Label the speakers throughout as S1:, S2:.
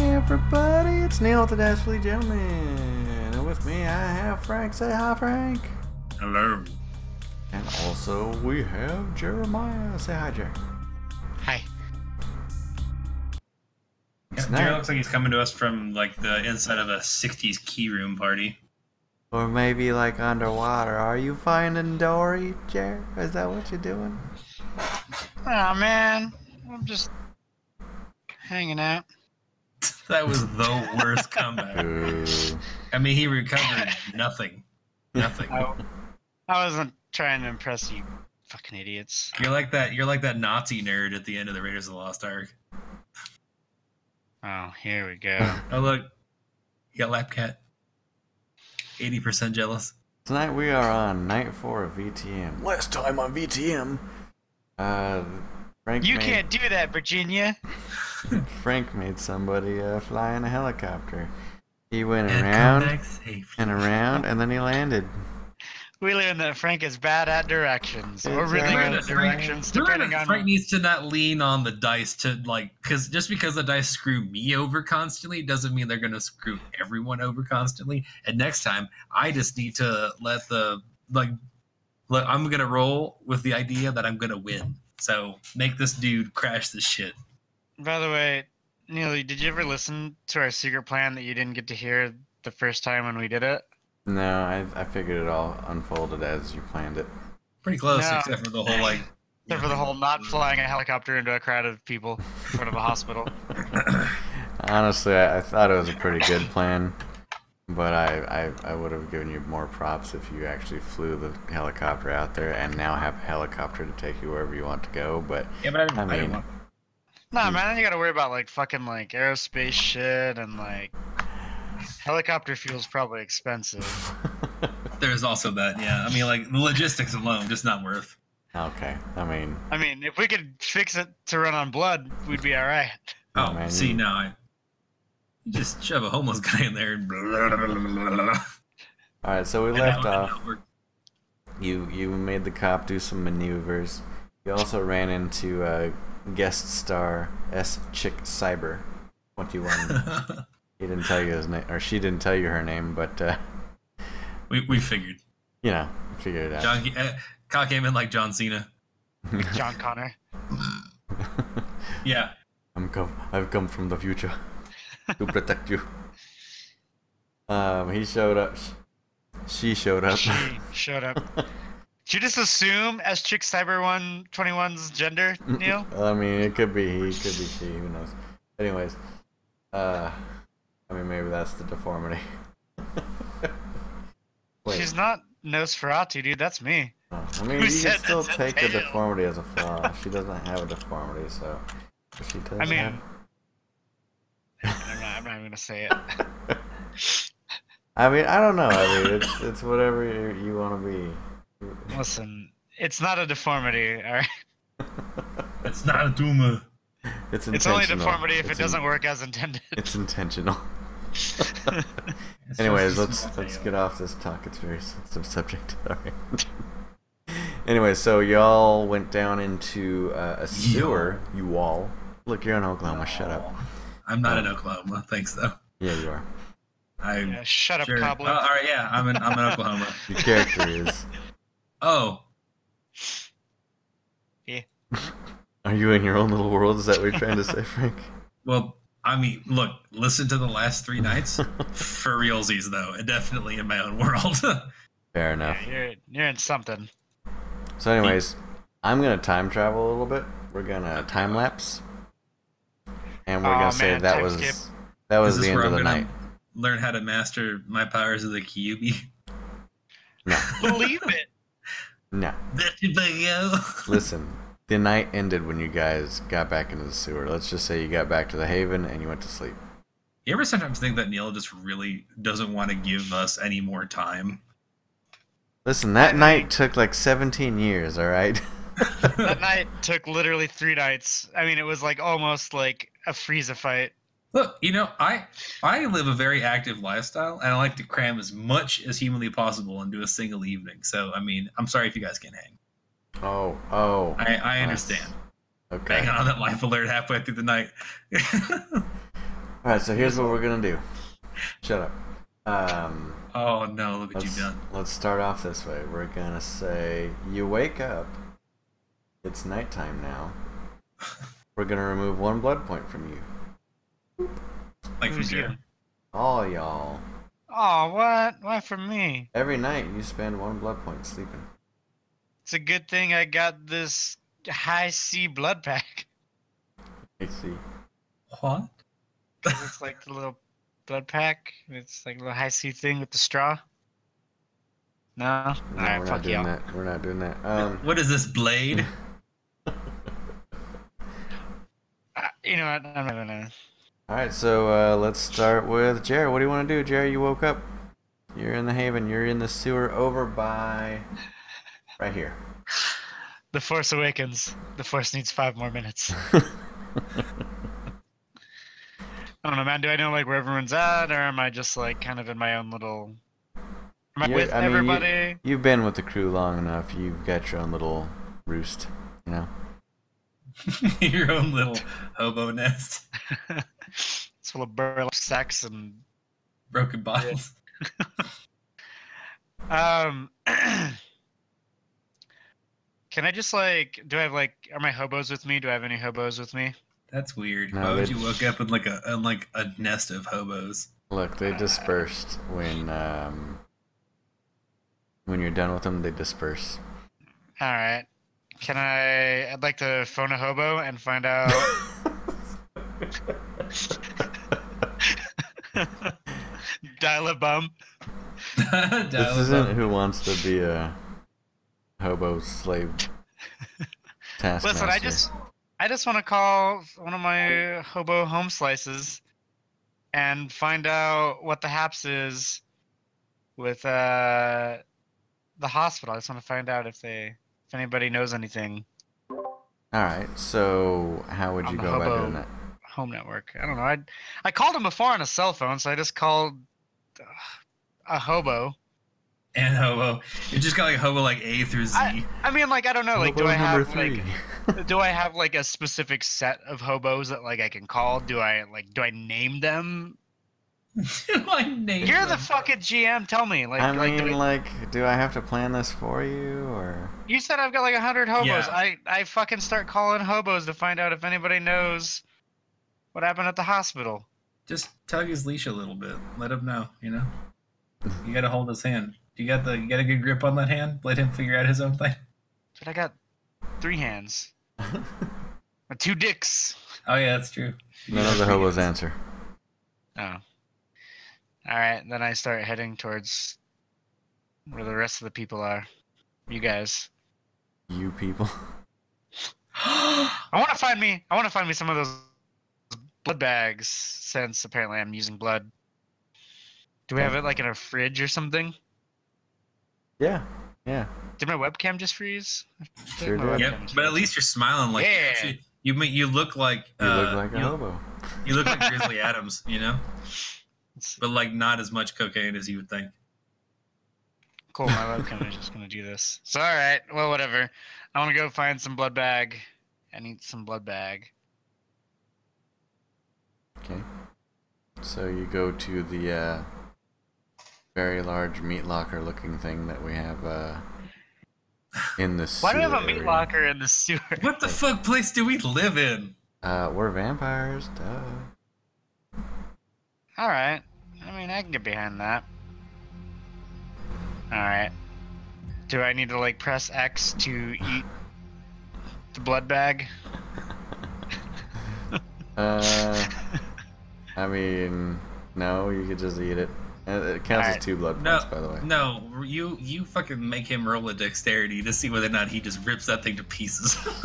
S1: everybody? It's Neil, the Dashly Gentleman. And with me, I have Frank. Say hi, Frank.
S2: Hello.
S1: And also, we have Jeremiah. Say hi, Jerry.
S3: Hi.
S1: It's
S2: Jerry
S1: night.
S2: looks like he's coming to us from like the inside of a '60s keyroom party.
S1: Or maybe like underwater. Are you finding Dory, Jerry? Is that what you're doing?
S3: Oh man, I'm just hanging out.
S2: That was the worst comeback. I mean, he recovered nothing. Nothing.
S3: I, I wasn't trying to impress you, fucking idiots.
S2: You're like that. You're like that Nazi nerd at the end of the Raiders of the Lost Ark.
S3: Oh, here we go.
S2: Oh look, you got lap cat. Eighty percent jealous.
S1: Tonight we are on night four of VTM. Last time on VTM. Uh, Frank
S3: You
S1: made,
S3: can't do that, Virginia.
S1: Frank made somebody uh, fly in a helicopter. He went
S2: And
S1: around
S2: come back safe.
S1: and around, and then he landed.
S3: We learned that Frank is bad at directions. Or
S1: It's
S2: uh,
S3: really
S1: all
S3: good
S1: right.
S3: at directions,
S2: They're gonna-
S3: depending on.
S2: Frank needs to not lean on the dice to like because just because the dice screw me over constantly doesn't mean they're gonna screw everyone over constantly. And next time, I just need to let the like, let, I'm gonna roll with the idea that I'm gonna win. So make this dude crash this shit.
S3: By the way, Neely, did you ever listen to our secret plan that you didn't get to hear the first time when we did it?
S1: No, I, I figured it all unfolded as you planned it.
S2: Pretty close,
S3: No.
S2: except for the whole like.
S3: Except for the whole not flying a helicopter into a crowd of people in front of a hospital.
S1: Honestly, I, I thought it was a pretty good plan, but I, I, I would have given you more props if you actually flew the helicopter out there and now have a helicopter to take you wherever you want to go. But
S2: Yeah, but I didn't,
S1: I
S2: I didn't
S1: mean,
S2: want-
S3: Nah,
S1: Hmm.
S3: man, then you gotta worry about like fucking like aerospace shit and like helicopter fuel's probably expensive.
S2: There's also that. Yeah, I mean, like the logistics alone, just not worth.
S1: okay, I mean,
S3: I mean, if we could fix it to run on blood, we'd be all right.
S1: Oh,
S2: Oh,
S1: man,
S2: see
S1: you-
S2: now, I, you just shove a homeless guy in there and.
S1: all right. So we left off. You you made the cop do some maneuvers. You also ran into uh, guest star S Chick Cyber. What do you want? he didn't tell you his name, or she didn't tell you her name, but uh,
S2: we, we figured.
S1: you know, figure it out.
S2: John uh, Cock came in like John Cena.
S3: John Connor.
S2: Yeah.
S1: I'm come. I've come from the future to protect you. Um, he showed up. sh- She showed up.
S3: She showed up. Did you just assume S Chick Cyber 121's gender, Neil?
S1: I mean, it could be he, could be she. Who knows? Anyways, uh, I mean, maybe that's the deformity. Wait,
S3: She's not Nosferatu, dude. That's me.
S1: no. I mean,
S3: who
S1: you can
S3: said
S1: still
S3: that's a
S1: take the
S3: tail?
S1: deformity as a flaw. She doesn't have a deformity, so but she does.
S3: I mean,
S1: have-
S3: I'm not, I'm not even gonna say it.
S1: I mean, I don't know. I mean, it's it's whatever you, you want to be.
S3: Listen, it's not a deformity, all right?
S2: It's not a tumor.
S1: It's intentional.
S3: It's only a deformity if
S1: It's
S3: it
S1: in-
S3: doesn't work as intended.
S1: It's intentional. Anyways, let's let's get off this talk. It's a very sensitive subject. All right. anyway, so y'all went down into uh, a sewer. You all. Look, you're in Oklahoma. Shut up.
S2: I'm not in Oklahoma. Thanks though.
S1: Yeah, you are.
S2: I'm
S3: Yeah, shut up,
S2: sure.
S3: Cobbler.
S2: Oh, all right, yeah, I'm in I'm in Oklahoma.
S1: Your character is.
S2: Oh,
S1: Are you in your own little world? Is that what you're trying to say, Frank?
S2: well, I mean, look, listen to the last three nights. For realsies though, and definitely in my own world.
S1: Fair enough.
S3: Yeah, you're, you're in something.
S1: So, anyways, I'm gonna time travel a little bit. We're gonna time lapse, and we're
S3: Aw,
S1: gonna say
S3: man,
S1: that
S3: time
S1: was
S3: skip.
S1: that
S2: Is
S1: was
S2: this
S1: the end
S2: where
S1: of the
S2: I'm gonna
S1: night.
S2: learn how to master my powers of the Kyubi.
S3: Believe it.
S1: No.
S2: That you big yo.
S1: Listen, the night ended when you guys got back into the sewer. Let's just say you got back to the haven and you went to sleep.
S2: You ever sometimes think that Neil just really doesn't want to give us any more time?
S1: Listen, that night took like 17 years, all right?
S3: That night took literally three nights. I mean, it was like almost like a Frieza fight.
S2: Look, you know, I I live a very active lifestyle, and I like to cram as much as humanly possible into a single evening. So, I mean, I'm sorry if you guys can't hang.
S1: Oh, oh.
S2: I, I understand.
S1: Okay.
S2: Banging on that life alert halfway through the night.
S1: All right, so here's what we're gonna do. Shut up. Um,
S2: Oh no, look at you
S1: let's,
S2: done.
S1: let's start off this way. We're gonna say you wake up. It's nighttime now. We're gonna remove one blood point from you,
S2: Like from
S3: Who's
S2: Jared.
S1: all y'all.
S3: Oh, what? Why for me?
S1: Every night you spend one blood point sleeping.
S3: It's a good thing I got this high C blood pack.
S1: You see,
S2: What?
S3: 'Cause it's like the little blood pack. and It's like a little high C thing with the straw. No.
S1: no,
S3: All right,
S1: we're not
S3: fuck
S1: doing
S3: y'all.
S1: that. We're not doing that. Um,
S2: what is this blade?
S3: Uh, you know what? I'm not gonna.
S1: all right, so uh, let's start with Jerry. What do you want to do, Jerry? You woke up. You're in the Haven. You're in the sewer over by, right here.
S3: The Force Awakens. The Force needs five more minutes. I don't know, man. Do I know like where everyone's at, or am I just like kind of in my own little? Am I
S1: You're-
S3: with
S1: I mean, you-
S3: everybody?
S1: You've been with the crew long enough. You've got your own little roost, you know.
S2: Your own little hobo nest.
S3: it's full of burlap sacks and
S2: Broken bottles.
S3: um. can I just like? Do I have like? Are my hobos with me? Do I have any hobos with me?
S2: That's weird.
S1: No,
S2: Why would
S1: they-
S2: you wake up in like a in like a nest of hobos?
S1: Look,
S3: Uh.
S1: they dispersed when um when you're done with them. They disperse.
S3: All right. Can I? I'd like to phone a hobo and find out. Dial a bum.
S1: This
S2: Dial-up
S1: isn't who wants to be a hobo slave taskmaster.
S3: Listen, I just I just want to call one of my hobo home slices and find out what the haps is with uh the hospital. I just want to find out if they if anybody knows anything.
S1: All right. So how would
S3: I'm
S1: you
S3: a
S1: go about
S3: hobo.
S1: doing that?
S3: Home network. I don't know. I I called him before on a cell phone, so I just called uh, a hobo.
S2: and hobo. It just got like hobo like A through Z.
S3: I mean, like I don't know. Oh, Like, do
S1: Hobo
S3: I
S1: number
S3: have like
S1: three.
S3: do I have like a specific set of hobos that like I can call? Do I like do I name them?
S2: My name.
S3: You're the fucking GM. Tell me, like,
S1: I
S3: like, do
S1: mean,
S3: I-
S1: like, do I have to plan this for you, or
S3: you said, I've got like hundred hobos.
S2: Yeah.
S3: I I fucking start calling hobos to find out if anybody knows what happened at the hospital.
S2: just tug his leash a little bit. Let him know. You know. You gotta hold his hand. You got the you got a good grip on that hand. Let him figure out his own thing.
S3: But I got three hands, Uh, two dicks.
S2: Oh yeah, that's true.
S1: none of the hobos answer?
S3: Oh. All right, then I start heading towards where the rest of the people are. You guys.
S1: You people.
S3: I want to find me. I want to find me some of those blood bags, since apparently I'm using blood. Do we have it like in a fridge or something?
S1: Yeah. Yeah.
S3: Did my webcam just freeze? I think
S1: Sure
S3: my
S1: did.
S2: Yep,
S3: webcam just
S2: but at
S3: froze.
S2: least you're smiling like
S3: Yeah.
S2: actually- you mean you look like
S1: You look
S2: uh,
S1: like a
S2: you,
S1: hobo.
S2: you look like Grizzly Adams, you know,
S3: It's-
S2: but like not as much cocaine as you would think.
S3: cool. My webcam is just gonna do this. So all right, well whatever. I want to go find some blood bag and eat some blood bag.
S1: Okay. So you go to the uh, very large meat locker looking thing that we have uh, in the
S3: Why do we have
S1: sewer
S3: a meat
S1: area.
S3: locker in the sewer?
S2: What the fuck place do we live in?
S1: Uh, we're vampires, duh.
S3: All right. I mean, I can get behind that. All right. Do I need to like press X to eat the blood bag?
S1: Uh, I mean, no, you could just eat it. And It counts
S3: Alright.
S1: as two blood
S2: No,
S1: points, by the way.
S2: No, you you fucking make him roll a dexterity to see whether or not he just rips that thing to pieces.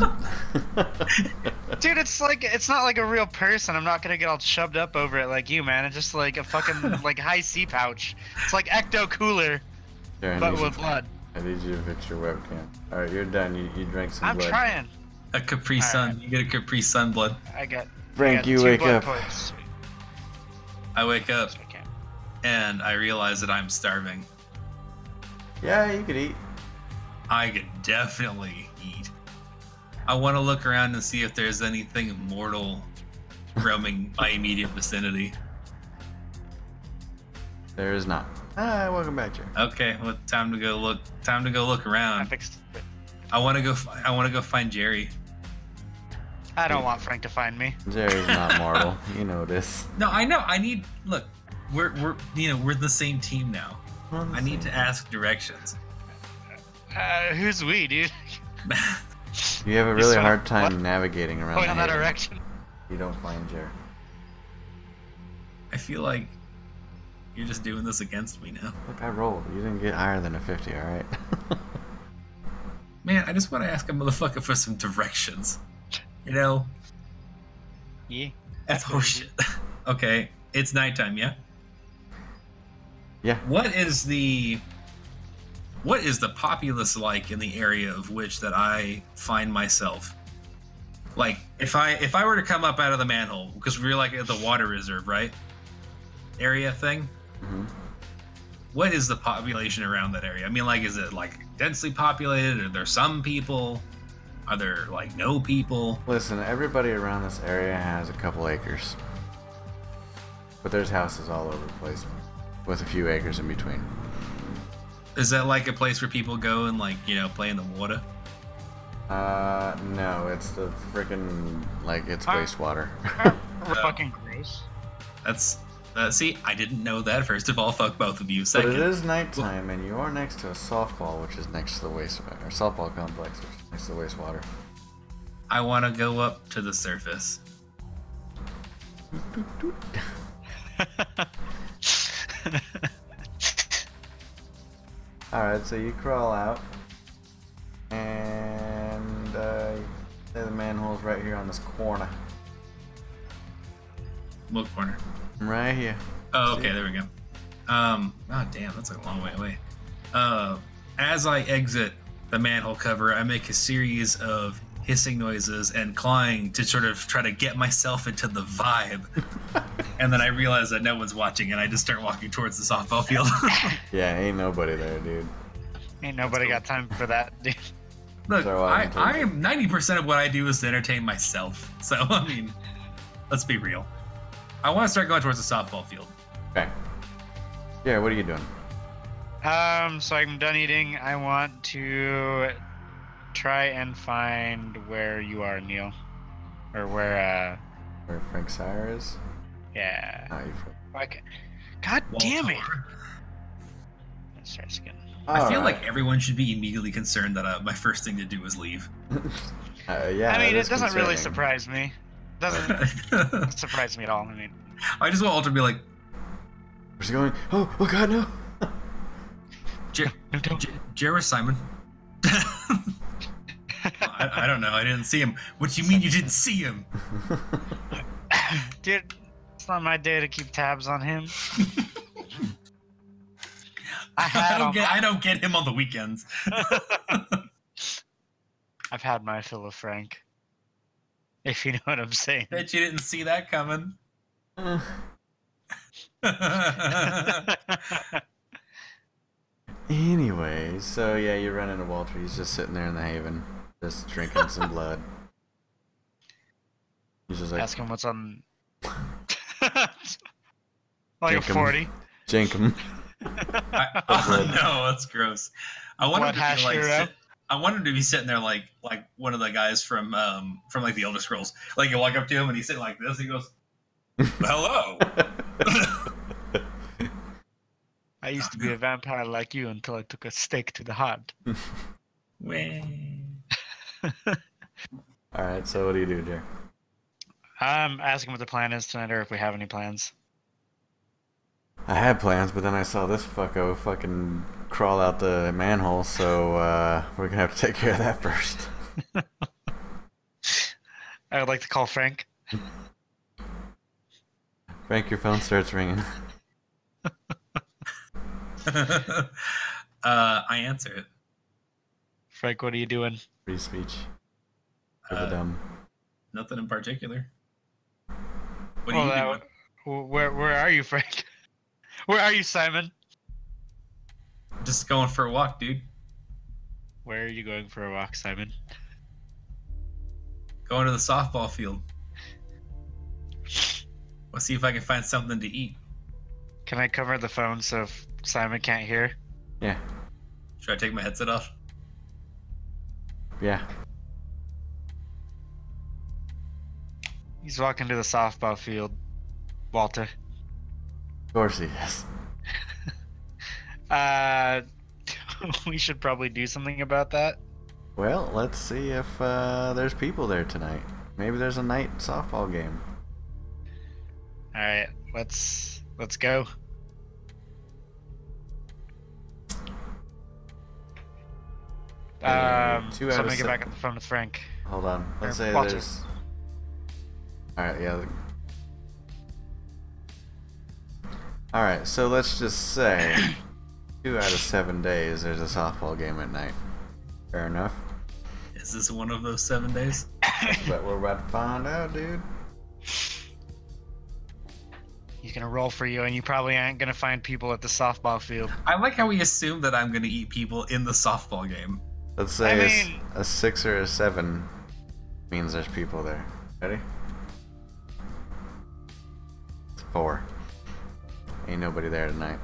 S3: Dude, it's like it's not like a real person. I'm not gonna get all shoved up over it like you, man. It's just like a fucking like high C pouch. It's like Ecto Cooler,
S1: Here, I,
S3: but
S1: need you,
S3: with blood.
S1: I need you to fix your webcam. All right, you're done. You, you drank some
S3: I'm
S1: blood.
S3: trying.
S2: a Capri
S3: All
S2: Sun. You get a Capri Sun blood.
S3: I got. I
S1: Frank,
S3: got
S1: you
S3: two
S1: wake
S3: blood
S1: up.
S3: Points.
S2: I wake up
S3: I can't.
S2: and I realize that I'm starving.
S1: Yeah, you could eat.
S2: I could definitely eat. I want to look around and see if there's anything mortal roaming my immediate vicinity.
S1: There is not. Ah, welcome back, Jerry.
S2: Okay, well, time to go look. Time to go look
S3: I
S2: around.
S3: fixed it.
S2: I want to go. fi- I want to go find Jerry.
S3: I don't want Frank to find me.
S1: Jerry's not mortal. You know this.
S2: No, I know. I need look. We're we're you know we're the same team now. I need to ask directions.
S3: Uh, who's we, dude?
S1: You have a
S3: Just
S1: really
S3: wanna-
S1: hard time
S3: what?
S1: navigating around.
S3: Point
S1: the
S3: on that
S1: haze.
S3: direction.
S1: You don't find Jerry.
S2: I feel like you're just doing this against me now,
S1: Look, I rolled. You didn't get higher than a 50, alright?
S2: man. I just want to ask a motherfucker for some directions. You know,
S3: Yeah.
S2: that's horseshit. okay, it's nighttime. Yeah.
S1: yeah.
S2: What is the what is the populace like in the area of which that I find myself? Like if I if I were to come up out of the manhole because we're like at the water reserve, right? Area thing.
S1: hmm
S2: What is the population around that area? I mean, like, is it like densely populated? Are there some people? Are there like no people?
S1: Listen, everybody around this area has a couple acres. But there's houses all over the place with a few acres in between.
S2: Is that like a place where people go and like you know play in the water?
S1: Uh, no, it's the freaking, like, it's
S3: Huh?
S1: wastewater.
S3: We're fucking gross.
S2: That's uh, see, I didn't know that. First of all, fuck both of you.
S1: but it
S2: Second,
S1: is nighttime, and you are next to a softball, which is next to the waste, or softball complex, which is next to the wastewater.
S2: I want to go up to the surface.
S1: All right, so you crawl out, and uh, say the manhole's right here on this corner.
S2: What corner?
S1: Right here.
S2: Oh, okay, there we go. Um, oh damn, that's a long way away. Uh, as I exit the manhole cover, I make a series of hissing noises and clawing to sort of try to get myself into the vibe. and then I realize that no one's watching, and I just start walking towards the softball field.
S1: Yeah, ain't nobody there, dude.
S3: Ain't nobody got time for that, dude.
S2: Look,
S1: So, uh,
S2: I, I am ninety percent of what I do is to entertain myself. So I mean, let's be real. I want to start going towards the softball field.
S1: Okay. Yeah, what are you doing?
S3: Um, so I'm done eating. I want to try and find where you are, Neil. Or where, uh,
S1: Where Frank Sire is?
S3: yeah.
S1: Not you, Frank.
S3: Like, God damn it!
S2: Walter.
S3: Let's try this again.
S2: I feel like everyone should be immediately concerned that uh, my first thing to do is leave.
S1: like. uh, yeah.
S3: I mean,
S1: that
S3: it
S1: is
S3: doesn't really
S1: concerning.
S3: surprise me. Doesn't
S2: I
S3: surprise me at all. I mean,
S2: just want Walter to be like,
S1: Where's he going? Oh, oh God, no!
S2: Jer-
S3: no, don't.
S2: J- Jairus Simon. I, I don't know. I didn't see him. What do you mean you didn't see him?
S3: Dude, it's not my day to keep tabs on him. I
S2: I
S3: had
S2: don't
S3: all
S2: get. I don't get him on the weekends.
S3: I've had my fill of Frank. If you know what I'm saying.
S2: Bet you didn't see that coming.
S1: Uh, anyway, so yeah, you run into Walter. He's just sitting there in the Haven, just drinking some blood. He's just like,
S3: Ask him what's on. like a
S1: Drink 'em.
S3: 40.
S1: Jenkum.
S2: I, oh, no, that's gross. I want
S3: What
S2: him to
S3: hash
S2: be like.
S3: hero?
S2: sit- I want him to be sitting there like like one of the guys from um from like the Elder Scrolls. Like you walk up to him and he's sitting like this. He goes, "Hello."
S3: I used to be a vampire like you until I took a stake to the heart.
S2: Wah.
S1: All right, so what do you do, dear?
S3: I'm asking what the plan is tonight or if we have any plans.
S1: I had plans, but then I saw this fucko fucking crawl out the manhole, so uh, we're gonna have to take care of that first.
S3: I would like to call Frank.
S1: Frank, your phone starts ringing.
S2: uh, I answer it.
S3: Frank, what are you doing?
S1: Free speech for the
S2: Uh,
S1: dumb.
S2: nothing in particular. What
S3: Well,
S2: do you
S3: that
S2: do?
S3: would- Wh- Where where are you, Frank? Where are you, Simon?
S2: Just going for a walk, dude.
S3: Where are you going for a walk, Simon?
S2: Going to the softball field. Let's see if I can find something to eat.
S3: Can I cover the phone so if Simon can't hear?
S1: Yeah.
S2: Should I take my headset off?
S1: Yeah.
S3: He's walking to the softball field, Walter.
S1: Of course he is.
S3: Uh, we should probably do something about that.
S1: Well, let's see if uh, there's people there tonight. Maybe there's a night softball game.
S3: All right, let's let's go.
S1: Uh,
S3: Um,
S1: two
S3: two
S1: out
S3: so I'm
S1: of
S3: gonna get
S1: se-
S3: back on the phone with Frank.
S1: Hold on. Let's
S3: Or
S1: say
S3: Walter.
S1: there's. All right. Yeah. All right. So let's just say, two out of seven days, there's a softball game at night. Fair enough.
S2: Is this one of those seven days?
S1: But we're about to find out, dude.
S3: He's gonna roll for you, and you probably aren't gonna find people at the softball field.
S2: I like how we assume that I'm going to eat people in the softball game.
S1: Let's say a s-
S3: mean-
S1: a six or a seven means there's people there. Ready? It's four. Ain't nobody there tonight.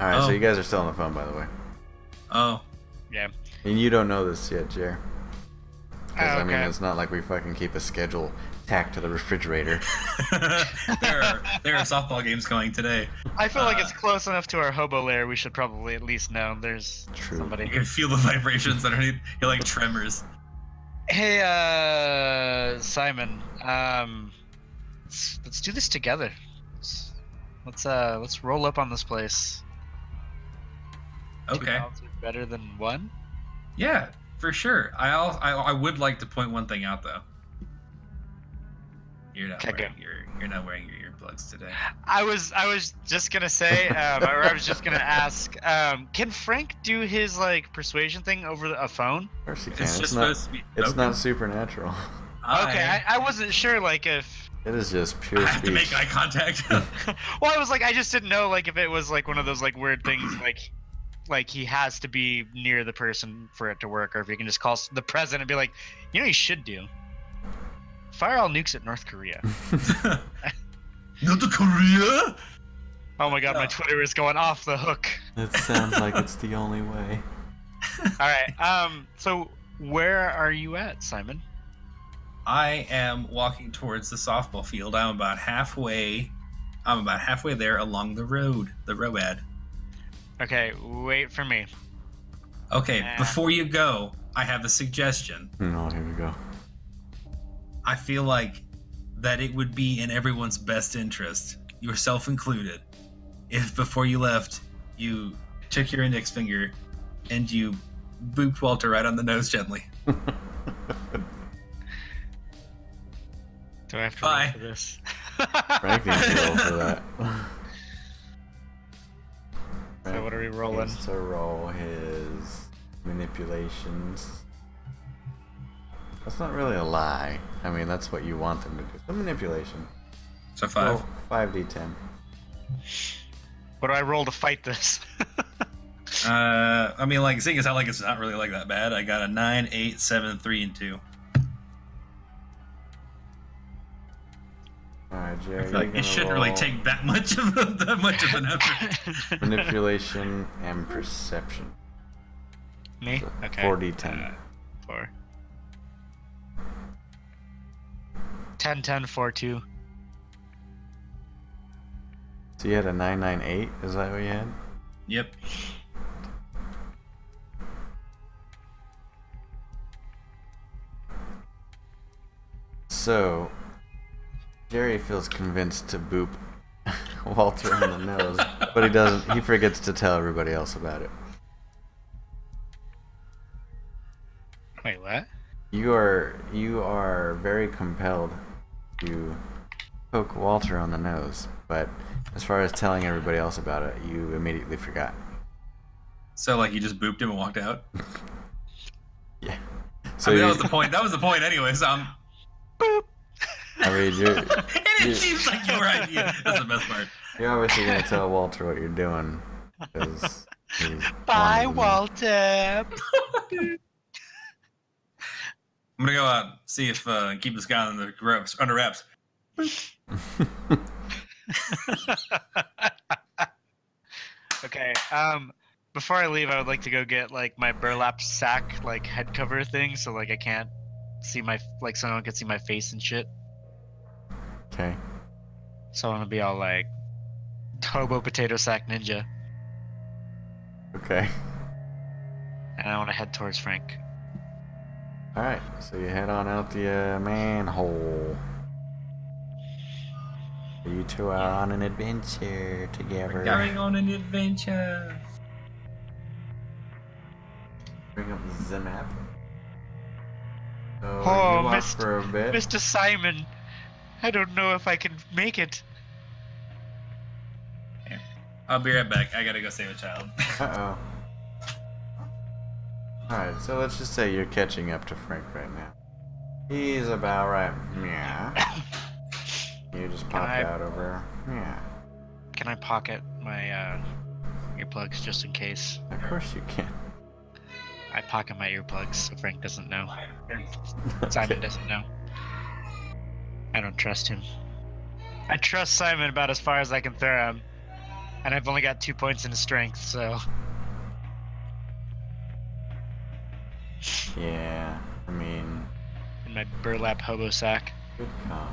S1: All right,
S2: Oh.
S1: so you guys are still on the phone, by the way,
S2: Oh,
S3: Yeah.
S1: and you don't know this yet, Jer. Because
S3: Oh,
S1: I mean,
S3: okay.
S1: it's not like we fucking keep a schedule tacked to the refrigerator.
S2: there are there are softball games going today.
S3: I feel like
S2: Uh,
S3: it's close enough to our hobo lair. We should probably at least know there's
S1: True.
S2: You
S3: somebody.
S2: can feel the vibrations underneath. You're like tremors.
S3: Hey, uh, Simon. Um, let's, let's do this together. Let's, let's uh, let's roll up on this place. Two
S2: Okay.
S3: mouths are better than one.
S2: Yeah, for sure. I al- I, I would like to point one thing out though. You're not
S3: Okay, go.
S2: wearing your you're not wearing your earplugs today.
S3: I was I was just gonna say, um, or I was just gonna ask, um, can Frank do his like persuasion thing over the- a phone?
S1: Of course you can.
S2: It's
S1: It's,
S2: just
S1: not.
S2: supposed to be.
S1: It's
S2: spoken.
S1: not supernatural.
S3: Okay, I, I wasn't sure like if.
S1: It is just
S2: I
S1: pure
S2: have to
S1: speech.
S2: make eye contact.
S3: Well, I was like I just didn't know like if it was like one of those like weird things like, like he has to be near the person for it to work, or if you can just call s- the president and be like, you know, what you should do. Fire all nukes at North Korea.
S2: Not the Korea.
S3: Oh my god, my
S2: Yeah.
S3: Twitter is going off the hook.
S1: It sounds like it's the only way.
S3: All right. Um. So where are you at, Simon?
S2: I am walking towards the softball field. I'm about halfway. I'm about halfway there along the road, the road.
S3: Okay, wait for me.
S2: Okay,
S3: Ah.
S2: before you go, I have a suggestion.
S1: No, here we go.
S2: I feel like that it would be in everyone's best interest, yourself included, if before you left, you took your index finger and you booped Walter right on the nose gently.
S3: Do I have to
S2: Bye.
S3: roll for this?
S1: Frank needs to roll for that.
S3: so what are we rolling?
S1: needs to roll his manipulations. That's not really a lie. I mean, that's what you want them to do. The manipulation.
S2: So five.
S1: Oh. Five d ten.
S3: What do I roll to fight this?
S2: Uh, I mean, like seeing as how like it's not really like that bad, I got a nine, eight, seven, three, and two.
S1: All right,
S2: I
S1: Jerry.
S2: feel like
S1: you're
S2: it shouldn't
S1: gonna
S2: really
S1: roll
S2: take that much of a, that much of an effort.
S1: manipulation and perception.
S3: me? Okay.
S1: Four d ten.
S3: Uh, four. 10, 10, 4, 2.
S1: So you had a nine nine eight. Is that what you had?
S2: Yep.
S1: So, Jerry feels convinced to boop Walter on the nose, but he doesn't. He forgets to tell everybody else about it.
S3: Wait, what?
S1: You are you are very compelled to poke Walter on the nose, but as far as telling everybody else about it, you immediately forgot.
S2: So like you just booped him and walked out.
S1: Yeah.
S2: I
S1: So
S2: mean,
S1: you,
S2: that was the point. That was the point, anyways. Um,
S3: Boop!
S1: I mean, you're,
S2: and it
S1: Yeah.
S2: seems like your idea. That's the best part.
S1: you're obviously gonna tell Walter what you're doing. 'cause he
S3: Bye,
S1: wanted to know.
S3: Walter!
S2: I'm gonna go out and see if uh, keep this guy under wraps. Under wraps.
S3: Okay. Um, before I leave, I would like to go get like my burlap sack, like head cover thing, so like I can't see my like so no one can see my face and shit.
S1: Okay.
S3: So I want to be all like hobo potato sack ninja,
S1: Okay.
S3: and I want to head towards Frank.
S1: All right. So you head on out the uh, manhole. You two are on an adventure
S2: We're
S1: together.
S2: going on an adventure.
S1: Bring up the map. So
S3: Oh,
S1: you walk
S3: missed-
S1: for a bit.
S3: Mr. Simon, I don't know if I can make it.
S2: I'll be right back. I gotta go save a child.
S1: Uh oh. Alright, so let's just say you're catching up to Frank right now. He's about right. Yeah. You just popped
S3: I-
S1: out over. Yeah.
S3: Can I pocket my uh, earplugs just in case?
S1: Of course you can.
S3: I pocket my earplugs so Frank doesn't know. Simon doesn't know. I don't trust him. I trust Simon about as far as I can throw him. And I've only got two points in strength, so.
S1: Yeah. I mean,
S3: In my burlap hobo sack.
S1: good call.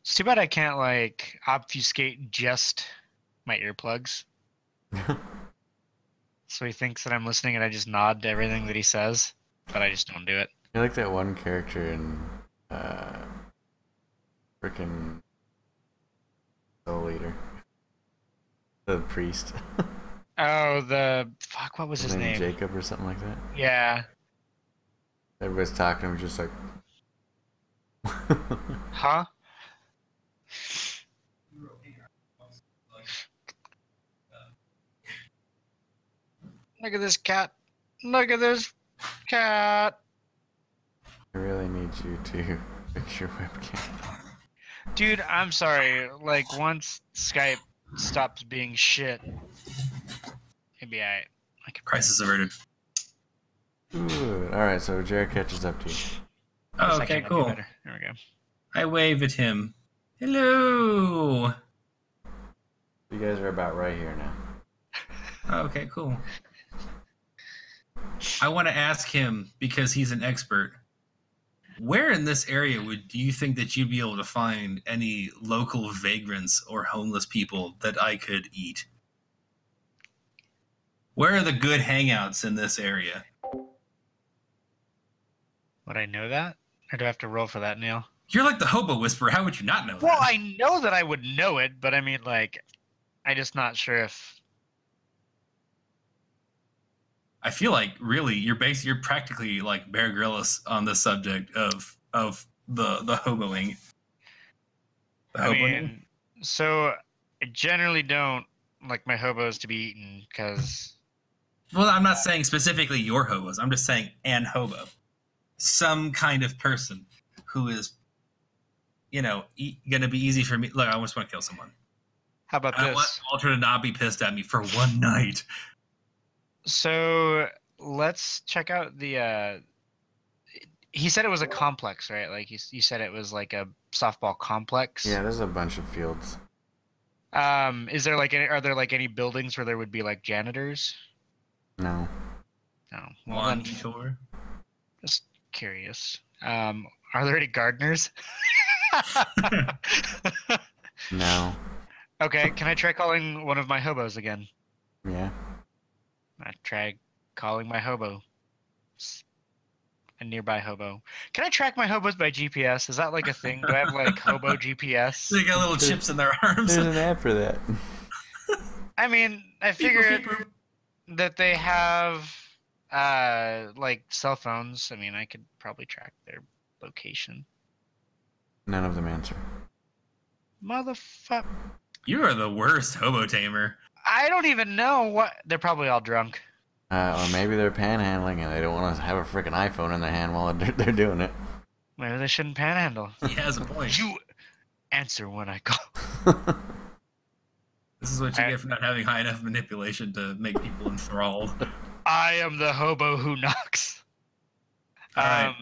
S3: It's too bad I can't, like, obfuscate just my earplugs. so he thinks that I'm listening and I just nod to everything that he says, but I just don't do it.
S1: You're like that one character in uh frickin' Soul Eater. The priest.
S3: Oh, the. Fuck, what was his name?
S1: Jacob or something like that.
S3: Yeah.
S1: Everybody's talking, I'm just like
S3: Huh? Look at this cat. Look at this cat.
S1: I really need you to fix your webcam.
S3: Dude, I'm sorry. Like, once Skype stops being shit, it'd be alright. I could
S2: Crisis averted.
S1: Ooh, all right, so Jared catches up to you.
S3: I
S2: Oh,
S3: think
S2: okay,
S3: that'd be
S2: cool.
S3: better. There we go.
S2: I wave at him. Hello.
S1: You guys are about right here now.
S2: Okay, cool. I want to ask him because he's an expert. Where in this area would do you think that you'd be able to find any local vagrants or homeless people that I could eat? Where are the good hangouts in this area?
S3: Would I know that? Or do I have to roll for that, Neil?
S2: You're like the hobo whisperer. How would you not know
S3: Well,
S2: that?
S3: I know that I would know it, but I mean, like, i just not sure if
S2: I feel like really you're bas- you're practically like Bear Grylls on the subject of of the the hoboing. The
S3: I
S2: hoboing?
S3: mean, so I generally don't like my hobos to be eaten because
S2: Well, I'm not saying specifically your hobos. I'm just saying an hobo, some kind of person who is, you know, e- going to be easy for me. Look, I just want to kill someone.
S3: how about
S2: I want
S3: this?
S2: Walter to not be pissed at me for one night.
S3: So let's check out the. uh He said it was a complex, right? Like you, s- you said it was like a softball complex.
S1: Yeah, there's a bunch of fields.
S3: Um, is there like any? Are there like any buildings where there would be like janitors?
S1: No.
S3: No. Well,
S2: One
S3: then
S2: tour.
S3: curious. Um, are there any gardeners?
S1: No.
S3: okay, can I try calling one of my hobos again?
S1: Yeah.
S3: I try calling my hobo. S- A nearby hobo. Can I track my hobos by GPS? Is that like a thing? Do I have like hobo GPS?
S2: They got little chips in their arms.
S1: There's an app for that.
S3: I mean, I figure that they have uh like cell phones. I mean, I could probably track their location.
S1: None of them answer.
S3: Motherfuck.
S2: You are the worst hobo tamer.
S3: I don't even know what. They're probably all drunk.
S1: Uh, or maybe they're panhandling and they don't want to have a freaking iPhone in their hand while they're, they're doing it.
S3: Maybe they shouldn't panhandle.
S2: He has a point.
S3: You answer when I call.
S2: This is what you
S3: I-
S2: get for not having high enough manipulation to make people enthralled.
S3: I am the hobo who knocks.
S2: All right.
S3: Um,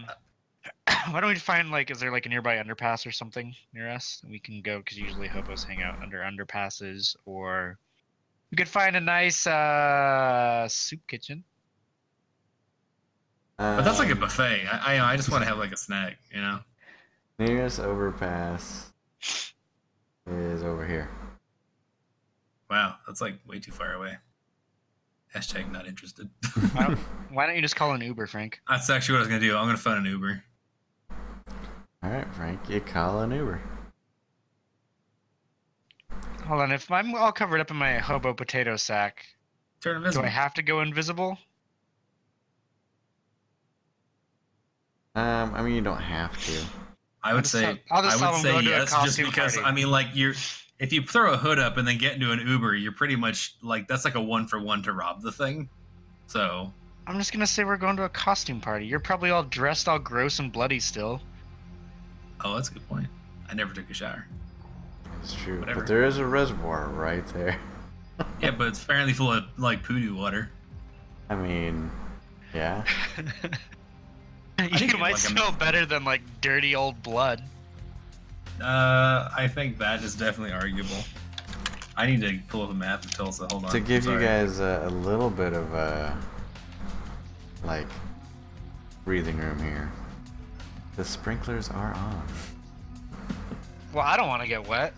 S3: why don't we find like, is there like a nearby underpass or something near us? We can go because usually hobos hang out under underpasses, or we could find a nice uh, soup kitchen.
S2: But that's like a
S1: Um,
S2: buffet. I, I I just want to have like a snack, you know.
S1: Nearest overpass is over here.
S2: Wow, that's like way too far away. Hashtag not interested.
S3: Why don't, why don't you just call an Uber, Frank?
S2: that's actually what I was gonna do. I'm gonna phone an Uber.
S1: All right, Frank, you call an Uber.
S3: Hold on, if I'm all covered up in my hobo potato sack,
S2: Turn
S3: do
S2: invisible.
S3: I have to go invisible?
S1: Um, I mean, you don't have to.
S2: I
S3: I'll
S2: would
S3: just
S2: say
S3: tell- I'll just
S2: I
S3: tell
S2: would
S3: them
S2: say
S3: go to a
S2: yes, just
S3: costume
S2: because
S3: party.
S2: I mean, like you're if you throw a hood up and then get into an Uber, you're pretty much like that's like a one for one to rob the thing. So
S3: I'm just gonna say we're going to a costume party. You're probably all dressed all gross and bloody still.
S2: oh, that's a good point. I never took a shower.
S1: It's true.
S2: Whatever.
S1: But there is a reservoir right there.
S2: Yeah, but it's apparently full of like poodoo water.
S1: I mean, yeah.
S2: think
S3: you
S2: it's
S3: might
S2: like a-
S3: smell better than like dirty old blood.
S2: Uh, I think that is definitely arguable. I need to pull up a map of Tulsa. Hold on.
S1: to give you
S2: Sorry.
S1: guys a, a little bit of a like breathing room here. The sprinklers are on.
S3: Well, I don't want to get wet.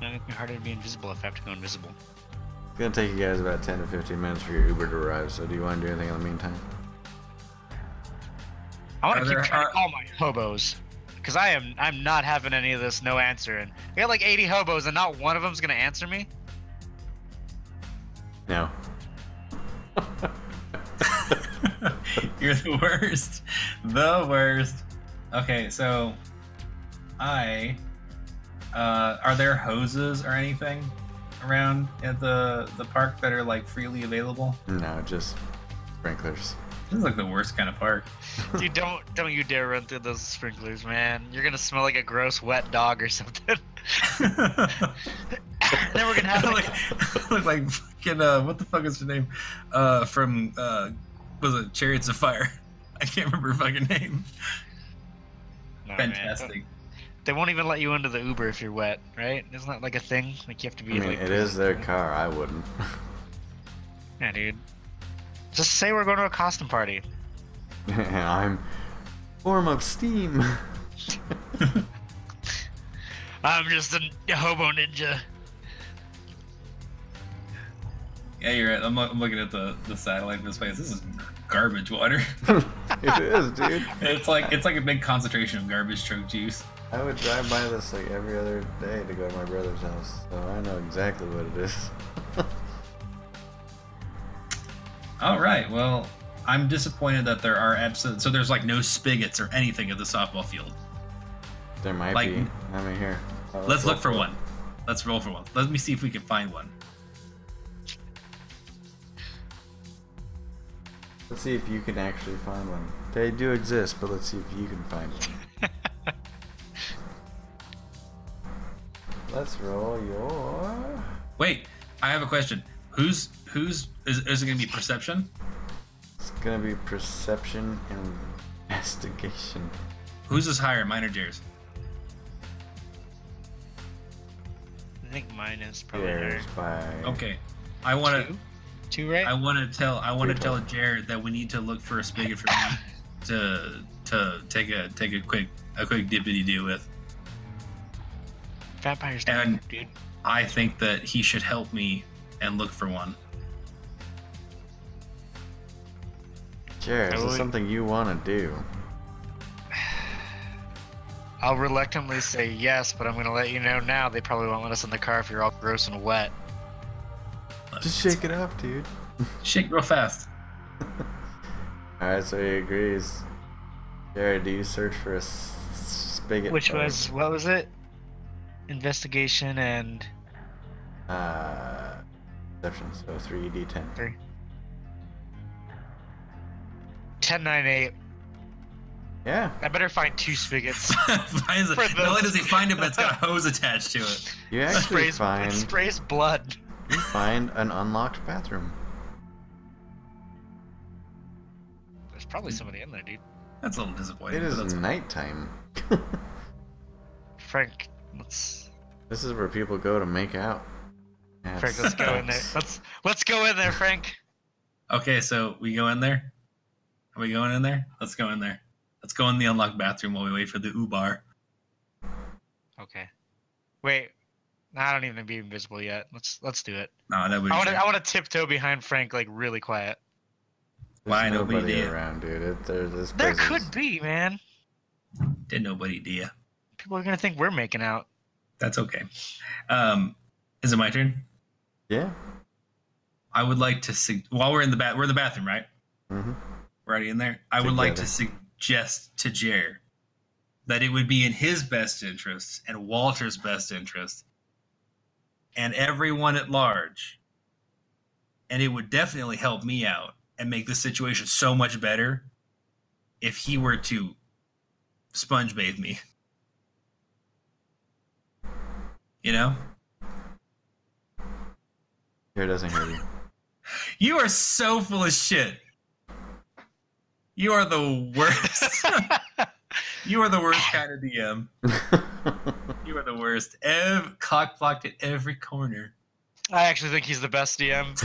S3: It'll make me harder to be invisible if I have to go invisible.
S1: It's gonna take you guys about 10 to 15 minutes for your Uber to arrive. So do you want to do anything in the meantime?
S3: I want
S2: Are
S3: to
S2: there uh,
S3: keep trying
S2: har-
S3: to call my hobos, cause I am I'm not having any of this no answering. I got like 80 hobos and not one of them's gonna answer me.
S1: No.
S2: You're the worst. The worst. Okay, so I uh are there hoses or anything around at the the park that are like freely available?
S1: No, just sprinklers.
S2: This is like the worst kind of park.
S3: Dude, don't don't you dare run through those sprinklers, man. You're gonna smell like a gross wet dog or something.
S2: I
S3: then we're gonna have
S2: look,
S3: like
S2: I look like fucking uh what the fuck is her name? Uh from uh was it Chariots of Fire? I can't remember her fucking name.
S3: No, Oh, man.
S2: Fantastic.
S3: They won't even let you into the Uber if you're wet, right? Isn't that like a thing? Like you have to
S1: I
S3: be.
S1: mean,
S3: like,
S1: it is their car. I wouldn't.
S3: Yeah, dude. Just say we're going to a costume party.
S1: and I'm form of steam.
S3: I'm just a hobo ninja.
S2: Yeah, you're right. I'm, lo- I'm looking at the, the satellite from space. This is garbage water.
S1: it is, dude.
S2: it's like it's like a big concentration of garbage truck juice.
S1: I would drive by this like every other day to go to my brother's house, so I know exactly what it is.
S2: All right. Well, I'm disappointed that there are absent. So there's like no spigots or anything at the softball field.
S1: There might
S2: Like-
S1: be. I mean, here. Oh,
S2: Let's look for
S1: it.
S2: one. Let's roll for one. Let me see if we can find one.
S1: Let's see if you can actually find one. They do exist, but let's see if you can find one. let's roll your.
S2: Wait, I have a question. Who's who's is, is it going to be perception?
S1: It's gonna be perception and investigation.
S2: Whose is higher, mine or Jer's?
S3: I think mine is probably her.
S1: There's by.
S2: Okay. I want to
S3: Two? Two, right?
S2: I want to tell I want to
S1: Good
S2: tell Jared that we need to look for a spigot for me to to take a take a quick a quick dippity do with.
S3: Vampires don't
S2: And-
S3: work, dude.
S2: I think that he should help me and look for one.
S1: Jared, is
S3: Totally.
S1: this something you wanna do?
S3: I'll reluctantly say yes, but I'm gonna let you know now they probably won't let us in the car if you're all gross and wet.
S1: Just shake it off, dude.
S2: Shake real fast.
S1: Alright, so he agrees. Jared, do you search for a s- spigot?
S3: Which
S1: of,
S3: was what was it? Investigation and
S1: Uh, perception, so 3d10.
S3: 1098.
S1: Yeah.
S3: I better find two spigots.
S2: Finds it.
S3: For
S2: Not only
S3: those-
S2: does he find it, but it's got a hose attached to it.
S1: You actually
S3: sprays,
S1: find
S3: it sprays blood.
S1: you find an unlocked bathroom.
S3: There's probably somebody in there, dude.
S2: That's a little disappointing.
S1: It
S2: but
S1: is
S2: that's-
S1: nighttime.
S3: Frank, let's
S1: this is where people go to make out. Yeah,
S3: Frank,
S1: it
S3: let's go in there.
S1: sucks.
S3: Let's let's go in there, Frank.
S2: Okay, so we go in there. Are we going in there? Let's go in there. Let's go in the unlocked bathroom while we wait for the Ubar.
S3: Okay. Wait. Nah, I don't even be invisible yet. Let's let's do it.
S2: No, that would.
S3: I want to I want to tiptoe behind Frank like really quiet.
S1: There's
S2: Why nobody
S1: nobody
S2: did?
S1: around, dude. It, there, this
S3: There
S1: place is-
S3: could be, man.
S2: Did nobody dear.
S3: People are gonna think we're making out.
S2: That's okay. Um, is it my turn?
S1: Yeah.
S2: I would like to sug- while we're in the bath. We're in the bathroom, right?
S1: hmm
S2: We're already in there. I would like to
S1: Together.
S2: suggest to Jer that it would be in his best interest and Walter's best interest and everyone at large. And it would definitely help me out and make the situation so much better if he were to sponge bathe me. You know?
S1: Here doesn't hear you.
S2: You are so full of shit. You are the worst. you are the worst kind of DM. You are the worst. Ev clock blocked at every corner.
S3: I actually think he's the best DM.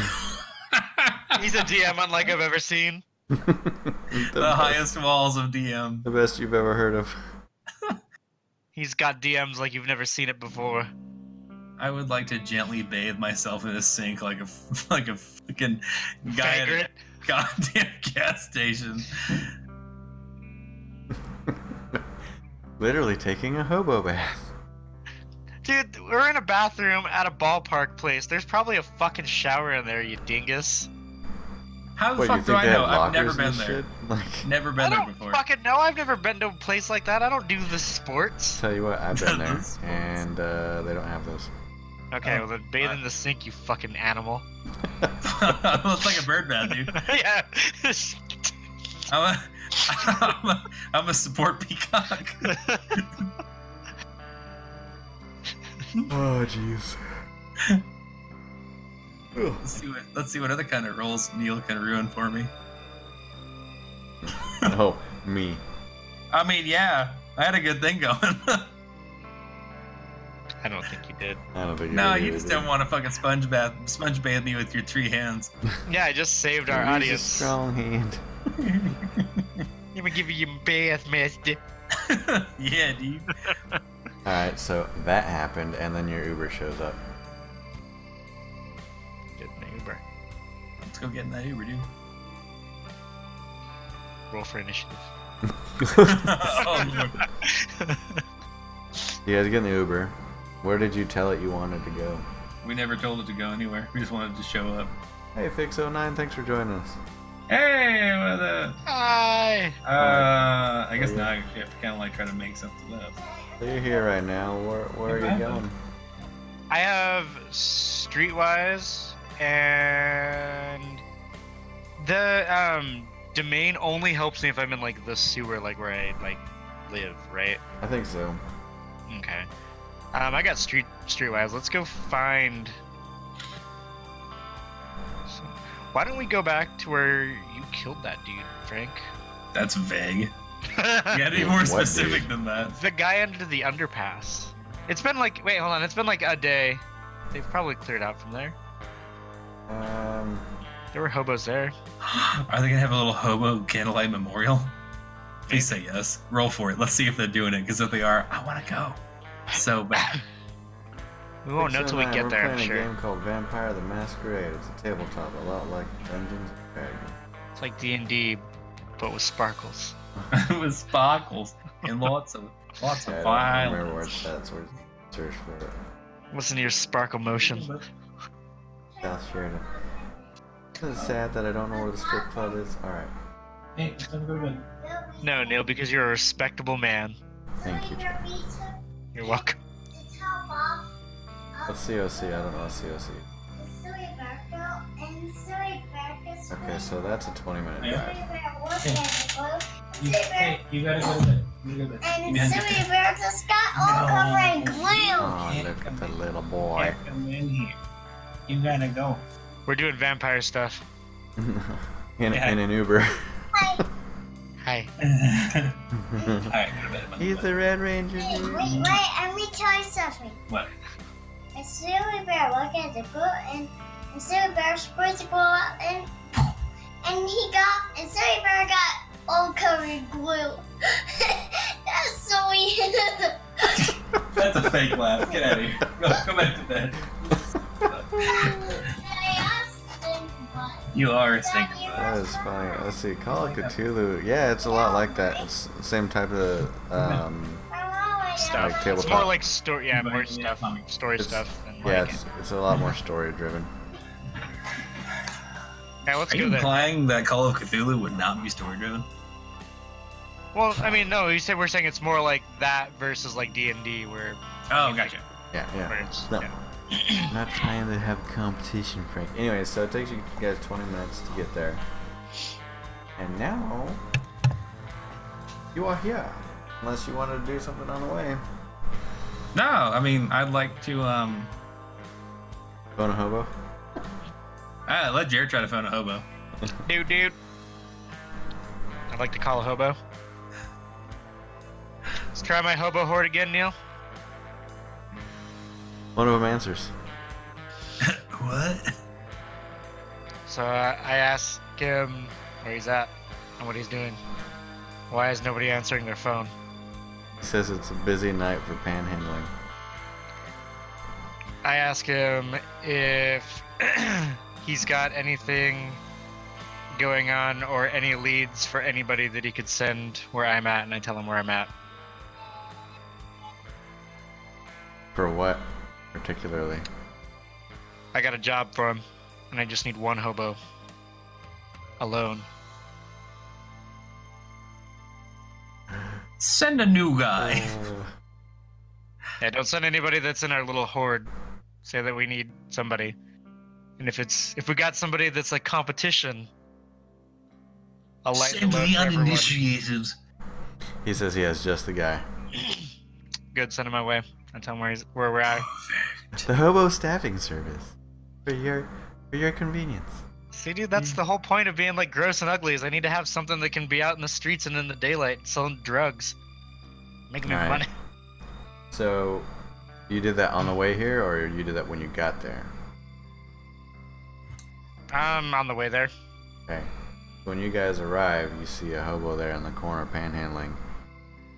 S3: He's a DM unlike I've ever seen.
S1: the,
S2: the highest walls of DM.
S1: the best you've ever heard of.
S3: He's got DMs like you've never seen it before.
S2: I would like to gently bathe myself in a sink like a like a fucking guy at a
S3: Vagrant.
S2: goddamn gas station.
S1: Literally taking a hobo bath.
S3: Dude, we're in a bathroom at a ballpark place. There's probably a fucking shower in there, you dingus.
S2: How the
S1: What,
S2: fuck do I
S1: they have
S2: know? I've never
S1: lockers
S2: been
S1: and
S2: there.
S1: shit? Like,
S2: Never been
S3: I
S2: there
S3: don't
S2: before.
S3: fucking know. I've never been to a place like that. I don't do the sports.
S1: tell you what, I've been there,
S2: Those ones.
S1: and uh, they don't have those.
S3: Okay,
S2: Oh,
S3: well then bathe
S2: I-
S3: in the sink, you fucking animal.
S2: Looks like a bird bath, dude.
S3: yeah.
S2: I'm a, I'm a, I'm a support peacock.
S1: Oh jeez.
S2: Let's see what let's see what other kind of roles Neil can ruin for me.
S1: oh me.
S2: I mean, yeah, I had a good thing going.
S3: I don't think you did.
S1: I don't think.
S2: no,
S1: really
S2: you just
S1: did.
S2: don't want to fucking sponge bath sponge bathe me with your three hands.
S3: Yeah, I just saved our
S1: Use a
S3: audience.
S1: strong hand.
S3: Let me give you your bath, master.
S2: yeah, dude.
S1: All right, so that happened, and then your Uber shows up.
S3: Good neighbor.
S2: Let's go get in that Uber, dude.
S3: Roll for initiative.
S2: oh, Lord.
S1: You guys get in the Uber. Where did you tell it you wanted to go?
S2: we never told it to go anywhere. We just wanted to show up.
S1: Hey, Fix09, thanks for joining us.
S2: Hey, what the?
S3: Hi.
S2: Uh, I
S1: Oh,
S2: guess now I have to kind of like try to make something up.
S1: So you're here right now. Where, where are you going?
S3: I have Streetwise and the um domain only helps me if I'm in like the sewer, like where I like live, right?
S1: I think so.
S3: Okay. Um, I got street Streetwise. Let's go find. So, why don't we go back to where you killed that dude, Frank?
S2: That's vague. You gotta be more
S1: What,
S2: specific
S1: dude?
S2: than that.
S3: the guy under the underpass. It's been like wait, hold on. It's been like a day. They've probably cleared out from there.
S1: Um,
S3: There were hobos there.
S2: Are they gonna have a little hobo candlelight memorial? Please say yes. Roll for it. Let's see if they're doing it. Because if they are, I want to go so bad.
S3: We won't know till we
S1: Fix09,
S3: get
S1: we're
S3: there, I'm
S1: playing a
S3: sure.
S1: game called Vampire the Masquerade. It's a tabletop, a lot like Dungeons and Dragons.
S3: It's like D and D, but with sparkles.
S2: With sparkles and lots of lots of
S1: I don't remember where
S2: violence.
S1: it's at, so we're just search for it.
S3: Listen to your sparkle motion.
S1: South Sheridan. Isn't it sad that I don't know where the strip club is? Alright.
S2: Hey, don't go to-
S3: No, Neil, because you're a respectable man.
S1: Thank you, Jack.
S3: You're welcome.
S1: What's COC? I don't know what's COC. Okay, so that's a 20 minute
S2: Yeah.
S1: drive.
S4: Okay. You, hey, you gotta go to bed. You gotta go to bed.
S5: And
S4: Yeah.
S5: it's silly bear just got all
S4: No.
S5: covered in glue.
S1: Oh, look at the little
S4: You
S1: boy.
S4: gotta come in here. You gotta go.
S3: We're doing vampire stuff.
S1: in, in an Uber.
S3: Hi.
S4: Alright, go to bed. go to
S1: He's
S4: bed.
S1: the Red Ranger.
S5: Hey,
S1: dude.
S5: wait, wait, let me tell you something.
S4: What?
S5: A silly bear looked at the glue and and silly bear spread the glue out and and he got and silly bear got all covered in glue. That's so weird.
S4: That's a fake laugh. Get out of here. Go, go back to bed.
S5: I asked him, but
S4: You are a stinker.
S1: That is funny. Let's see, Call of Cthulhu. Yeah, it's a lot like that. It's the same type of um,
S5: I don't know
S3: Stuff.
S5: what
S1: Like
S3: it's
S1: tabletop.
S3: more like story. Yeah, more
S4: Yeah,
S3: stuff.
S4: comic.
S3: Story
S1: It's-
S3: stuff. Than
S1: yeah,
S3: like
S1: it's, it's a lot more story driven.
S3: yeah, let's
S2: Are
S3: go
S2: you
S3: there.
S2: implying that Call of Cthulhu would not be story driven?
S3: Well, I mean, no. You said we're saying it's more like that versus like D and D, where
S2: Oh, gotcha.
S1: Yeah, yeah.
S3: where it's
S1: No.
S3: yeah.
S1: Not trying to have competition, Frank. Anyway, so it takes you guys 20 minutes to get there. And now, you are here. Unless you wanted to do something on the way.
S2: No, I mean I'd like to um
S1: Going to hobo?
S2: ah, let Jared try to phone a hobo.
S3: dude, dude. I'd like to call a hobo. Let's try my hobo horde again, Neil.
S1: One of them answers.
S2: What?
S3: So I I ask him where he's at and what he's doing. Why is nobody answering their phone?
S1: He says it's a busy night for panhandling.
S3: I ask him if he's got anything going on or any leads for anybody that he could send where I'm at, and I tell him where I'm at.
S1: For what, particularly?
S3: I got a job for him, and I just need one hobo. Alone.
S2: Send a new
S3: Oh.
S2: guy.
S3: Yeah, don't send anybody that's in our little horde. Say that we need somebody. And if it's if we got somebody that's like competition, I'll light the
S2: Send
S3: load
S2: the
S3: for everyone.
S2: uninitiated.
S1: He says he has just the guy.
S3: Good, send him my way. I tell him where he's where we're at.
S1: The hobo staffing service. For your for your convenience.
S3: See, dude, that's the whole point of being like gross and ugly is I need to have something that can be out in the streets and in the daylight selling drugs, making me
S1: Right.
S3: money.
S1: So you did that on the way here or you did that when you got there?
S3: I'm on the way there.
S1: Okay. When you guys arrive, you see a hobo there in the corner panhandling.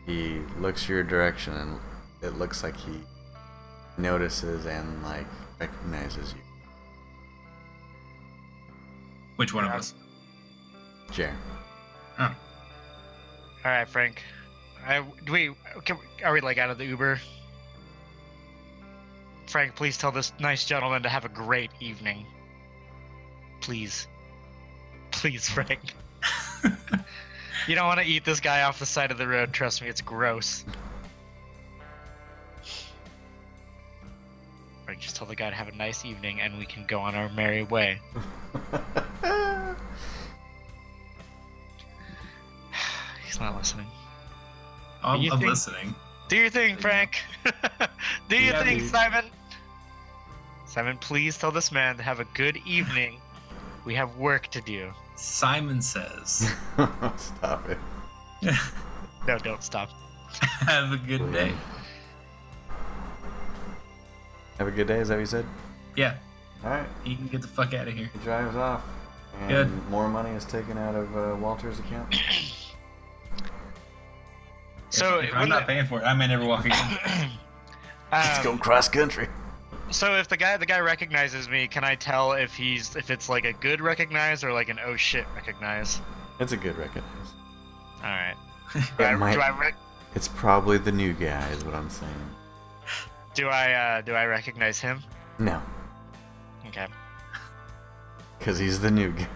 S1: He looks your direction and it looks like he notices and like recognizes you.
S2: Which one of us?
S1: Jer.
S3: All right, Frank. I do we can, are we like out of the Uber? Frank, please tell this nice gentleman to have a great evening. Please, please, Frank. you don't want to eat this guy off the side of the road. Trust me, it's gross. Frank, just tell the guy to have a nice evening, and we can go on our merry way. He's not listening.
S2: I'm,
S3: You
S2: I'm
S3: think-
S2: listening.
S3: Do your thing, Frank. Do your
S2: Yeah,
S3: thing,
S2: dude.
S3: Simon. Simon, please tell this man to have a good evening. We have work to do.
S2: Simon says,
S1: Stop it.
S3: No, don't stop.
S2: "Have a good day."
S1: Have a good day, is that what you said?
S2: Yeah,
S1: Alright.
S2: you can get the fuck out of here.
S1: He drives off. And
S2: Good.
S1: more money is taken out of uh, Walter's account.
S3: So
S2: If- if
S3: when
S2: I'm not paying for it. I may never walk again.
S3: um,
S1: cross country.
S3: So if the guy the guy recognizes me, can I tell if he's if it's like a good recognize or like an oh shit recognize?
S1: It's a good recognize.
S3: All right. Do I,
S1: It might-
S3: do I rec-
S1: It's probably the new guy, is what I'm saying.
S3: do I uh, do I recognize him?
S1: No,
S3: Okay.
S1: because he's the new guy.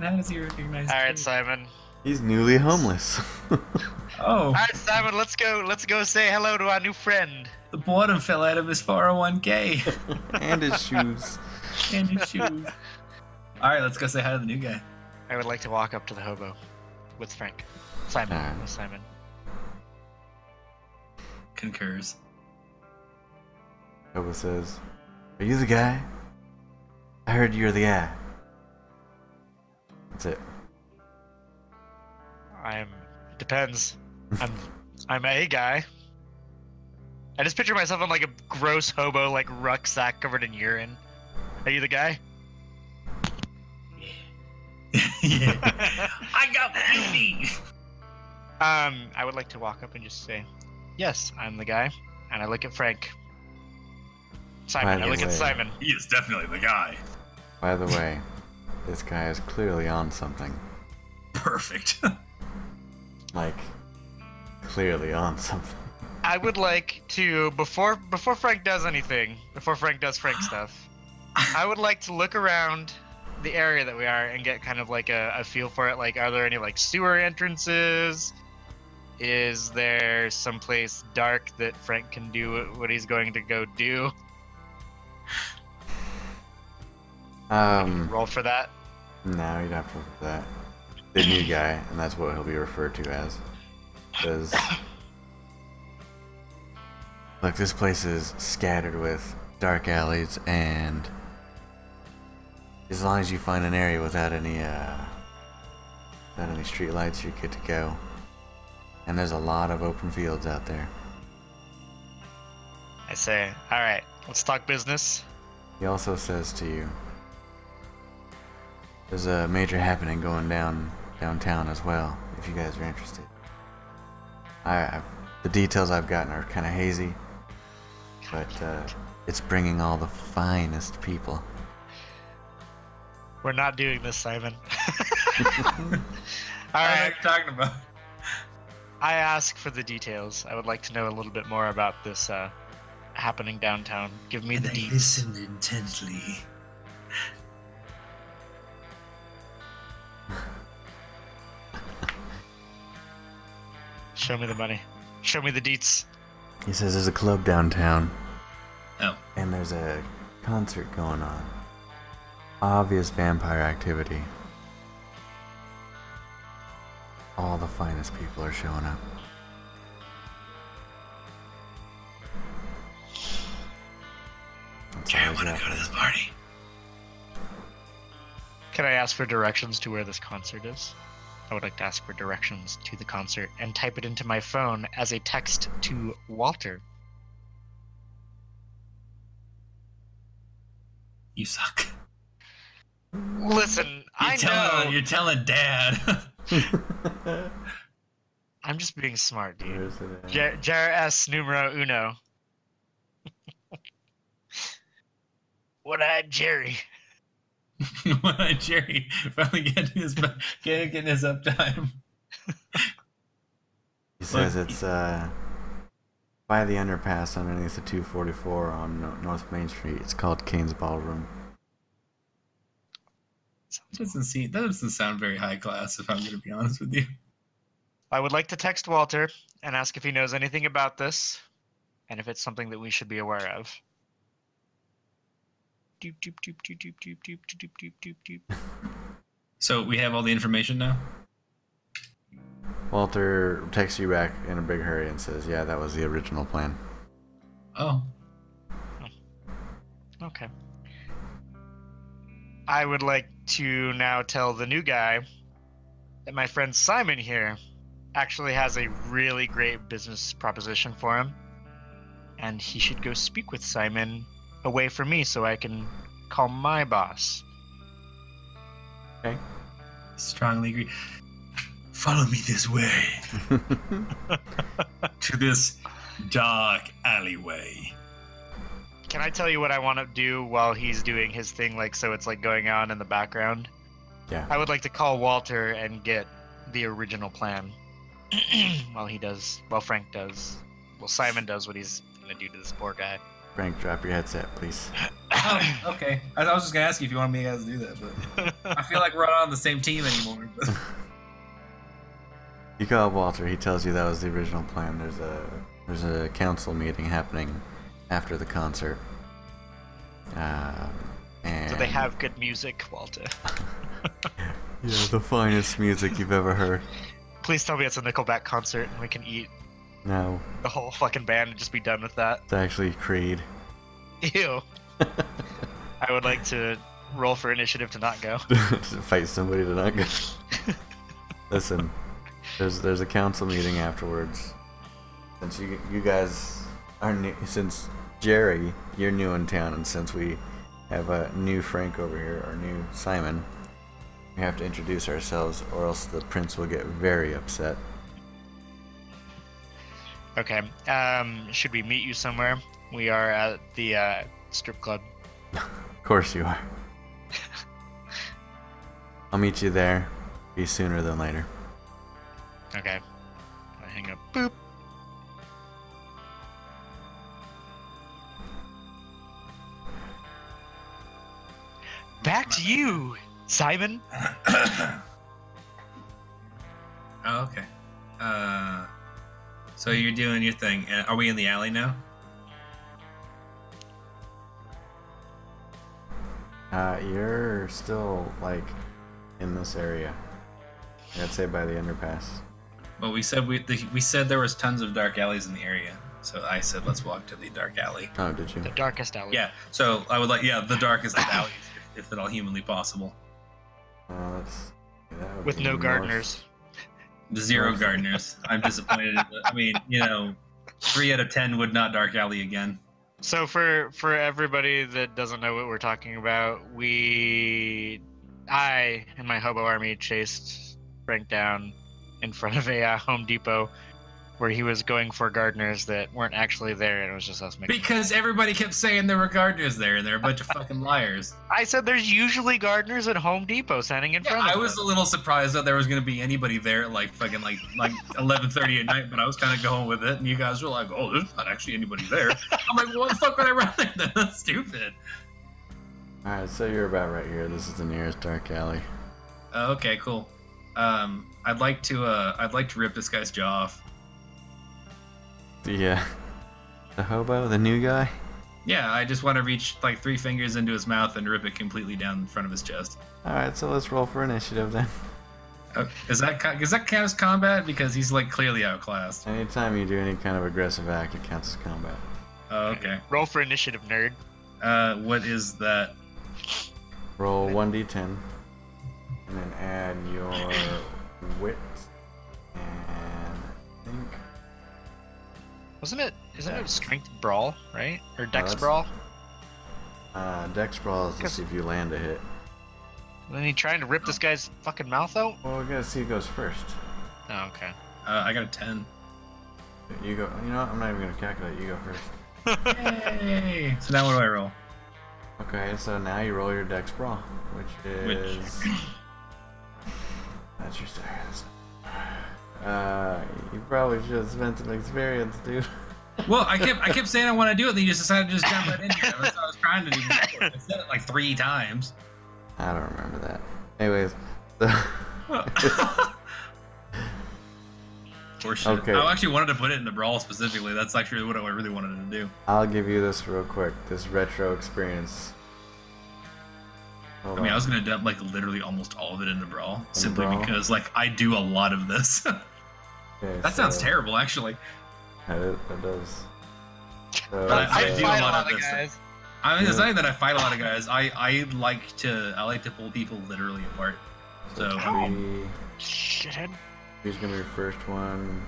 S2: How does he recognize?
S3: All right,
S2: you?
S3: Simon.
S1: He's newly homeless.
S2: Oh,
S3: All right, Simon. Let's go. Let's go say hello to our new friend.
S2: the bottom fell out of his 401k
S1: and his shoes.
S2: and his shoes. All right, let's go say hi to the new guy.
S3: I would like to walk up to the hobo with Frank. Simon.
S1: Alright.
S3: with Simon.
S2: Concurs.
S1: Hobo says, Are you the guy? I heard you're the guy. That's it.
S3: I'm. Depends. I'm. I'm a guy. I just picture myself in like a gross hobo, like rucksack covered in urine. Are you the guy?
S2: yeah. I got what you need.
S3: Um, I would like to walk up and just say, "Yes, I'm the guy," and I look at Frank. Simon,
S1: By
S3: I
S1: the
S3: look at
S1: way.
S3: Simon.
S2: He is definitely the guy.
S1: By the way, this guy is clearly on something.
S2: Perfect.
S1: Like, clearly on something.
S3: I would like to before before Frank does anything, before Frank does Frank stuff, I would like to look around the area that we are and get kind of like a, a feel for it. Like, are there any like sewer entrances? Is there someplace dark that Frank can do what- what he's going to go do?
S1: Um,
S3: Roll for that.
S1: no, you'd have to look at that. The new guy, and that's what he'll be referred to as. Says, Look, this place is scattered with dark alleys, and as long as you find an area without any, uh, without any streetlights, you're good to go. And there's a lot of open fields out there.
S3: I say, all right, let's talk business.
S1: He also says to you, "There's a major happening going down downtown as well. If you guys are interested, I I've, the details I've gotten are kind of hazy, but uh, it's bringing all the finest people.
S3: We're not doing this, Simon. all
S4: I
S3: right.
S4: don't know what you're talking about.
S3: I ask for the details. I would like to know a little bit more about this uh, happening downtown. Give me the deets.
S2: intently.
S3: Show me the money. Show me the deets.
S1: He says there's a club downtown.
S2: Oh.
S1: And there's a concert going on. Obvious vampire activity. All the finest people are showing up. That's all
S2: I
S1: he's
S2: want to
S1: got.
S2: go to this party.
S3: Can I ask for directions to where this concert is? I would like to ask for directions to the concert and type it into my phone as a text to Walter.
S2: You suck.
S3: Listen,
S2: You're
S3: I
S2: telling,
S3: know.
S2: You're telling Dad.
S3: I'm just being smart, dude.
S1: Where's it at?
S3: Jar Jar S numero uno. What-eyed Jerry.
S2: when I Jerry finally getting his getting getting his uptime.
S1: He says it's uh, by the underpass underneath the 244 on No- North Main Street. It's called Kane's Ballroom.
S2: Doesn't seem that doesn't sound very high class. If I'm gonna be honest with you.
S3: I would like to text Walter and ask if he knows anything about this and if it's something that we should be aware of. Doop doop doop doop doop doop doop doop doop doop doop.
S2: So we have all the information now.
S1: Walter texts you back in a big hurry and says, "Yeah, that was the original plan."
S2: Oh,
S3: Okay. I would like to now tell the new guy that my friend Simon here actually has a really great business proposition for him. And he should go speak with Simon away from me so I can call my boss.
S2: strongly agree. Follow me this way to this dark alleyway.
S3: Can I tell you what I want to do while he's doing his thing? Like, so it's like going on in the background.
S1: Yeah.
S3: I would like to call Walter and get the original plan while he does, while Frank does, while Simon does what he's gonna do to this poor guy.
S1: Frank, drop your headset, please.
S4: Oh, okay. I, I was just gonna ask you if you wanted me guys to do that, but I feel like we're not on the same team anymore. But
S1: You call Walter. He tells you that was the original plan. There's a there's a council meeting happening after the concert. Um, and
S3: so they have good music, Walter.
S1: Yeah, the finest music you've ever heard.
S3: Please tell me it's a Nickelback concert and we can eat
S1: No,
S3: the whole fucking band and just be done with that.
S1: it's actually Creed.
S3: Ew. I would like to roll for initiative to not go.
S1: Fight somebody to not go. Listen, there's there's a council meeting afterwards. Since you you guys are new, since Jerry, you're new in town, and since we have a new Frank over here, or new Simon, we have to introduce ourselves, or else the prince will get very upset.
S3: Okay. Um, should we meet you somewhere? We are at the uh, strip club.
S1: Of course you are. I'll meet you there. Be sooner than later.
S3: Okay. I hang up. Boop. Back to you, Simon.
S2: Oh, okay. Uh, so you're doing your thing. Uh, Are we in the alley now?
S1: Uh, you're still like in this area. I'd say by the underpass.
S2: Well, we said we the, we said there was tons of dark alleys in the area. So I said let's walk to the dark alley.
S1: Oh, did you?
S3: The darkest alley.
S2: Yeah. So I would like yeah the darkest of alleys if, if at all humanly possible.
S1: Uh, let's. that would
S3: With
S1: be
S3: no
S1: north.
S3: gardeners.
S2: Zero gardeners. I'm disappointed. I mean, you know, three out of ten would not dark alley again.
S3: So for for everybody that doesn't know what we're talking about, we I and my hobo army chased Frank down in front of a uh, Home Depot where he was going for gardeners that weren't actually there and it was just us making
S2: Because everybody kept saying there were gardeners there, and they're a bunch of fucking liars.
S3: I said there's usually gardeners at Home Depot standing in
S2: Yeah,
S3: front of
S2: I was
S3: us.
S2: a little surprised that there was gonna be anybody there at like fucking like like eleven thirty at night, but I was kind of going with it, and you guys were like, "Oh, there's not actually anybody there." I'm like, "What the fuck would I run there? Then? That's stupid."
S1: Alright, so you're about right here. This is the nearest dark alley.
S2: Uh, okay, cool. Um, I'd like to uh, I'd like to rip this guy's jaw off.
S1: The, uh, the hobo, the new guy?
S2: Yeah, I just want to reach like three fingers into his mouth and rip it completely down in front of his chest.
S1: Alright, so let's roll for initiative then.
S2: Uh, is that co- is that count as combat? Because he's like clearly outclassed.
S1: Anytime you do any kind of aggressive act, it counts as combat.
S2: Oh, okay.
S3: Roll for initiative, nerd.
S2: Uh, what is that?
S1: Roll 1d10, and then add your wit, and I think.
S3: Wasn't it? Isn't it strength brawl, right? Or
S1: that's-
S3: dex brawl?
S1: Uh, Dex Brawl is to see if you land a hit.
S3: Then he trying to rip this guy's fucking mouth out.
S1: Well, we gotta see who goes first.
S3: Oh, okay.
S2: Uh, I got a ten.
S1: You go. You know what? I'm not even gonna calculate. You go first.
S2: Yay! So now what do I roll?
S1: Okay, so now you roll your Dex Brawl, which
S2: Which-
S1: is that's your star. Uh, you probably should have spent some experience, dude.
S2: Well, I kept I kept saying I want to do it, then you just decided to just jump right in here. That's what I was trying to do. Before. I said it like three times.
S1: I don't remember that. Anyways, so.
S2: Or shit.
S1: Okay.
S2: I actually wanted to put it in the brawl specifically. That's actually what I really wanted to do.
S1: I'll give you this real quick. This retro experience. Hold
S2: I mean, I
S1: on.
S2: was gonna dump like literally almost all of it into brawl simply
S1: brawl.
S2: because like I do a lot of this.
S1: Okay,
S2: that sounds
S1: so-
S2: terrible, actually.
S1: That, is- that does. So,
S2: But I- I
S1: so-
S2: do a
S3: fight
S2: lot of this stuff.
S3: guys.
S2: I mean, it's
S1: Yeah.
S2: not even that I fight a lot of guys. I I like to I like to pull people literally apart. So
S1: three-
S3: Shithead.
S1: Here's gonna be your first one.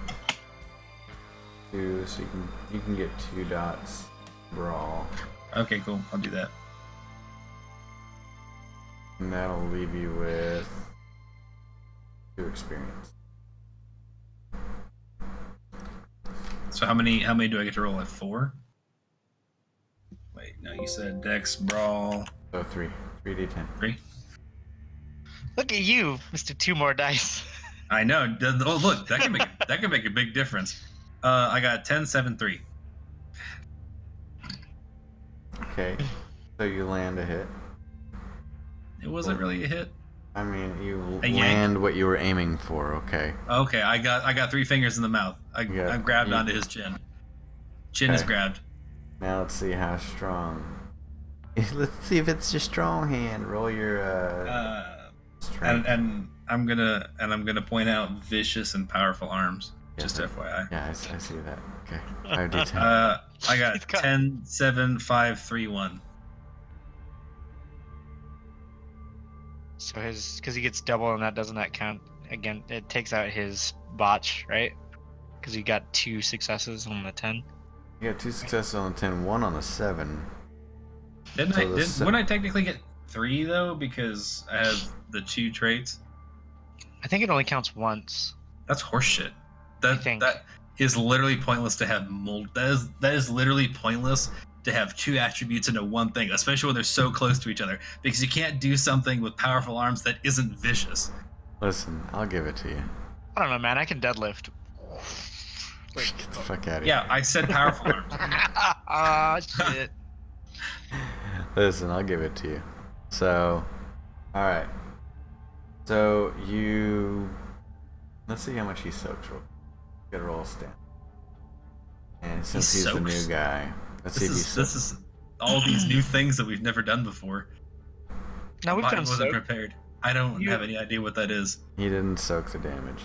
S1: Two, so you can you can get two dots. Brawl,
S2: okay, cool. I'll do that.
S1: and that'll leave you with two experience.
S2: So how many how many do I get to roll at four? Wait, no, you said Dex Brawl
S1: So three, three d10.
S2: three.
S3: Look at you, Mister. Two more dice.
S2: I know. d- Oh, look, that can make that can make a big difference. Uh, I got 10, 7, 3.
S1: Okay, so you land a hit.
S2: It wasn't really a hit.
S1: I mean, you
S2: A yank.
S1: land what you were aiming for. Okay.
S2: Okay, I got I got three fingers in the mouth. I,
S1: Yeah,
S2: I grabbed
S1: you-
S2: onto his chin. Chin is
S1: Okay.
S2: grabbed.
S1: Now let's see how strong. Let's see if it's your strong hand. Roll your uh,
S2: Uh,
S1: Strength.
S2: and and I'm gonna and I'm gonna point out vicious and powerful arms. Just FYI.
S1: yeah, I, s- I see that. Okay. 5d10.
S2: Uh, I
S3: He's
S2: got
S3: got-
S2: ten, seven, five, three, one.
S3: So his because he gets double and that doesn't that count again? It takes out his botch, right? Because he got two successes on the ten.
S1: You got two successes on the 10, one on the 7.
S2: Didn't
S1: So
S2: I?
S1: the
S2: Did,
S1: se-
S2: wouldn't I technically get three though because I have the two traits?
S3: I think it only counts once.
S2: That's horseshit. That
S3: think.
S2: that is literally pointless to have mold. That is that is literally pointless to have two attributes into one thing, especially when they're so close to each other, because you can't do something with powerful arms that isn't vicious.
S1: Listen, I'll give it to you.
S3: I don't know, man. I can deadlift. Like,
S1: Get the fuck out of
S2: Yeah, I said powerful arms.
S3: ah,
S1: here.
S3: shit.
S1: Listen, I'll give it to you. So, alright. So, you. Let's see how much he soaks. Real Get a roll stat. And since he's the
S2: soaks?
S1: new guy, let's
S2: This
S1: see if he
S2: is
S1: soaks.
S2: this is all these new things that we've never done before.
S3: No, we've
S2: Mine
S3: done
S2: wasn't
S3: so.
S2: prepared. I don't
S3: You-
S2: have any idea what that is.
S1: He didn't soak the damage.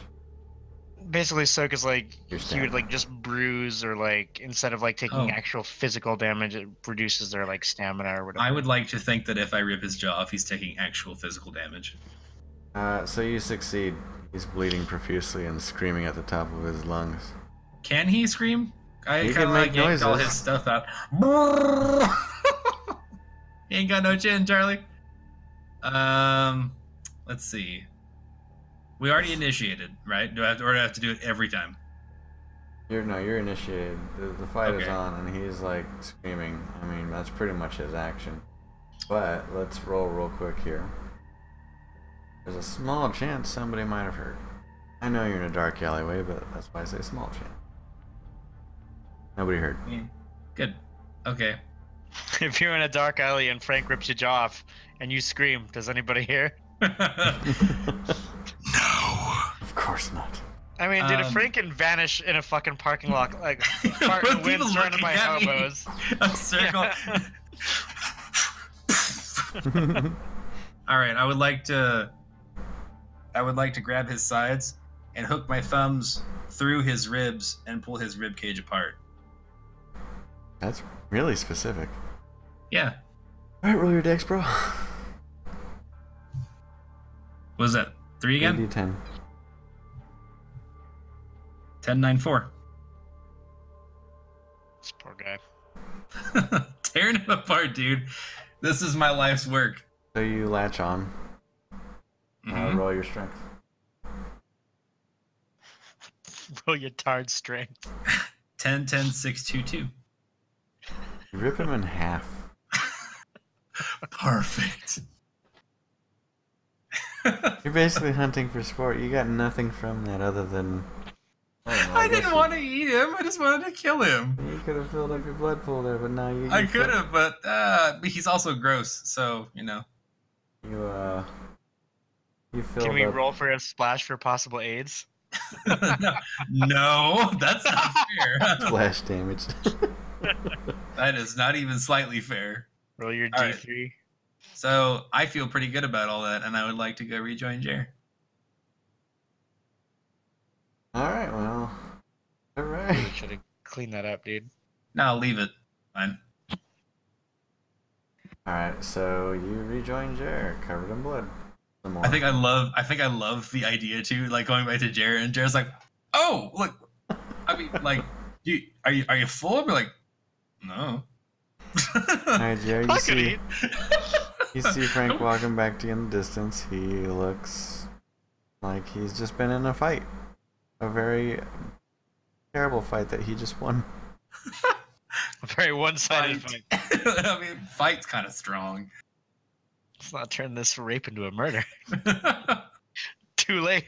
S3: Basically, soak is like
S1: Your
S3: he would like just bruise or like instead of like taking
S2: Oh.
S3: actual physical damage, it reduces their like stamina or whatever.
S2: I would like to think that if I rip his jaw off, he's taking actual physical damage.
S1: Uh, so you succeed. He's bleeding profusely and screaming at the top of his lungs.
S2: Can he scream? I
S1: He
S2: kind of
S1: can
S2: like
S1: make
S2: yanked all
S1: noises.
S2: his stuff out. he ain't got no chin, Charlie. Um, let's see. We already initiated, right? Do I have to, or do I have to do it every time?
S1: You're no, you're initiated. The, the fight is
S2: Okay.
S1: on, and he's like screaming. I mean, that's pretty much his action. But let's roll real quick here. There's a small chance somebody might have heard. I know you're in a dark alleyway, but that's why I say small chance. Nobody heard.
S3: Mm.
S2: Good. Okay.
S3: if you're in a dark alley and Frank rips your jaw off and you scream, does anybody hear?
S1: Of course not.
S3: I mean, dude, if
S2: Um,
S3: Frank can vanish in a fucking parking lot, like part in the
S2: With
S3: wind
S2: people
S3: surrounded by
S2: looking at me.
S3: hobos.
S2: A circle.
S3: Yeah.
S2: All right, I would like to. I would like to grab his sides and hook my thumbs through his ribs and pull his rib cage apart.
S1: That's really specific.
S2: Yeah.
S1: All right, roll your decks, bro.
S2: What is that? Three again?
S1: 10
S2: Ten nine four.
S3: This poor guy.
S2: Tearing him apart, dude. This is my life's work.
S1: So you latch on. Uh,
S2: Mhm.
S1: roll your strength.
S3: Roll your tard strength.
S2: Ten ten six two two.
S1: You rip him in half.
S2: Perfect.
S1: You're basically hunting for sport. You got nothing from that other than. don't know,
S2: I
S1: guess
S2: didn't
S1: you-
S2: want to eat him. I just wanted to kill him.
S1: You could have filled up your blood pool there, but now you.
S2: I
S1: you
S2: could have, but uh, he's also gross. So you know.
S1: fill- You uh. You filled
S3: Can we
S1: up.
S3: roll for a splash for possible aids?
S2: no, no, that's not fair.
S1: Flash damage.
S2: that is not even slightly fair.
S3: Roll your
S2: All right.
S3: d3.
S2: So I feel pretty good about all that, and I would like to go rejoin Jer.
S1: All right. Well. All right.
S3: Really should have cleaned that up, dude.
S2: No, I'll leave it. Fine.
S1: All right. So you rejoin Jer, covered in blood. Some more.
S2: I think I love. I think I love the idea too. Like going back to Jared, and Jared's like, "Oh, look." I mean, like, you are you are you full? We're like, no.
S1: All right, Jer. You
S3: I could
S1: see.
S3: eat.
S1: You see Frank walking back to you in the distance. He looks like he's just been in a fight. A very terrible fight that he just won.
S3: A very one-sided
S2: Fight.
S3: fight.
S2: I mean, fight's kind of strong.
S3: Let's not turn this rape into a murder. Too late.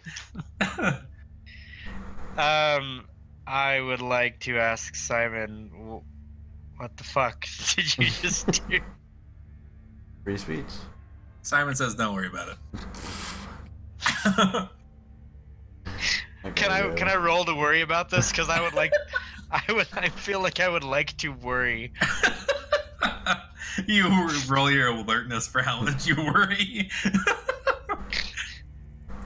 S3: Um, I would like to ask Simon, wh- what the fuck did you just do?
S1: Free speech.
S2: Simon says, "Don't worry about it."
S3: Can I can I roll to worry about this? Because I would like, I would I feel like I would like to worry.
S2: you roll your alertness for how much you worry.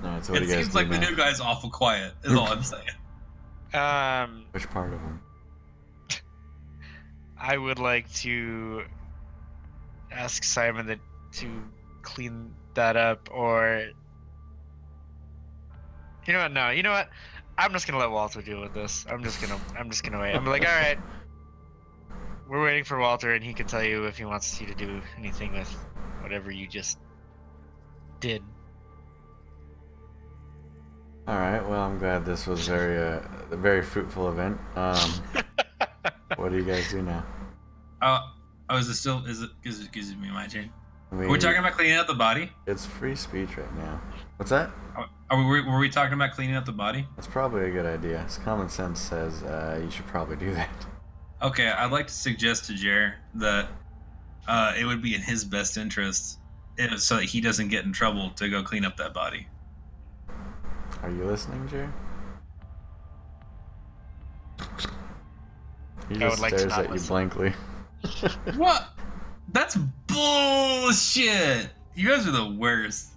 S1: Alright, so what
S2: it
S1: do you guys
S2: seems
S1: do
S2: like the
S1: now?
S2: new guy's awful quiet. Is all I'm saying.
S3: Um,
S1: Which part of him?
S3: I would like to ask Simon to, to clean that up, or you know what? No, you know what? I'm just gonna let Walter deal with this. I'm just gonna, I'm just gonna wait. I'm like, all right, we're waiting for Walter, and he can tell you if he wants you to do anything with whatever you just did.
S1: All right. Well, I'm glad this was very uh, a very fruitful event. Um, what do you guys do now?
S2: Uh, oh, is it still? Is it? Is it? Is it me my turn?
S1: We,
S2: Are we talking about cleaning up the body?
S1: It's free speech right now. What's that?
S2: Are- Are we? Were we talking about cleaning up the body?
S1: That's probably a good idea. 'cause common sense says uh, you should probably do that.
S2: Okay, I'd like to suggest to Jer that uh, it would be in his best interest, if, so that he doesn't get in trouble, to go clean up that body.
S1: Are you listening, Jerry? He
S3: I would
S1: just
S3: like to
S1: stares
S3: not
S1: at you
S3: listen.
S1: blankly.
S2: What? That's bullshit. You guys are the worst.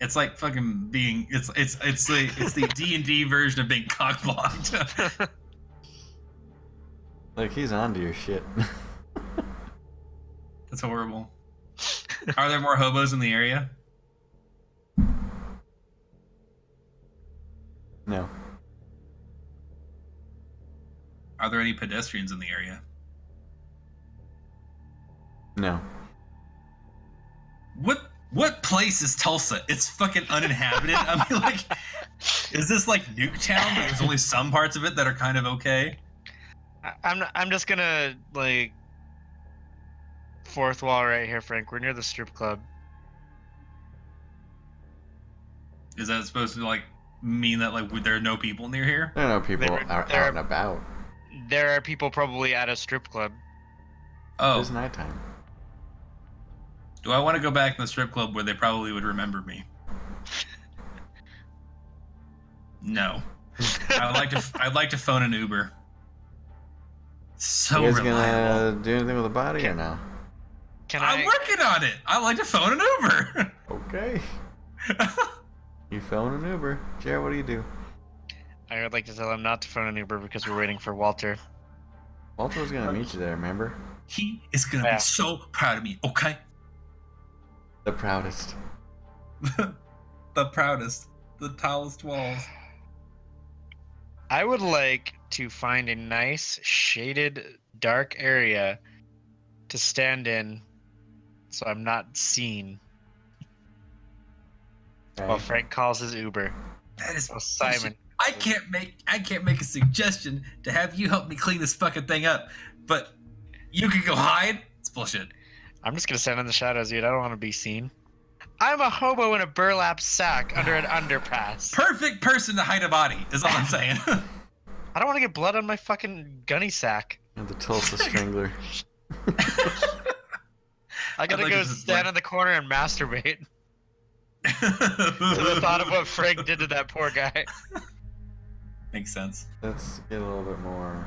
S2: It's like fucking being. It's it's it's the it's the D and D version of being cockblocked.
S1: Like he's onto your shit.
S2: That's horrible. Are there more hobos in the area?
S1: no.
S2: Are there any pedestrians in the area?
S1: No.
S2: What what place is Tulsa? It's fucking uninhabited. I mean, like, is this like Nuketown? Like, there's only some parts of it that are kind of okay.
S3: I- I'm I'm just gonna like fourth wall right here, Frank. We're near the strip club.
S2: Is that supposed to like mean that like there are no people near here?
S1: There are no people
S3: There-
S1: out,
S3: there-
S1: out and about.
S3: There are people probably at a strip club.
S2: Oh,
S1: It's nighttime.
S2: do I want to go back in the strip club where they probably would remember me? No. I'd like to. I'd like to phone an Uber. So
S1: you guys
S2: reliable.
S1: gonna do anything with the body or no?
S3: Can
S2: I'm
S3: I?
S2: working on it. I like to phone an Uber.
S1: Okay. you phone an Uber. Jared, what do you do?
S3: I would like to tell him not to phone an Uber because we're waiting for Walter.
S1: Walter was gonna meet you there, remember?
S2: he is gonna
S3: Yeah.
S2: be so proud of me. Okay,
S1: The proudest.
S2: the proudest, the tallest walls.
S3: I would like to find a nice shaded dark area to stand in, so I'm not seen while
S1: Okay.
S3: Frank calls his Uber.
S2: That Oh. is
S3: Well, Simon.
S2: I can't make. I can't make a suggestion to have you help me clean this fucking thing up, but you can go hide. It's bullshit.
S3: I'm just gonna stand in the shadows, dude. I don't want to be seen. I'm a hobo in a burlap sack under an underpass.
S2: Perfect person to hide a body is all I'm saying.
S3: I don't want to get blood on my fucking gunny sack.
S1: And the Tulsa Strangler.
S3: I gotta
S2: like
S3: go
S2: to just,
S3: stand
S2: like-
S3: in the corner and masturbate to the thought of what Frank did to that poor guy.
S2: Makes sense.
S1: Let's get a little bit more.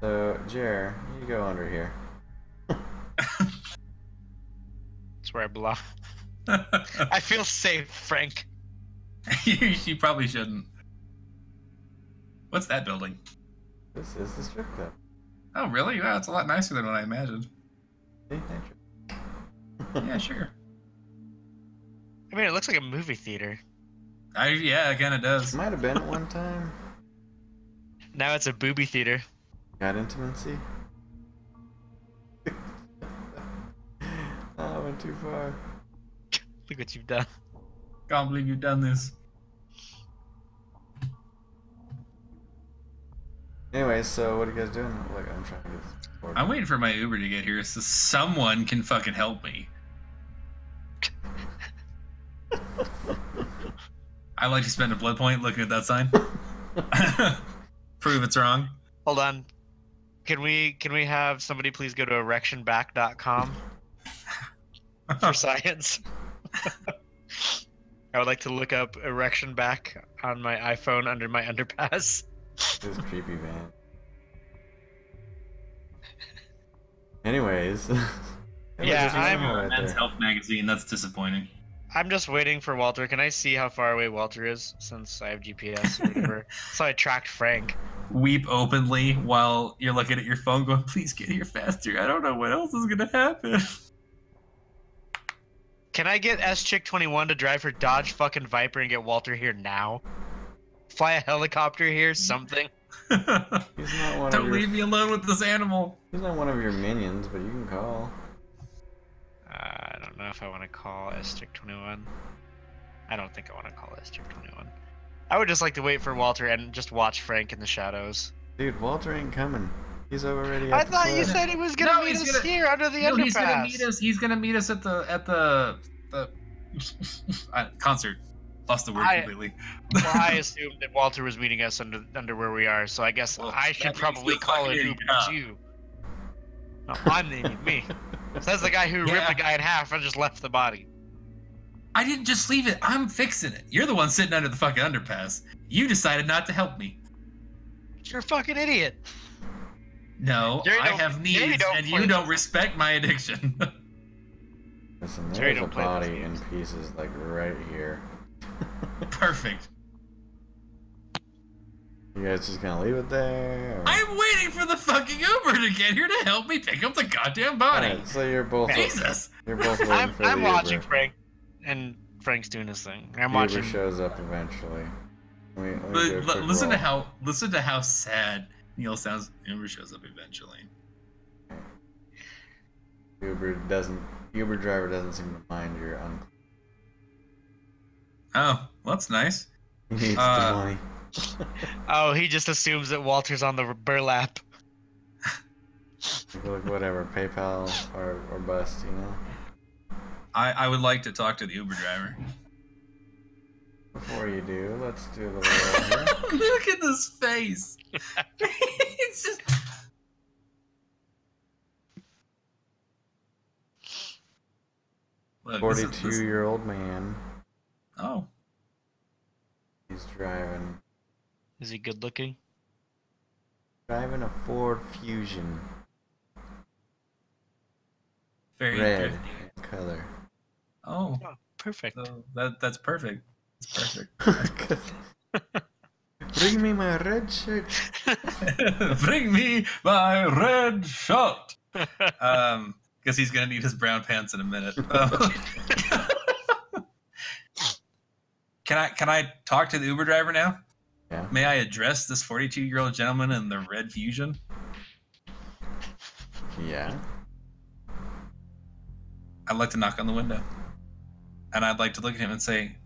S1: So, Jer, you go under here.
S3: That's where I belong. I feel safe, Frank.
S2: you, you probably shouldn't. What's that building?
S1: This is the strip club.
S2: Oh, really? Wow, it's a lot nicer than what I imagined.
S1: See? Nature.
S2: Yeah, sure.
S3: I mean, it looks like a movie theater.
S2: I, yeah, it kind of does.
S1: Might have been at one time.
S3: Now it's a booby theater.
S1: Got intimacy. I went too far.
S3: Look what you've done.
S2: Can't believe you've done this.
S1: Anyway, so what are you guys doing? Look, I'm trying to get this board.
S2: I'm waiting for my Uber to get here so someone can fucking help me. I like to spend a blood point looking at that sign. Prove it's wrong.
S3: Hold on. Can we can we have somebody please go to erectionback.com for science? I would like to look up erection back on my iPhone under my underpass.
S1: This creepy van. Anyways, It
S3: Yeah,
S1: was just
S3: I'm-
S1: normal right
S2: Men's
S1: there.
S2: Health magazine. That's disappointing.
S3: I'm just waiting for Walter. Can I see how far away Walter is since I have GPS or whatever? so I tracked Frank.
S2: Weep openly while you're looking at your phone, going, "Please get here faster. I don't know what else is gonna happen."
S3: Can I get S Chick 21 to drive her Dodge fucking Viper and get Walter here now? Fly a helicopter here, something.
S1: He's not one
S2: don't
S1: of your.
S2: leave me alone with this animal.
S1: He's not one of your minions, but you can call.
S3: Uh, I don't know if I want to call S Chick 21. I don't think I want to call S Chick 21. I would just like to wait for Walter and just watch Frank in the shadows.
S1: Dude, Walter ain't coming. He's already.
S3: I
S1: at the
S3: thought you
S1: cliff.
S3: said he was gonna
S2: No,
S3: meet
S2: he's
S3: us
S2: gonna-
S3: here under the
S2: No,
S3: underpass.
S2: he's gonna meet us. He's gonna meet us at the at the the uh, concert. Lost the word
S3: I-
S2: completely.
S3: well, I assumed that Walter was meeting us under under where we are, so I guess
S2: Well,
S3: I should
S2: that means
S3: probably
S2: you're
S3: call an
S2: fucking
S3: Uber
S2: up.
S3: too. No, I'm the me. So that's the guy who ripped
S2: Yeah.
S3: the guy in half and just left the body.
S2: I didn't just leave it. I'm fixing it. You're the one sitting under the fucking underpass. You decided not to help me.
S3: You're a fucking idiot.
S2: No,
S3: Jerry
S2: I
S3: don't-
S2: have
S3: Jerry
S2: needs,
S3: don't
S2: and
S3: play
S2: you don't
S3: this.
S2: respect my addiction.
S1: Listen,
S3: Jerry
S1: there's a
S3: don't play those
S1: body in
S3: games.
S1: pieces like right here.
S2: Perfect.
S1: You guys just gonna leave it there? or-
S2: I'm waiting for the fucking Uber to get here to help me pick up the goddamn body.
S1: Alright, so you're both.
S2: Jesus.
S1: You're both waiting
S3: I'm,
S1: for
S3: I'm
S1: the
S3: watching
S1: Uber.
S3: Frank, and Frank's doing his thing. I'm
S1: The
S3: watching.
S1: Uber shows up eventually. Let me, let me
S2: But
S1: do a
S2: l-
S1: quick
S2: listen to
S1: roll.
S2: how listen to how sad Neil sounds. Uber shows up eventually.
S1: Uber doesn't. Uber driver doesn't seem to mind your un.
S2: Oh, well, that's nice.
S1: He needs
S2: Uh,
S1: the money.
S3: Oh, he just assumes that Walter's on the burlap.
S1: Like whatever, PayPal or or bust, you know.
S2: I, I would like to talk to the Uber driver.
S1: Before you do, let's do the little.
S2: Look at Uh, this face. it's just Look, this is- this-
S1: Forty-two-year-old man.
S2: Oh,
S1: He's driving
S3: Is he good looking?
S1: driving a Ford Fusion,
S2: very
S1: red
S2: thrifty.
S1: in color.
S2: Oh,
S3: Oh, perfect.
S2: so that that's perfect. It's perfect.
S1: Bring me my red shirt.
S2: Bring me my red shirt. Um, because he's gonna need his brown pants in a minute. Um, can I can I talk to the Uber driver now?
S1: Yeah.
S2: May I address this 42 year old gentleman in the red fusion?
S1: Yeah.
S2: I'd like to knock on the window, and I'd like to look at him and say,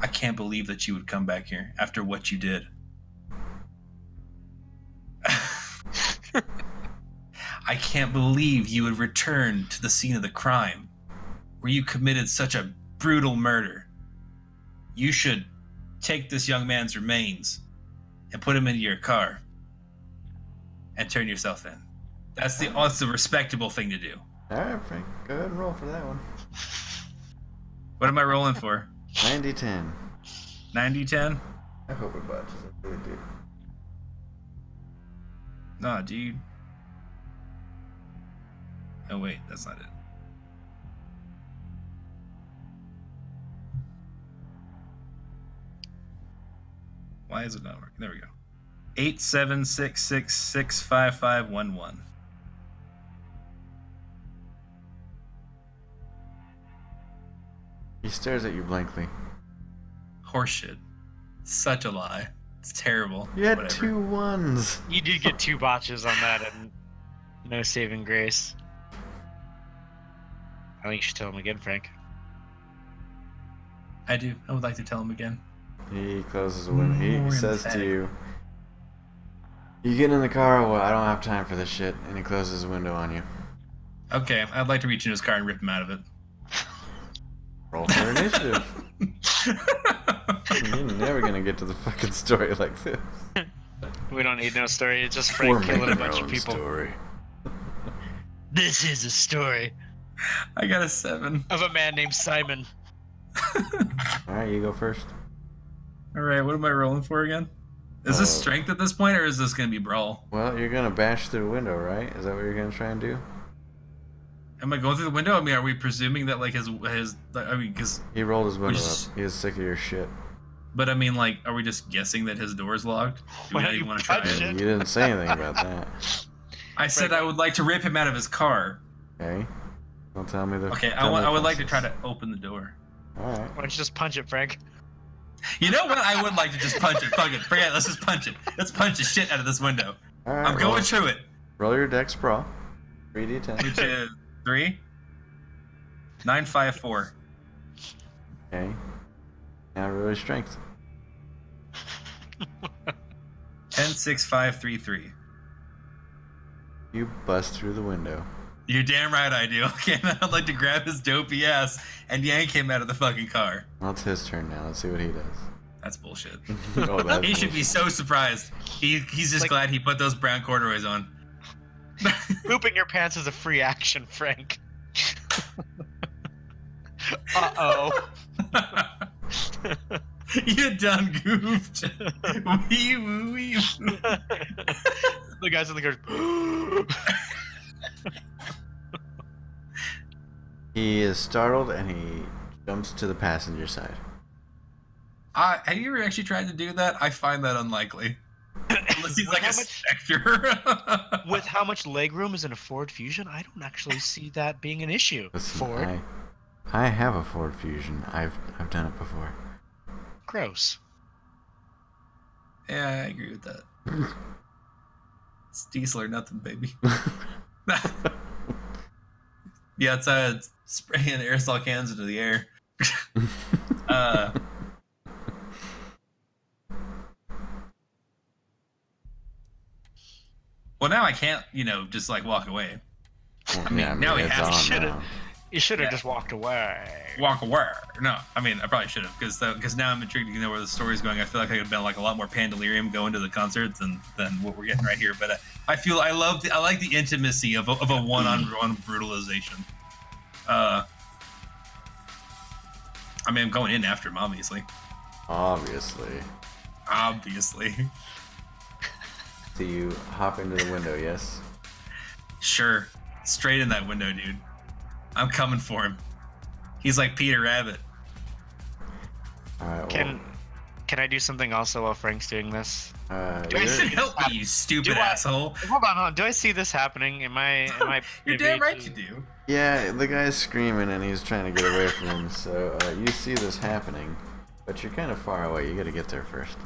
S2: "I can't believe that you would come back here after what you did." I can't believe you would return to the scene of the crime where you committed such a brutal murder. You should take this young man's remains and put him into your car and turn yourself in. That's the that's the respectable thing to do.
S1: All right, Frank. Go ahead and roll for that one.
S2: What am I rolling for?
S1: 90-10.
S2: 90 10?
S1: I hope it botches. I really do.
S2: Nah, dude. Oh, wait, that's not it. Why is it not working? There we go. 876665511.
S1: He stares at you blankly.
S2: Horseshit. Such a lie. It's terrible.
S1: You had
S2: Whatever.
S1: two ones.
S3: You did get two botches on that, and no saving grace. I think you should tell him again, Frank.
S2: I do. I would like to tell him again.
S1: He closes the window. He
S2: More
S1: says to
S2: emphatic.
S1: you, "You get in the car. Well, I don't have time for this shit." And he closes the window on you.
S2: Okay, I'd like to reach into his car and rip him out of it.
S1: Roll for initiative. You're never gonna get to the fucking story like this.
S3: We don't need no story. It's just Frank killing a bunch of people.
S1: story.
S3: This is a story
S2: I got a seven.
S3: of a man named Simon.
S1: All right, you go first.
S2: All right, what am I rolling for again? Is this
S1: Uh,
S2: strength at this point, or is this gonna be brawl?
S1: Well, you're gonna bash through the window, right? Is that what you're gonna try and do?
S2: Am I going through the window? I mean, are we presuming that like his his? I mean, because
S1: He rolled his window
S2: just-
S1: up. He was sick of your shit.
S2: but I mean, like, are we just guessing that his door is locked? Do we
S3: Why
S2: not
S3: don't
S2: even
S3: you
S2: want to try
S3: touch
S2: it?
S1: You
S3: Shit.
S1: didn't say anything about that.
S2: I said I would like to rip him out of his car.
S1: Okay. Don't tell me the.
S2: Okay, I
S1: tell me
S2: want.
S1: the
S2: I would like to try
S1: process.
S2: to open the door.
S1: All right.
S3: Why don't you just punch it, Frank?
S2: You know what? I would like to just punch it. Fuck it. Forget. it. Let's just punch it. Let's punch the shit out of this window.
S1: All right.
S2: I'm
S1: roll,
S2: going through it.
S1: roll your dex brawl. 3d10.
S2: Which is three, nine, five, four.
S1: Okay. Now roll your strength.
S2: 10, 6, 5, 3, 3.
S1: You bust through the window.
S2: You're damn right I do. Okay, now I'd like to grab his dopey ass and yank him out of the fucking car.
S1: Well, it's his turn now. Let's see what he does.
S2: That's bullshit.
S1: oh, that's
S2: He should be so surprised. He, he's just
S3: Like-
S2: glad he put those brown corduroys on.
S3: Pooping your pants is a free action, Frank. uh oh.
S2: you done goofed. wee woo wee. woo.
S3: The guys in the car.
S1: He is startled and he jumps to the passenger side.
S2: I, Uh, have you ever actually tried to do that? I find that unlikely. Unless he's like
S3: How
S2: a
S3: much-
S2: specter.
S3: With how much legroom is in a Ford Fusion, I don't actually see that being an issue.
S1: Listen,
S3: Ford,
S1: I, I have a Ford Fusion. I've I've done it before.
S3: gross.
S2: Yeah, I agree with that. it's diesel or nothing, baby. the outside uh, spraying aerosol cans into the air. uh, well, now I can't, you know, just like walk away.
S1: Well,
S2: mean, now he
S1: it's
S2: has-
S1: on
S3: should've-
S1: now.
S3: You should have just walked away.
S2: Walk away. No, I mean, I probably should have because because now I'm intrigued to know where the story's going. I feel like I could have been like a lot more pandemonium going to the concert than than what we're getting right here. But uh, I feel I love the, I like the intimacy of a, of a one on one
S3: Mm-hmm.
S2: brutalization. Uh, I mean, I'm going in after him, obviously.
S1: Obviously.
S2: Obviously,
S1: So you hop into the window, yes?
S2: sure. Straight in that window, dude. I'm coming for him. He's like Peter Rabbit.
S1: All right. Well,
S3: Can can I do something also while Frank's doing this?
S1: uh,
S3: do
S2: I
S3: You're-
S2: should
S1: you're-
S2: help me, you stupid
S3: Do I-
S2: asshole.
S3: Hold on, hold on. Do I see this happening? Am I am I?
S2: You're
S3: privy
S2: damn right you
S3: to-
S2: do.
S1: yeah, the guy's screaming and he's trying to get away from him. So uh, you see this happening, but you're kind of far away. You got to get there first.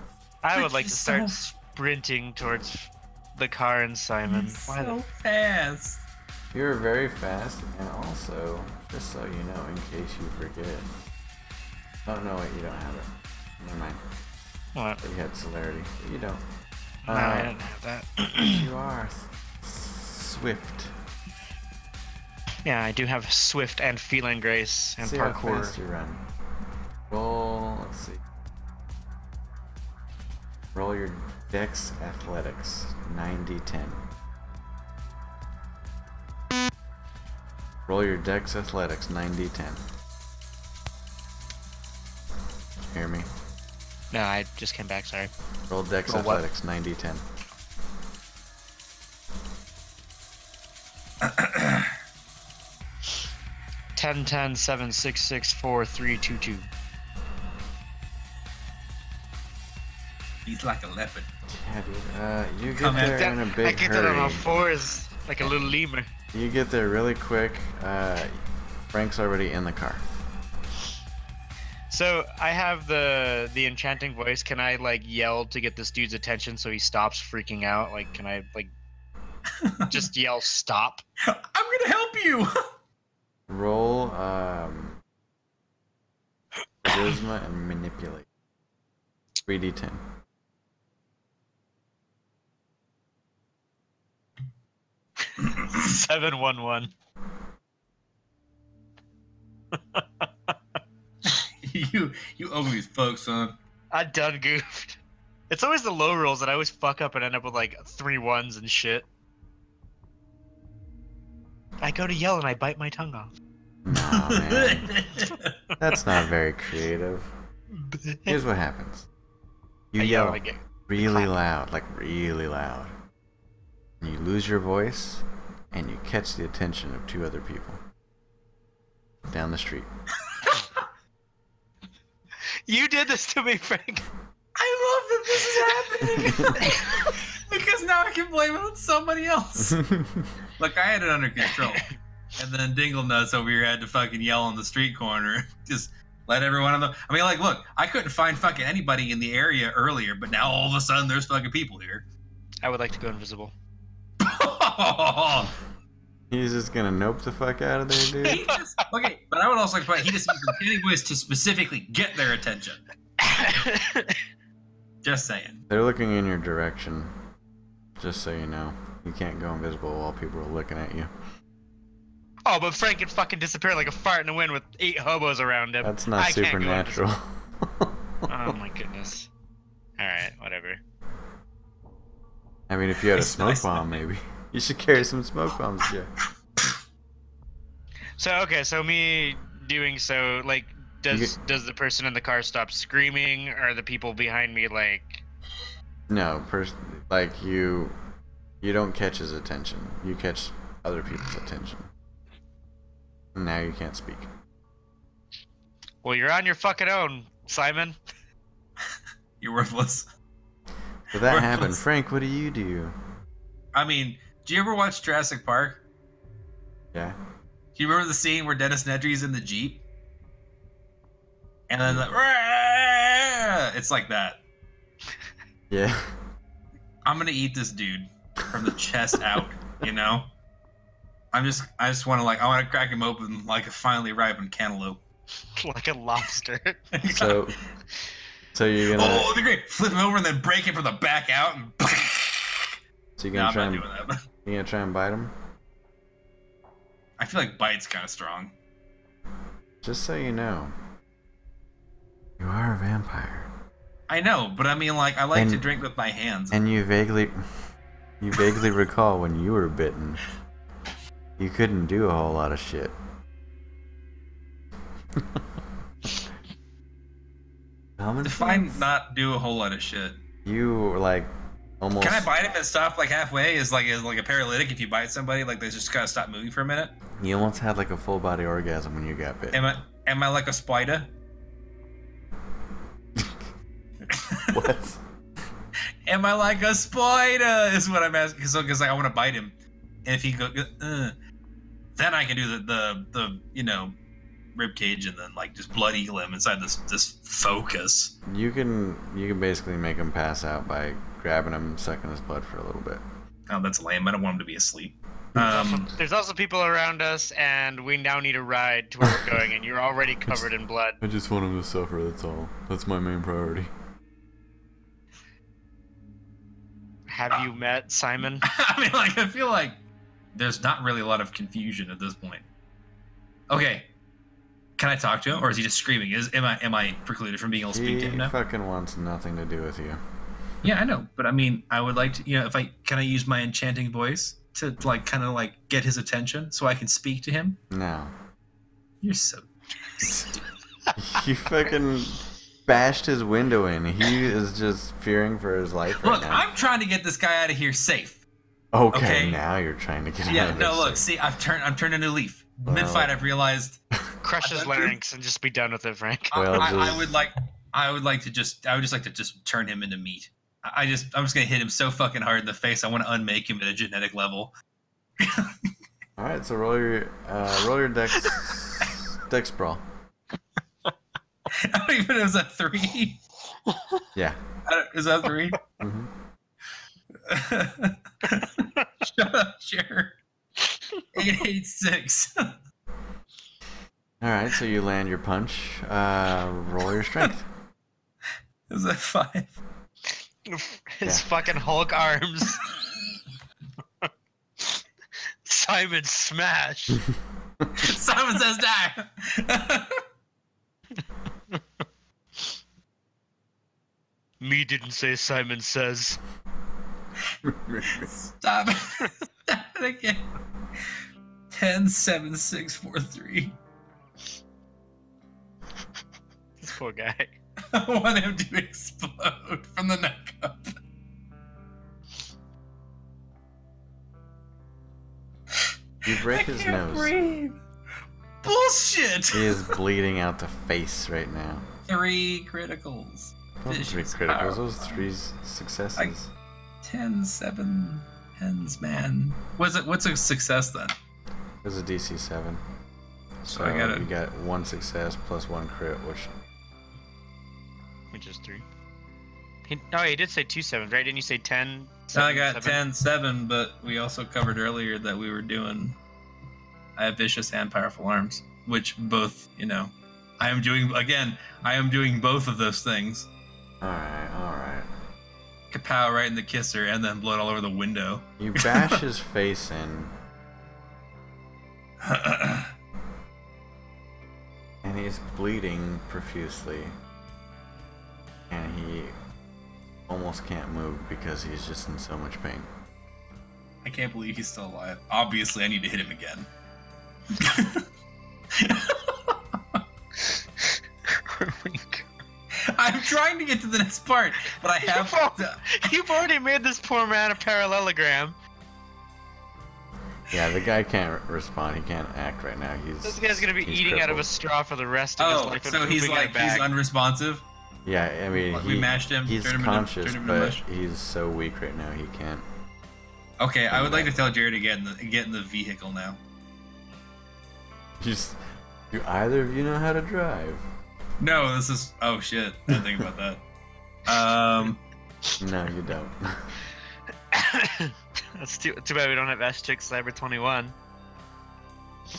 S3: I
S2: But
S3: would like to
S2: you're
S3: start
S2: so-
S3: sprinting towards the car and Simon. Why the
S2: So fast.
S1: You're very fast, and also, just so you know, in case you forget. Oh no, wait, you don't have it. Never mind.
S3: what?
S1: You had celerity. but You don't.
S3: No, I
S1: Uh,
S3: didn't have that.
S1: you are s- swift.
S3: Yeah, I do have swift and feline grace and
S1: see how fast
S3: parkour.
S1: you run. Roll. Let's see. Roll your Dex Athletics. 9d10. Roll your Dex Athletics. 9d10. Hear me?
S3: No, I just came back. Sorry.
S1: Roll Dex
S2: Roll what?
S1: Athletics. 9d10.
S3: Ten, ten, seven, six, six, four, three, two, two.
S2: He's like a leopard.
S1: Yeah, dude. Uh, you get
S2: Come at
S1: there in a big
S3: I get
S1: hurry.
S3: that on all fours like a little lemur.
S1: You get there really quick. Uh, Frank's already in the car.
S3: So I have the the enchanting voice. Can I like yell to get this dude's attention so he stops freaking out? Like, can I like just yell stop?
S2: I'm gonna help you.
S1: Roll um, charisma and manipulate. 3d10.
S3: Seven one one.
S2: you you owe these folks, huh?
S3: I done goofed. It's always the low rolls that I always fuck up and end up with like three ones and shit. I go to yell and I bite my tongue off.
S1: Nah, Oh, man. That's not very creative. Here's what happens. You
S3: I
S1: yell
S3: yell again.
S1: really loud, like really loud. And you lose your voice, and you catch the attention of two other people. down the street.
S3: You did this to me, Frank.
S2: I love that this is happening because now I can blame it on somebody else. Look, I had it under control, and then Dingle Nuts over here had to fucking yell on the street corner, just let everyone on the. I mean, like, look, I couldn't find fucking anybody in the area earlier, but now all of a sudden there's fucking people here.
S3: I would like to go invisible.
S1: He's just gonna nope the fuck out of there, dude.
S2: He just- okay, but I would also like to point out he just used uncanny voice to specifically get their attention. Just saying.
S1: They're looking in your direction. Just so you know, you can't go invisible while people are looking at you.
S3: oh, but Frank can fucking disappear like a fart in the wind with eight hobos around him.
S1: That's not
S3: I can't go
S1: supernatural.
S3: invisible. Oh my goodness. All right, whatever.
S1: I mean, if you had a
S2: It's
S1: smoke
S2: nice.
S1: bomb, maybe you should carry some smoke bombs. Yeah.
S3: So okay, so me doing so like does does the person in the car stop screaming? Or are the people behind me like
S1: No, pers- like you, you don't catch his attention. You catch other people's attention. And now you can't speak.
S3: Well, you're on your fucking own, Simon.
S2: You're worthless.
S1: But that happened,
S2: Worthless.
S1: Frank. What do you do?
S2: I mean, do you ever watch Jurassic Park?
S1: Yeah.
S2: Do you remember the scene where Dennis Nedry's in the Jeep? And then
S1: Mm.
S2: like, "Rah!" it's like that.
S1: Yeah.
S2: I'm gonna eat this dude from the chest out, you know? I'm just I just wanna like I wanna crack him open like a finally ripened cantaloupe.
S3: like a lobster.
S1: So, so you're gonna,
S2: oh, they're great. Flip him over and then break him from the back out and
S1: so you're
S2: No,
S1: gonna
S2: I'm
S1: try
S2: not
S1: and
S2: doing that.
S1: you gonna try and bite him.
S2: I feel like bite's kinda strong.
S1: Just so you know, you are a vampire,
S2: I know, but I mean like I like to
S1: And-
S2: drink with my hands.
S1: and you vaguely, you vaguely recall when you were bitten. You couldn't do a whole lot of shit. Common
S2: Define
S1: sense.
S2: not do a whole lot of shit.
S1: You were like almost.
S2: Can I bite him and stop like halfway? Is like is like a paralytic if you bite somebody like they just gotta stop moving for a minute?
S1: You almost had like a full body orgasm when you got bit.
S2: Am I am I like a spider?
S1: what?
S2: Am I like a spider? Is what I'm asking. So because like I want to bite him, and if he go, uh, then I can do the the the you know rib cage and then like just blood eagle him inside this this focus.
S1: You can you can basically make him pass out by grabbing him, sucking his blood for a little bit.
S2: Oh, that's lame. I don't want him to be asleep. Um,
S3: There's also people around us, and we now need a ride to where we're going, and you're already covered in blood.
S1: I just want him to suffer. That's all. That's my main priority.
S3: Have you met Simon?
S2: I mean, like I feel like there's not really a lot of confusion at this point. Okay, can I talk to him, or is he just screaming? Is am I am I precluded from being able to speak to
S1: He
S2: him now?
S1: fucking wants nothing to do with you.
S2: Yeah, I know, but I mean, I would like to, you know, if I can, I use my enchanting voice to like kind of like get his attention so I can speak to him.
S1: No.
S2: You're so stupid.
S1: you fucking bashed his window in. He is just fearing for his life right
S2: look,
S1: now.
S2: I'm trying to get this guy out of here safe.
S1: okay,
S2: okay.
S1: now you're trying to get out
S2: Yeah,
S1: of
S2: no,
S1: this.
S2: look, see, I've turned, I'm turning a new leaf.
S1: Wow.
S2: Mid fight, I've realized
S3: Crush his larynx and just be done with it, Frank.
S2: I-
S1: Well,
S2: I, I,
S1: just-
S2: would like, I would like to just, I would just like to just turn him into meat. I I just, I'm just gonna hit him so fucking hard in the face. I want to unmake him at a genetic level.
S1: All right, so roll your uh, roll your dex dex brawl.
S2: I don't even. Is that three?
S1: Yeah.
S2: I don't- Is that three?
S1: hmm
S2: Shut up, Chair. 886.
S1: All right, so you land your punch. Uh, roll your strength.
S2: Is that five?
S3: His
S1: Yeah.
S3: fucking Hulk arms. Simon smash.
S2: Simon says die.
S3: Me didn't say Simon says.
S2: Stop it. Stop it again. 107643.
S3: This poor guy.
S2: I want him to explode from the neck up.
S1: You break his nose.
S2: breathe. bullshit.
S1: He is bleeding out the face right now.
S2: Three criticals.
S1: Those were
S2: Fish
S1: three
S2: is
S1: criticals.
S2: powerful.
S1: Those three s- successes.
S2: Ten, seven, tens, man. Was it? What's a success then?
S1: It was a DC seven. So,
S2: I gotta-
S1: you got one success plus one crit, which
S3: Which is three. He, oh, he did say two sevens, right? Didn't you say ten?
S2: So I
S3: seven,
S2: got
S3: seven?
S2: ten, seven, but we also covered earlier that we were doing. I have vicious and powerful arms, which both, you know, I am doing again. I am doing both of those things.
S1: all right, all right.
S2: Kapow right in the kisser, and then blood all over the window.
S1: You bash his face in, and he's bleeding profusely, and he almost can't move because he's just in so much pain.
S2: I can't believe he's still alive. Obviously, I need to hit him again.
S3: Oh my God.
S2: I'm trying to get to the next part, but I have. to-
S3: You've already made this poor man a parallelogram.
S1: Yeah, the guy can't re- respond. He can't act right now. He's
S3: This guy's gonna be
S1: he's
S3: eating out of a
S1: crippled.
S3: straw for the rest of his
S2: Oh,
S3: life. and
S2: so he's
S3: pooping in a
S2: like he's
S3: bag.
S2: unresponsive.
S1: Yeah, I mean,
S2: we
S1: he-
S2: mashed him.
S1: He's
S2: turned him into-
S1: conscious,
S2: turned him into
S1: but
S2: mush.
S1: he's so weak right now he can't.
S2: Okay, I would like to tell Jared to get in the get in the vehicle now.
S1: You s do either of you know how to drive?
S2: No, this is oh shit. I didn't think about that. Um,
S1: No, you don't.
S3: That's too, too bad we don't have S Chick Cyber 21. You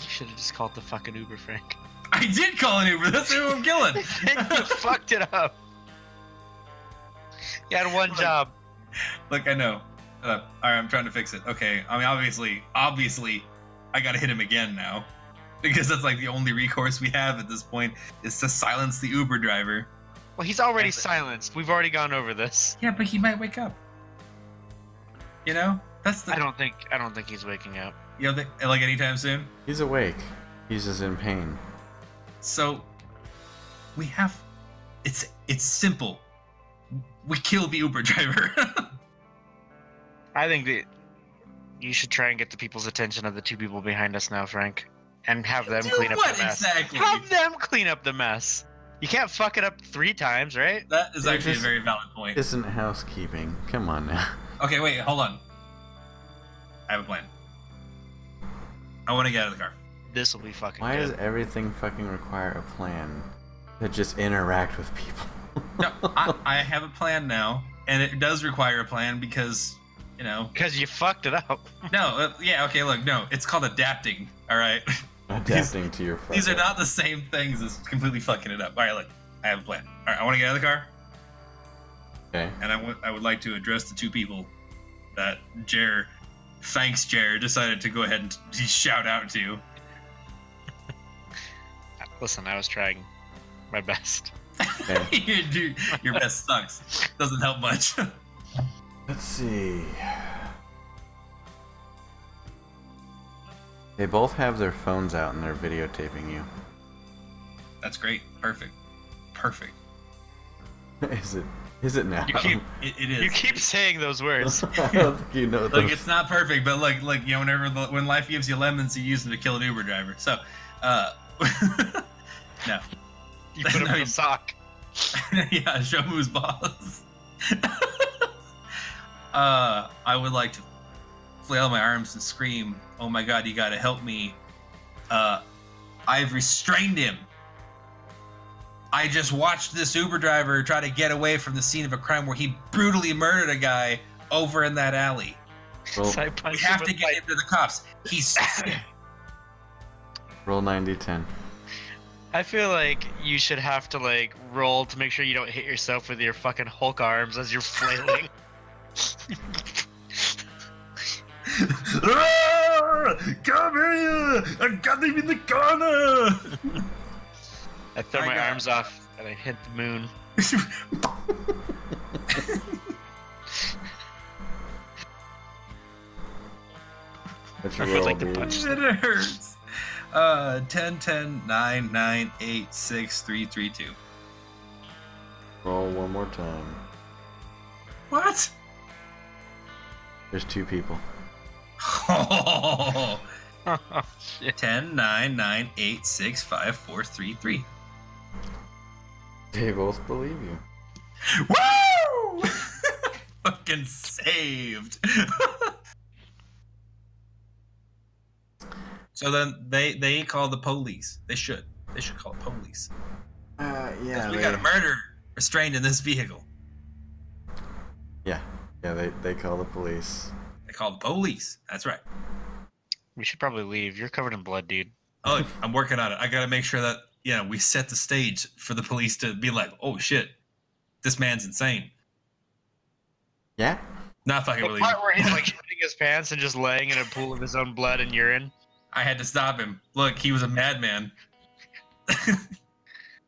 S3: should have just called the fucking Uber, Frank.
S2: I did call an Uber. That's who I'm killing.
S3: you fucked it up. You had one
S2: Look.
S3: job.
S2: Look, I know. Shut up. All right, I'm trying to fix it. Okay, I mean, obviously, obviously, I gotta hit him again now, because that's like the only recourse we have at this point is to silence the Uber driver.
S3: Well, he's already
S2: That's it.
S3: silenced. We've already gone over this.
S2: Yeah, but he might wake up. You know, that's the
S3: I don't think I don't think he's waking up.
S2: you know the, like anytime soon.
S1: he's awake. He's just in pain.
S2: So we have it's it's simple. We kill the Uber driver.
S3: I think that you should try and get the people's attention of the two people behind us now, Frank, and have them
S2: Do
S3: clean up
S2: what
S3: the mess.
S2: exactly?
S3: Have them clean up the mess. You can't fuck it up three times, right?
S2: That is
S1: Yeah,
S2: actually a
S1: just-
S2: very valid point.
S1: Isn't housekeeping? Come on now.
S2: Okay, wait, hold on. I have a plan. I want to get out of the car.
S3: This will be fucking
S1: Why
S3: good.
S1: does everything fucking require a plan to just interact with people?
S2: No, I, I have a plan now, and it does require a plan because, you know,
S3: Because you fucked it up.
S2: no, uh, yeah, okay, look, no, it's called adapting. All right,
S1: Adapting to your
S2: these are
S1: fucking-
S2: not the same things. It's completely fucking it up. All right, look, I have a plan. All right, I want to get out of the car,
S1: Okay.
S2: and I want- I would like to address the two people that Jer, thanks Jer, decided to go ahead and t- shout out to.
S3: Listen, I was trying my best.
S1: okay.
S2: your, dude, your best sucks. Doesn't help much.
S1: Let's see. They both have their phones out and they're videotaping you.
S2: That's great. Perfect. Perfect.
S1: Is it? Is it now?
S3: You keep-
S2: Oh, It, it is.
S3: You keep saying those words.
S1: I don't think you know
S2: like
S1: those.
S2: it's not perfect, but like like you know whenever the, when life gives you lemons, you use them to kill an Uber driver. So, uh,
S3: You put him in a sock.
S2: yeah, show who's boss. uh, I would like to flail my arms and scream, "Oh my God, you gotta help me!" Uh, I've restrained him. I just watched this Uber driver try to get away from the scene of a crime where he brutally murdered a guy over in that alley.
S1: Roll,
S3: So I
S2: We
S3: punched him
S2: have
S3: with
S2: to
S3: my-
S2: get him to the cops. He's
S1: roll 90 10.
S3: I feel like you should have to like roll to make sure you don't hit yourself with your fucking Hulk arms as you're flailing.
S2: Come here! I got him in the corner!
S3: I throw
S2: I
S3: my
S2: got-
S3: arms off and I hit the moon.
S1: What's your
S3: I would
S1: roll,
S3: like to
S1: dude?
S3: punch-
S2: It hurts. Uh, 10, 10, 9, 9, 8, 6, 3, 3, 2.
S1: Roll one more time.
S2: What?
S1: There's two people.
S3: Shit.
S2: 10, 9, 9, 8, 6, 5, 4, 3, 3.
S1: They both believe you.
S2: Woo! Fucking saved. so then they they ain't called the police. They should. They should call the police.
S1: Uh,
S2: 'Cause
S1: yeah.
S2: we
S1: they-
S2: got a murderer restrained in this vehicle.
S1: Yeah, yeah. They they call the police.
S2: They call the police. That's right.
S3: We should probably leave. You're covered in blood, dude.
S2: Oh, I'm working on it. I gotta make sure that yeah we set the stage for the police to be like, oh shit, this man's insane.
S1: Yeah.
S2: Not fucking
S3: The
S2: believe.
S3: part where
S2: it.
S3: he's like shitting his pants and just laying in a pool of his own blood and urine.
S2: I had to stop him. Look, he was a madman.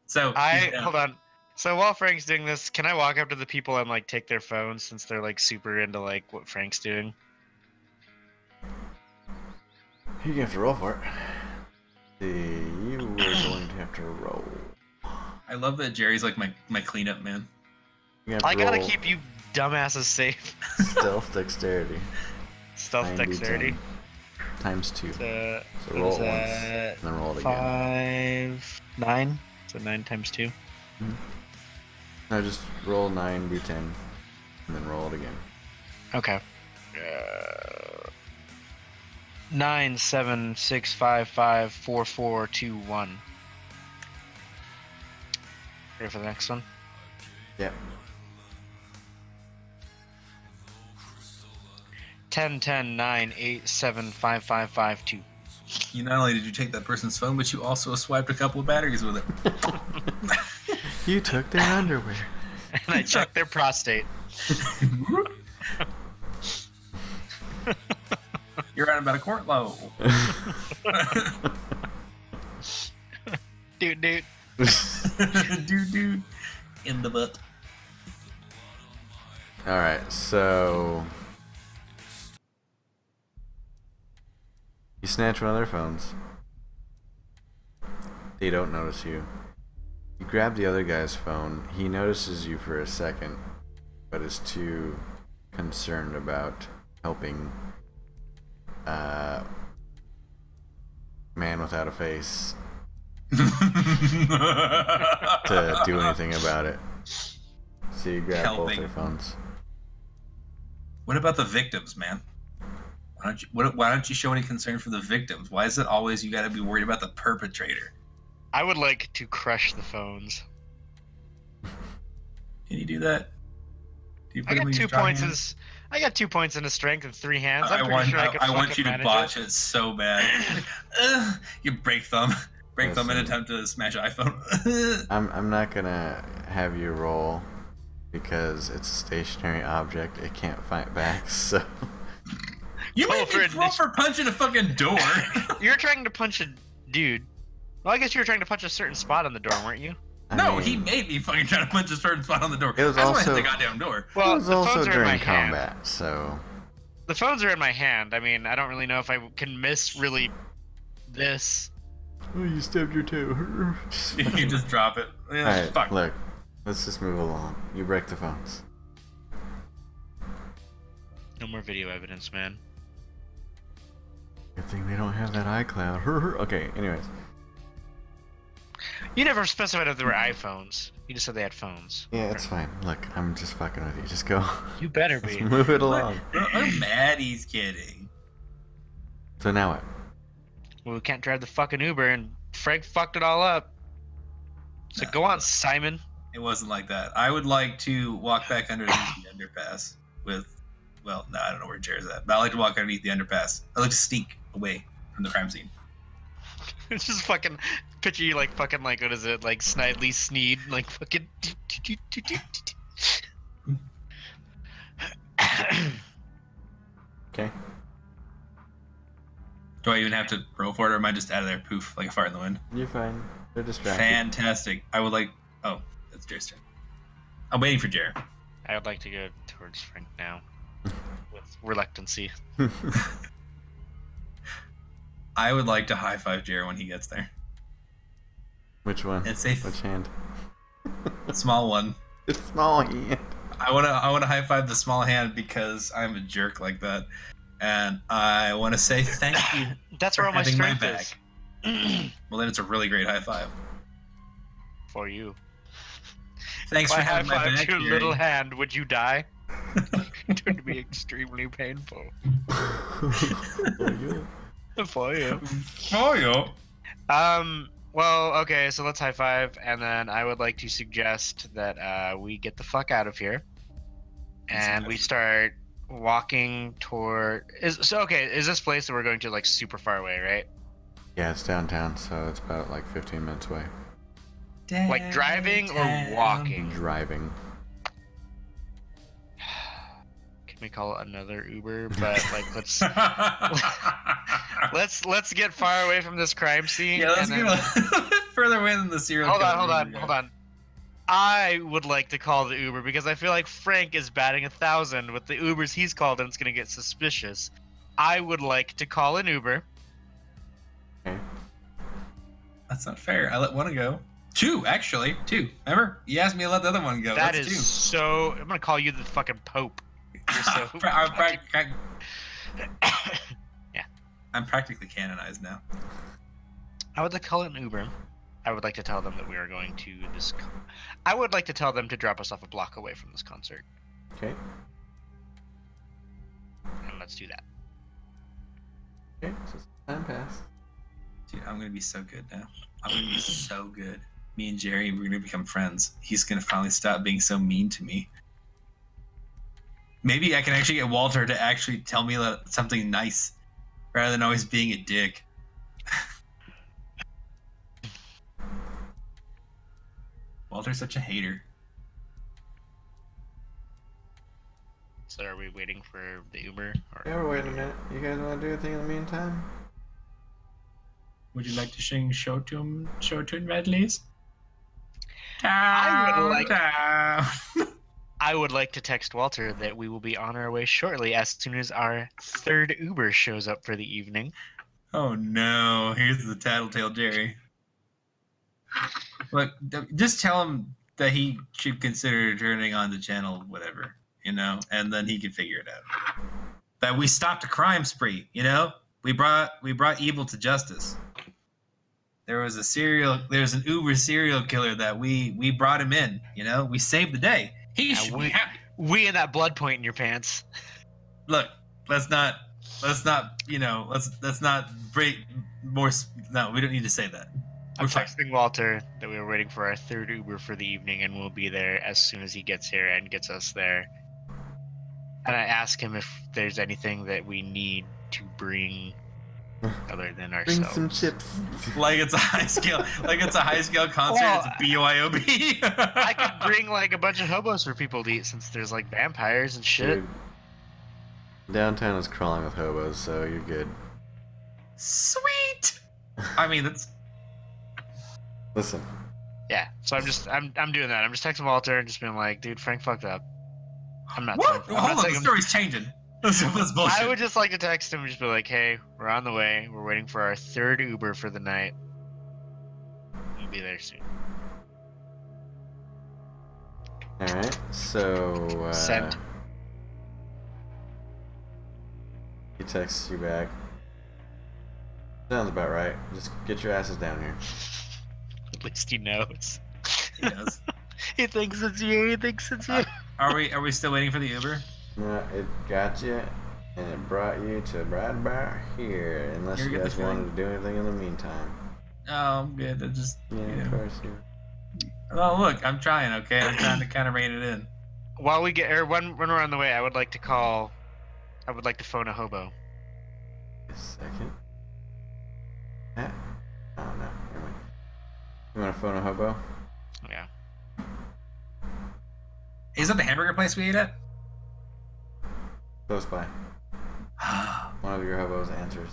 S2: so
S3: I
S2: he's down.
S3: hold on. So while Frank's doing this, can I walk up to the people and like take their phones since they're like super into like what Frank's doing?
S1: You have to roll for it. See, you are going to have to roll.
S2: I love that Jerry's like my my cleanup man.
S1: You have to
S3: I gotta
S1: roll
S3: keep you dumbasses safe.
S1: stealth dexterity.
S3: Stealth
S1: 9d10
S3: dexterity.
S1: Times two. So
S3: So, what
S1: roll
S3: is
S1: it once,
S3: that?
S1: and then roll it again.
S3: Five, nine. So nine times two.
S1: No, just roll nine d10, and then roll it again.
S3: Okay. Uh, nine, seven, six, five, five, four, four, two, one. Ready for the next one?
S1: Yep.
S3: Ten, ten, nine, eight, seven, five, five, five, two.
S2: You not only did you take that person's phone, but you also swiped a couple of batteries with it.
S1: You took their underwear.
S3: And I check their prostate.
S2: You're out about a quart low.
S3: Dude, dude.
S2: dude, dude, in the butt.
S1: All right, so you snatch one of their phones. They don't notice you. You grab the other guy's phone. He notices you for a second, but is too concerned about helping uh man without a face to do anything about it. So you grab both
S2: Helping.
S1: their phones.
S2: What about the victims, man? Why don't you what, Why don't you show any concern for the victims? Why is it always you got to be worried about the perpetrator?
S3: I would like to crush the phones.
S2: Can you do that? Do you
S3: I
S2: him
S3: got
S2: in
S3: two
S2: your dry
S3: points in
S2: hand?
S3: s- I got two points in a strength and three hands. I'm
S2: I
S3: pretty
S2: want,
S3: sure I, could
S2: I, I want
S3: fucking
S2: you to
S3: manage
S2: botch
S3: it.
S2: it, so bad. Ugh, you break thumb, break thumb in
S1: Listen.
S2: attempt to smash iPhone.
S1: I'm, I'm not gonna have you roll because it's a stationary object. It can't fight back, so
S2: you made
S3: Culprit
S2: me roll
S3: initi-
S2: for punching a fucking door.
S3: You're trying to punch a dude. Well, I guess you were trying to punch a certain spot on the door, weren't you?
S1: I
S2: no,
S1: mean,
S2: he made me fucking try to punch a certain spot on the door.
S1: It was
S2: That's why I hit
S1: also-
S2: the goddamn door.
S1: it
S3: Well,
S1: was
S3: the
S1: also
S3: phones are in my
S1: during
S3: hand.
S1: combat, so
S3: The phones are in my hand. I mean, I don't really know if I can miss really this.
S1: oh, you stabbed your toe.
S2: you just drop it. Yeah,
S1: All right,
S2: fuck.
S1: look, let's just move along. You break the phones.
S3: No more video evidence, man.
S1: Good thing they don't have that iCloud. okay, anyways,
S3: You never specified if they were iPhones. You just said they had phones.
S1: yeah, it's fine. Look, I'm just fucking with you. Just go.
S3: You better
S1: Let's
S3: be.
S1: move it along.
S2: Look, I'm mad he's kidding.
S1: So now what?
S3: well, we can't drive the fucking Uber, and Frank fucked it all up. So
S2: Nah.
S3: go on, Simon.
S2: It wasn't like that. I would like to walk back underneath the underpass with, well, no, I don't know where Jared's at, but I like to walk underneath the underpass. I like to sneak away from the crime scene.
S3: It's just fucking picture you like fucking like what is it like Snidely Sneed like fucking.
S1: Okay.
S2: Do I even have to roll for it, or am I just out of there, poof, like a fart in the wind?
S1: You're fine. They're distracted.
S2: Fantastic. I would like. Oh, that's Jerry's turn. I'm waiting for Jerry.
S3: I would like to go towards Frank now, with reluctancy.
S2: I would like to high five Jerry when he gets there
S1: Which one?
S2: and say
S1: Which hand?
S2: small one.
S1: It's small hand.
S2: I wanna I wanna high five the small hand because I'm a jerk like that. and I want to say thank you.
S3: That's
S2: for
S3: where all my
S2: having my
S3: strength is.
S2: Well, then it's a really great high five.
S3: For you.
S2: Thanks
S3: If I
S2: for
S3: high
S2: having my
S3: fived
S2: back.
S3: your
S2: Yuri.
S3: little hand, would you die? it would be extremely painful for you.
S2: Oh, yo.
S3: Um. Well, okay. So let's high five, and then I would like to suggest that uh, we get the fuck out of here, and we start walking toward. Is so okay? Is this place that we're going to like super far away, right?
S1: Yeah, it's downtown, so it's about like 15 minutes away.
S3: Like driving or walking?
S1: Driving.
S3: Can we call it another Uber? But like, let's let's let's get far away from this crime scene.
S2: yeah, let's
S3: and
S2: get
S3: then-
S2: a little bit further away than the serial.
S3: Hold on,
S2: killer
S3: hold on,
S2: movie.
S3: hold on. I would like to call the Uber because I feel like Frank is batting a thousand with the Ubers he's called, and it's gonna get suspicious. I would like to call an Uber.
S2: That's not fair. I let one go. Two, actually, two. Remember, you asked me to let the other one go.
S3: that
S2: That's
S3: is so. I'm gonna call you the fucking Pope.
S2: two.
S3: You're so
S2: I'm pra- I'm, pra-
S3: fucking-
S2: I'm practically canonized now.
S3: I would like to call it an Uber. I would like to tell them that we are going to this. Con- I would like to tell them to drop us off a block away from this concert,
S1: Okay.
S3: and let's do that.
S1: Okay. So some time passed.
S2: Dude, I'm gonna be so good now. I'm gonna be so good. Me and Jerry, we're gonna become friends. He's gonna finally stop being so mean to me. Maybe I can actually get Walter to actually tell me that- something nice, rather than always being a dick. Walter's such a hater.
S3: So are we waiting for the Uber? Or...
S1: Yeah, wait a minute. You guys want to do anything in the meantime?
S2: Would you like to sing show tune show tune medleys?
S3: I would like-
S2: Down.
S3: I would like to text Walter that we will be on our way shortly as soon as our third Uber shows up for the evening.
S2: Oh no! Here's the tattletale Jerry. Look, th- just tell him that he should consider turning on the channel, whatever you know, and then he can figure it out. That we stopped a crime spree, you know. We brought we brought evil to justice. There was a serial. There's an Uber serial killer that we we brought him in. You know, we saved the day. He should be
S3: we-
S2: happy.
S3: We and that blood point in your pants.
S2: Look, let's not let's not you know let's let's not break more. s- No, we don't need to say that.
S3: I'm
S2: We're fine.
S3: texting Walter that we are waiting for our third Uber for the evening and we'll be there as soon as he gets here and gets us there. And I ask him if there's anything that we need to bring other than
S1: Bring
S3: ourselves.
S1: some chips.
S2: Like it's a high scale, like it's a high scale concert.
S3: Well,
S2: it's BYOB.
S3: I could bring like a bunch of hobos for people to eat since there's like vampires and shit.
S1: Dude. Downtown is crawling with hobos, so you're good.
S2: Sweet. I mean, that's
S1: Listen,
S3: Yeah. So I'm just I'm I'm doing that. I'm just texting Walter and just being like, dude, Frank fucked up. I'm not.
S2: what?
S3: telling- I'm not
S2: Hold on,
S3: saying
S2: the
S3: I'm-
S2: story's changing. This was bullshit.
S3: I would just like to text him and just be like, hey, we're on the way. We're waiting for our third Uber for the night. We'll be there soon.
S1: all right. So uh,
S3: Send.
S1: He texts you back. Sounds about right. Just get your asses down here.
S3: At least he knows.
S2: Yes.
S3: He thinks it's you. He thinks it's you.
S2: Are we? Are we still waiting for the Uber?
S1: No, it got you, and it brought you to right about here. Unless
S2: Here,
S1: you
S2: get
S1: guys
S2: the thing.
S1: wanted to do anything in the meantime.
S2: Oh, I'm good. I just.
S1: Yeah,
S2: Yeah.
S1: of course you.
S2: Oh, look, I'm trying. Okay, I'm trying to kind of rein it in.
S3: While we get, er, or when, when we're on the way, I would like to call. I would like to phone a hobo.
S1: A second. Huh? Oh no, never mind. You want to phone a hobo?
S3: Yeah.
S2: Is that the hamburger place we ate at?
S1: Close by. One of your hobos answers.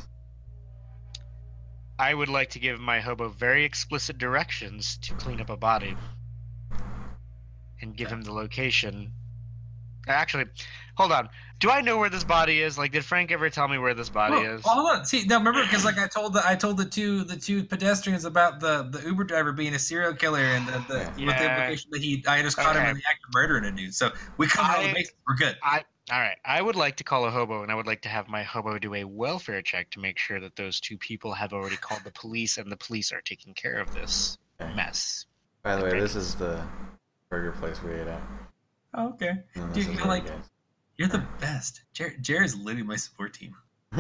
S3: I would like to give my hobo very explicit directions to clean up a body and give him the location. Actually, hold on. Do I know where this body is? Like, did Frank ever tell me where this body
S2: Well,
S3: is?
S2: well, hold on. See, now remember, because like I told the I told the two the two pedestrians about the the Uber driver being a serial killer and the, the with the
S3: Yeah.
S2: implication that he I just caught him
S3: Okay.
S2: in the act of murdering a dude. So we come out of the
S3: I-
S2: base. We're good.
S3: All right. I would like to call a hobo, and I would like to have my hobo do a welfare check to make sure that those two people have already called the police, and the police are taking care of this
S1: Okay.
S3: mess.
S1: By the way,
S3: Okay.
S1: this is the burger place we ate at.
S2: Oh, okay.
S1: And then
S2: Dude,
S1: this is
S2: you're
S1: where we
S2: like-
S1: guys-
S2: You're the best. Jer- Jer is literally my support team.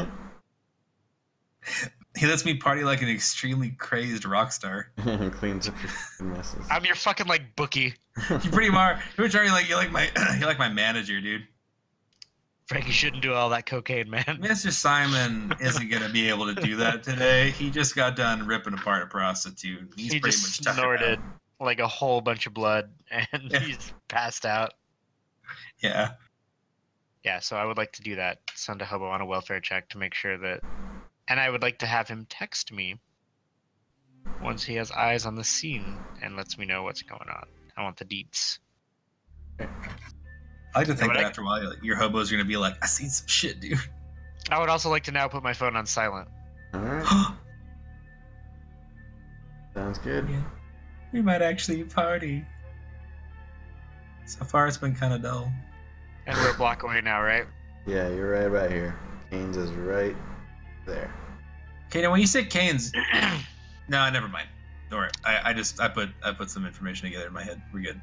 S2: he lets me party like an extremely crazed rock star.
S1: cleans up your fucking messes.
S3: I'm your fucking like bookie.
S2: You pretty much you're trying like you're like my you're like my manager, dude.
S3: Frank, you shouldn't do all that cocaine, man.
S2: Mr. Simon isn't gonna be able to do that today. He just got done ripping apart a prostitute. He's
S3: he
S2: pretty
S3: just
S2: much tired.
S3: snorted like a whole bunch of blood, and
S2: Yeah.
S3: he's passed out.
S2: Yeah.
S3: Yeah, so I would like to do that. Send a hobo on a welfare check to make sure that. And I would like to have him text me once he has eyes on the scene and lets me know what's going on. I want the deets.
S2: I like to think
S3: but
S2: that
S3: I-
S2: after a while, like, your hobos are gonna be like, "I seen some shit, dude."
S3: I would also like to now put my phone on silent.
S1: Alright,
S2: yeah,
S1: sounds good.
S2: we might actually party. So far, it's been kind of dull.
S3: And we're a block away now, right?
S1: Yeah, you're right about here. Keynes is right there.
S2: Okay, now when you said Canes, no, never mind. Don't worry. I, I just I put I put some information together in my head. We're good.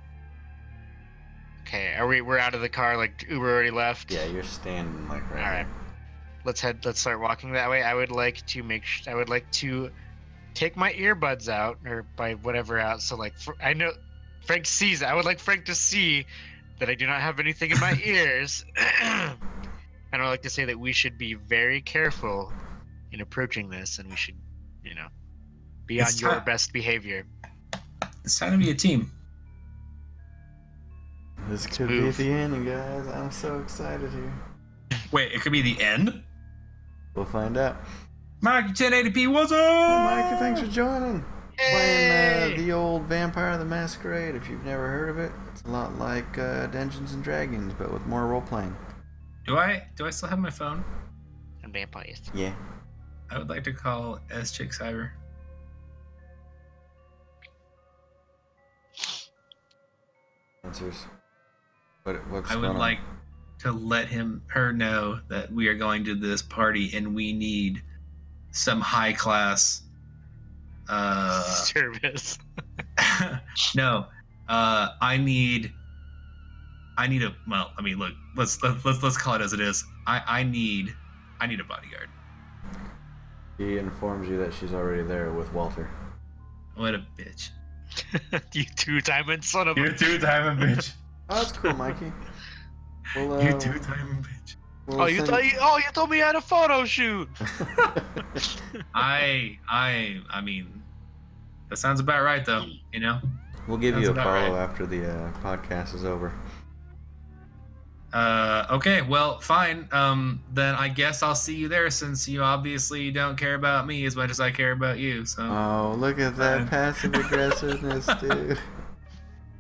S3: Okay, are we? We're out of the car. Like Uber already left.
S1: Yeah, you're standing like right.
S3: All right. Let's head. Let's start walking that way. I would like to make. Sh- I would like to take my earbuds out or by whatever out. So like, fr- I know Frank sees. it. I would like Frank to see that I do not have anything in my ears. and I would like to say that we should be very careful in approaching this, and we should, you know, be on
S2: It's
S3: your
S2: time.
S3: best behavior.
S2: It's time to be a team.
S1: This could
S3: move.
S1: be the end, guys. I'm so excited here.
S2: Wait, it could be the end.
S1: We'll find out.
S2: Mike, 1080p. What's up?
S1: Mike, thanks for joining. Playing uh,
S3: Yay!
S1: the old Vampire the Masquerade. If you've never heard of it, it's a lot like uh, Dungeons and Dragons, but with more role playing.
S2: Do I do I still have my phone?
S3: and vampires.
S1: Yeah.
S2: I would like to call S Chick Cyber.
S1: Answers. What, what's
S2: I would
S1: going
S2: like to let him her know that we are going to this party and we need some high class uh
S3: Service.
S2: no uh I need I need a well I mean look let's let's let's, let's call it as it is I I need I need a bodyguard
S1: on. She informs you that she's already there with Walter.
S2: what a bitch
S3: you two-diamond son of a.
S2: two time bitch
S1: Oh, that's cool, Mikey. We'll, uh,
S2: time bitch
S1: we'll
S3: Oh, you
S1: send-
S3: thought you, oh, you told me I had a photo shoot.
S2: I I I mean that sounds about right though you know
S1: We'll give
S2: Sounds
S1: you a
S2: about
S1: follow
S2: right.
S1: after the uh, podcast is over.
S2: Uh, okay, well, fine. Um, then I guess I'll see you there since you obviously don't care about me as much as I care about you. So,
S1: Oh, look at
S2: Fine.
S1: that passive aggressiveness, dude.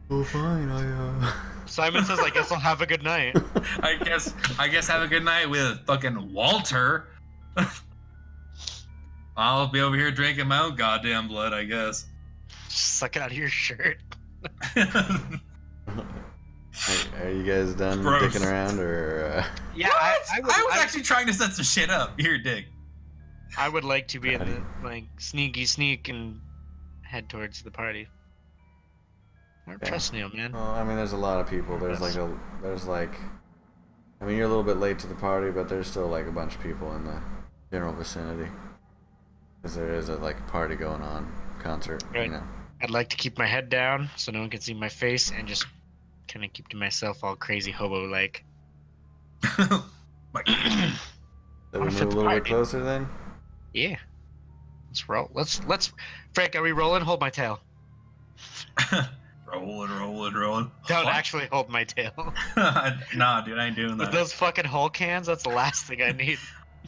S1: Well, fine. I uh,
S3: Simon says, I guess I'll have a good night.
S2: I guess I guess have a good night with fucking Walter. I'll be over here drinking my own goddamn blood, I guess.
S3: Suck it out of your shirt.
S1: uh, are, are you guys done
S2: Gross.
S1: dicking around, or uh?
S3: Yeah,
S2: What?
S3: I, I would, I,
S2: was actually trying to set some shit up. Here, Dick.
S3: I would like to be in
S1: Got
S3: the
S1: it.
S3: like sneaky sneak and head towards the party. I don't
S1: Yeah.
S3: trust Neil, man.
S1: uh, well, I mean, there's a lot of people. There's like a, there's like, I mean, you're a little bit late to the party, but there's still like a bunch of people in the general vicinity, because there is a like party going on, concert,
S3: Right.
S1: you know.
S3: I'd like to keep my head down so no one can see my face and just kind of keep to myself, all crazy hobo like.
S2: Like,
S1: So we
S3: Wanna
S1: move
S3: fit
S1: a
S3: the
S1: little bit
S3: party.
S1: closer then.
S3: yeah. Let's roll. Let's let's. Frank, are we rolling? Hold my tail.
S2: rolling, rolling, rolling.
S3: Don't
S2: What?
S3: actually hold my tail.
S2: nah, dude, I ain't doing
S3: With
S2: that.
S3: those fucking Hulk hands, that's the last thing I need.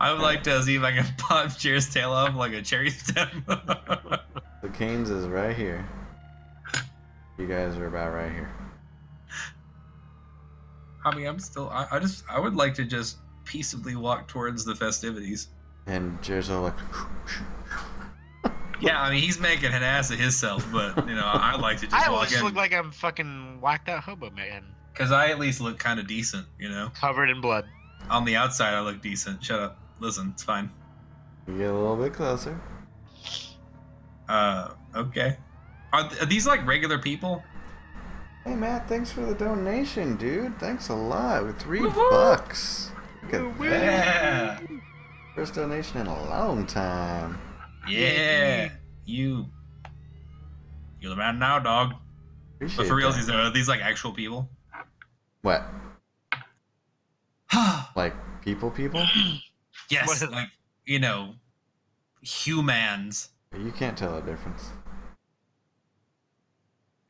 S2: I would like to see if I can pop Jer's tail off like a cherry stem.
S1: The Canes is right here. You guys are about right here.
S2: I mean, I'm still. I, I just. I would like to just peaceably walk towards the festivities.
S1: And Jer's all like,
S2: Yeah, I mean, he's making an ass of himself, but you know, I like to just
S3: I
S2: walk
S3: always
S2: in.
S3: look like I'm fucking whacked out hobo man.
S2: Because I at least look kind of decent, you know?
S3: covered in blood.
S2: On the outside, I look decent. Shut up. Listen, it's fine.
S1: You get a little bit closer.
S2: Uh, okay. Are, th- are these like regular people?
S1: Hey Matt, thanks for the donation, dude. Thanks a lot. With 3
S6: Woo-hoo!
S1: bucks. Look at
S3: Woo-woo!
S1: that.
S2: Yeah.
S1: First donation in a long time.
S2: Yeah. You. You're the man now, dog.
S1: Appreciate
S2: But for real,
S1: that.
S2: these are these like actual people?
S1: What? Like people, people?
S2: yes.
S3: What?
S2: Like, you know, humans.
S1: You can't tell the difference.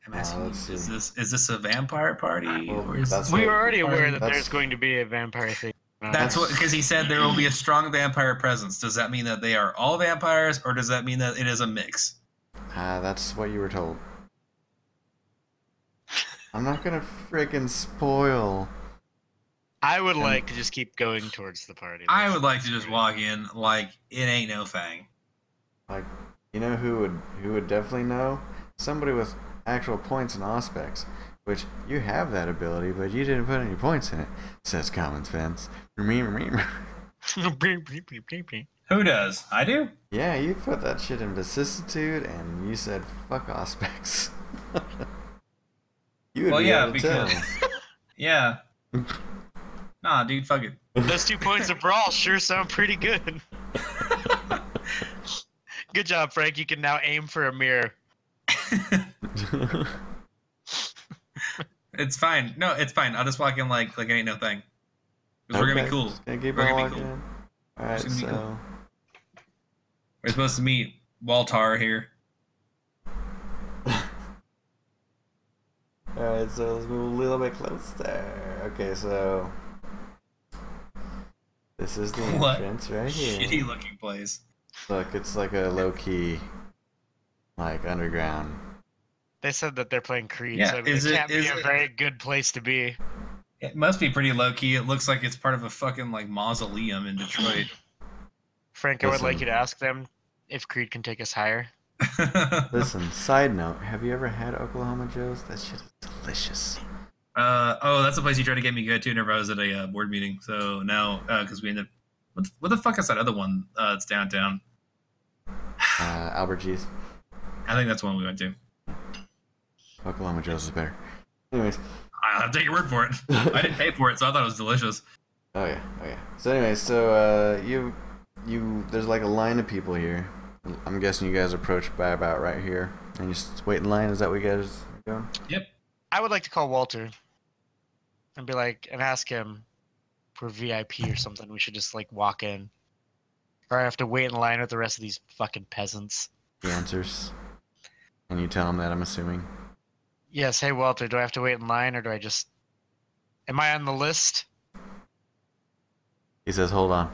S2: I'm
S1: Uh,
S2: asking you,
S1: let's
S2: is
S1: see.
S2: this is this a vampire party?
S1: Well,
S2: or is
S1: that's
S2: this-
S3: We were already aware that
S1: That's-
S3: there's going to be a vampire thing.
S2: That's what because he said there will be a strong vampire presence. Does that mean that they are all vampires, or does that mean that it is a mix?
S1: Ah, that's what you were told. I'm not gonna freaking spoil.
S3: I would like to just keep going towards the party.
S2: I would like to just walk in like it ain't no thing.
S1: Like, you know who would who would definitely know? Somebody with actual points and aspects. Which you have that ability, but you didn't put any points in it. Says common sense.
S2: Who does? I do.
S1: Yeah, you put that shit in vicissitude, and you said fuck aspects. you would
S2: Well,
S1: be
S2: yeah,
S1: able to
S2: because-
S1: tell.
S2: Yeah. nah, dude, fuck it.
S3: Those two points of brawl sure sound pretty good. good job, Frank. You can now aim for a mirror.
S2: It's fine. No, it's fine. I'll just walk in like like it ain't no thing. 'Cause we're gonna be
S1: Okay,
S2: cool.
S1: just gonna keep
S2: We're
S1: on
S2: gonna be
S1: walking.
S2: cool.
S1: All right,
S2: Just
S1: so
S2: gonna be We're supposed to meet Waltar here.
S1: all right, so let's move a little bit closer. Okay, so this is the
S2: What?
S1: entrance right here.
S2: Shitty looking place.
S1: Look, it's like a low key, like underground.
S3: They said that they're playing Creed,
S2: Yeah,
S3: so I mean,
S2: is
S3: it,
S2: it-
S3: can't
S2: is
S3: be a
S2: it-
S3: very good place to be.
S2: It must be pretty low key. It looks like it's part of a fucking like mausoleum in Detroit.
S3: Frank, I would like
S1: Listen.
S3: you to ask them if Creed can take us higher.
S2: Uh-huh.
S1: Listen, side note: Have you ever had Oklahoma Joe's? That shit is delicious.
S2: Uh, oh, that's the place you tried to get me to go to whenever I was at a uh, board meeting. So now, because we ended up, what the, what the fuck is that other one? Uh, it's downtown.
S1: Uh, Albert G's.
S2: I think that's the one we went to.
S1: Oklahoma Joe's is better. Anyways,
S2: I'll have to take your word for it. I didn't pay for it, so I thought it was delicious.
S1: Oh yeah, oh yeah. So anyway, so uh, you, you, there's like a line of people here. I'm guessing you guys approached by about right here, and you just wait in line. Is that what you guys are doing?
S3: I would like to call Walter and be like, and ask him for VIP or something. We should just like walk in, or I have to wait in line with the rest of these fucking peasants.
S1: The answers, and you tell them that. I'm assuming.
S3: Yes, hey Walter, do I have to wait in line, or do I just? Am I on the list?
S1: He says, "Hold on."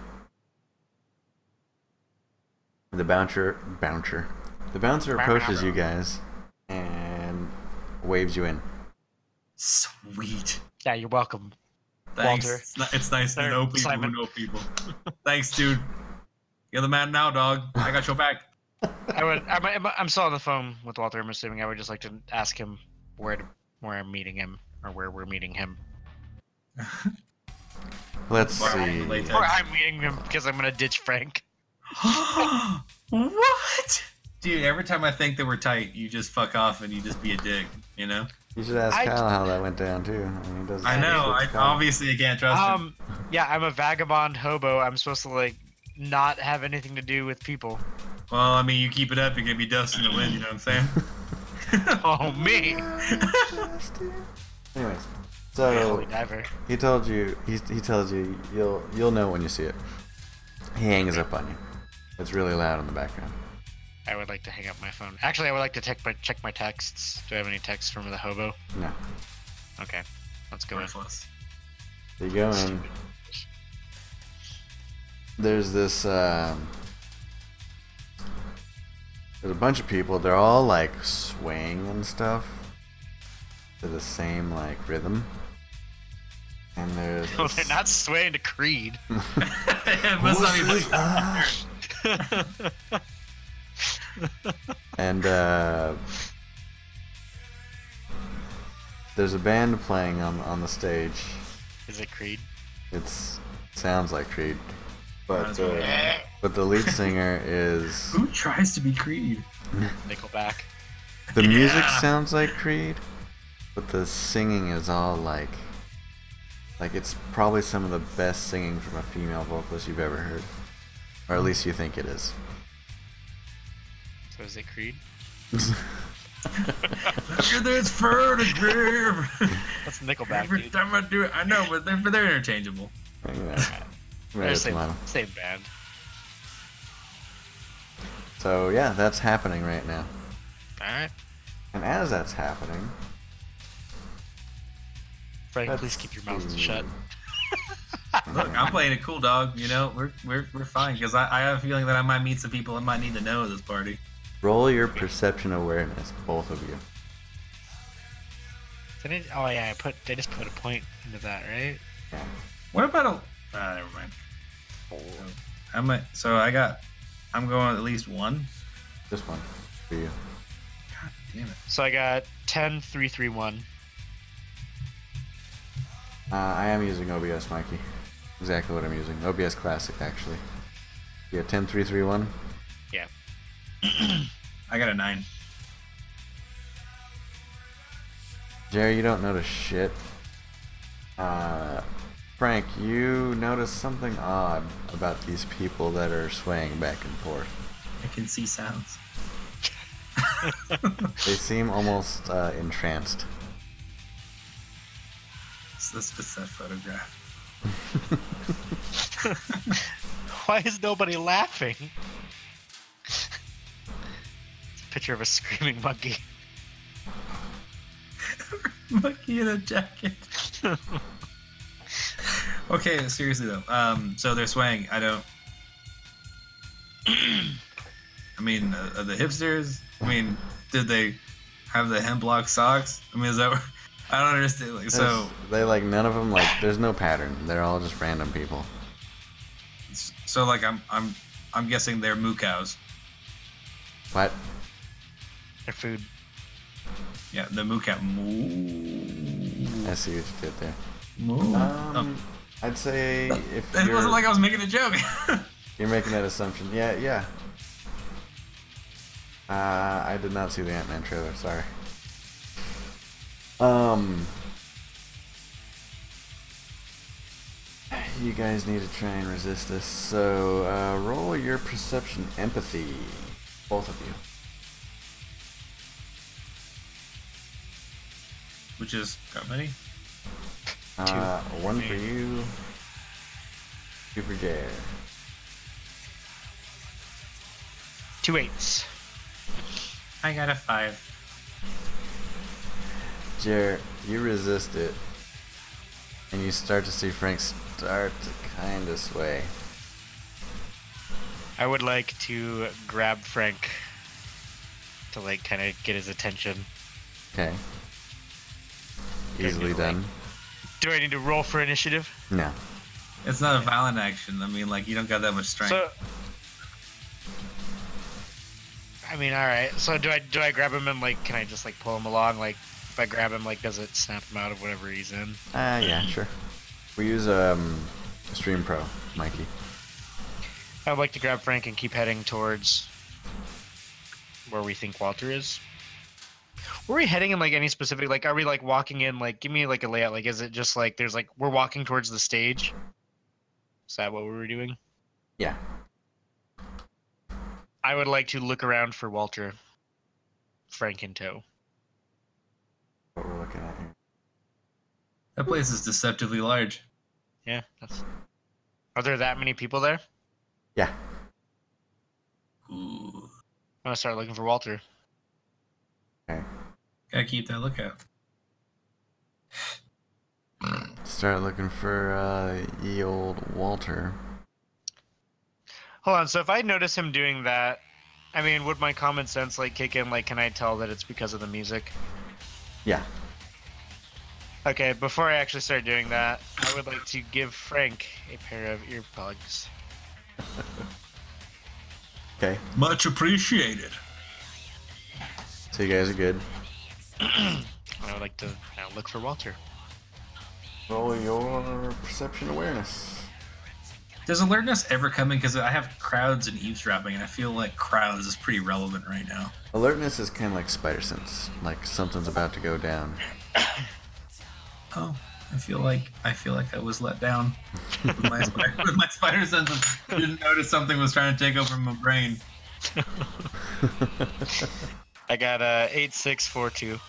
S1: The bouncer, bouncer, the bouncer approaches you guys and waves you in.
S2: Sweet.
S3: Yeah, you're welcome.
S2: Thanks.
S3: Walter.
S2: It's, ni- it's nice to
S3: Or
S2: know people
S3: Simon.
S2: who know people. Thanks, dude. You're the man now, dog. I got your back.
S3: I would. I'm, I'm, I'm still on the phone with Walter. I'm assuming I would just like to ask him where to, where I'm meeting him or where we're meeting him.
S1: Let's
S2: Or I'm
S1: see.
S2: related.
S3: Or I'm meeting him because I'm gonna ditch Frank.
S2: what? Dude, every time I think that we're tight, you just fuck off and you just be a dick. You know?
S1: You should ask
S3: I-
S1: Kyle how that went down too. I mean, he does.
S2: I know. I obviously I can't trust him.
S3: Um, yeah, I'm a vagabond hobo. I'm supposed to like not have anything to do with people.
S2: Well, I mean, you keep it up, you're gonna be dust in the wind. You know what I'm saying?
S3: Oh me,
S1: Anyways, so
S3: holy diver.
S1: he told you. He, he tells you you'll you'll know when you see it. He hangs up on you. It's really loud in the background.
S3: I would like to hang up my phone. Actually, I would like to check my check my texts. Do I have any texts from the hobo?
S1: No,
S3: Okay, let's go in.
S2: Worthless.
S1: so you go in. There's this. Um, there's a bunch of people. They're all like swaying and stuff to the same like rhythm. And there's.
S3: Well,
S1: this-
S3: they're not swaying to Creed.
S2: it must not be much.
S1: and uh, There's a band playing on on the stage.
S3: Is it Creed?
S1: It's sounds like Creed, but
S2: Reminds me of
S1: uh,
S3: Eh,
S1: but the lead singer is
S2: Who tries to be Creed?
S3: Nickelback.
S1: the music
S2: Yeah.
S1: sounds like Creed, but the singing is all like like it's probably some of the best singing from a female vocalist you've ever heard, or at least you think it is.
S3: So is it Creed?
S2: There's fur to give.
S3: That's Nickelback,
S2: Every
S3: dude.
S2: time I do it, I know, but they're, but they're interchangeable.
S1: You know,
S3: They're
S1: right
S3: the
S1: at the
S3: same,
S1: bottom.
S3: same band.
S1: So yeah, that's happening right now.
S3: Alright.
S1: And as that's happening,
S3: Frank,
S1: let's
S3: please keep your mouth
S1: see.
S3: shut.
S2: Look, I'm playing it cool, dog. You know, we're we're, we're fine because I, I have a feeling that I might meet some people I might need to know at this party.
S1: Roll your perception awareness, both of you.
S3: Didn't it- oh yeah, I put they just put a point into that, right?
S2: What about a? Ah, never mind. I might. So I got. I'm going with at least one.
S1: This one for you.
S2: God damn it.
S3: So I got ten, three, three, one.
S1: Uh, I am using OBS, Mikey. Exactly what I'm using. OBS Classic, actually. Yeah, 10331.
S2: I got a nine.
S1: Jerry, you don't notice shit. Uh, Frank, you notice something odd about these people that are swaying back and forth.
S2: I can see sounds.
S1: They seem almost uh, entranced.
S2: It's this it's that photograph.
S3: Why is nobody laughing? it's a picture of a screaming monkey.
S2: Monkey in a jacket. okay, seriously though. Um, so they're swaying. I don't. I mean, uh, are the hipsters. I mean, did they have the hemp block socks? I mean, is that? I don't understand. Like, so
S1: There's- they like none of them like. There's no pattern. They're all just random people.
S2: So like I'm I'm I'm guessing they're moo cows.
S1: What?
S3: Their food.
S2: Yeah, the moo cow. Moo.
S1: I see what you did there.
S2: Moo.
S1: Um,
S2: Oh,
S1: I'd say if
S2: it
S1: you're,
S2: wasn't like I was making a joke.
S1: you're making that assumption, yeah, yeah. Uh, I did not see the Ant Man trailer. Sorry. Um, you guys need to try and resist this. So uh, roll your perception, empathy, both of you.
S2: Which is how many?
S1: Uh, one for you, two for Jair.
S3: Two eights.
S2: I got a five.
S1: Jer, you resist it, and you start to see Frank start to kind of sway.
S3: I would like to grab Frank to like kind of get his attention.
S1: Okay. Easily
S3: Good
S1: done.
S3: Do I need to roll for initiative?
S1: No.
S2: It's not a violent action. I mean, like you don't got that much strength.
S3: So. I mean, all right. So do I do I grab him and like can I just like pull him along? Like if I grab him, like does it snap him out of whatever he's in?
S1: Ah, yeah, sure. We use um, Stream Pro, Mikey.
S3: I'd like to grab Frank and keep heading towards where we think Walter is. Were we heading in like any specific? Like, are we like walking in? Like, give me like a layout. Like, is it just like there's like we're walking towards the stage? Is that what we were doing?
S1: Yeah.
S3: I would like to look around for Walter, Frank in tow.
S1: What we're looking at here.
S2: that place is deceptively large.
S3: Yeah. That's... Are there that many people there?
S1: Yeah.
S2: Ooh.
S3: I'm gonna start looking for Walter.
S2: Gotta keep that lookout.
S1: Start looking for uh, ye old Walter.
S3: Hold on. So if I notice him doing that, I mean, would my common sense like kick in? Like, can I tell that it's because of the music?
S1: Yeah.
S3: Okay, before I actually start doing that, I would like to give Frank a pair of earplugs.
S1: Okay.
S2: Much appreciated.
S1: So you guys are good.
S3: I would like to now look for Walter.
S1: Roll your perception awareness.
S2: Does alertness ever come in? Because I have crowds and eavesdropping, and I feel like crowds is pretty relevant right now.
S1: Alertness is kind of like spider sense, like something's about to go down.
S2: Oh, I feel like I feel like I was let down with my spider, with my spider sense. of- Didn't notice something was trying to take over my brain.
S3: I got uh, 8642.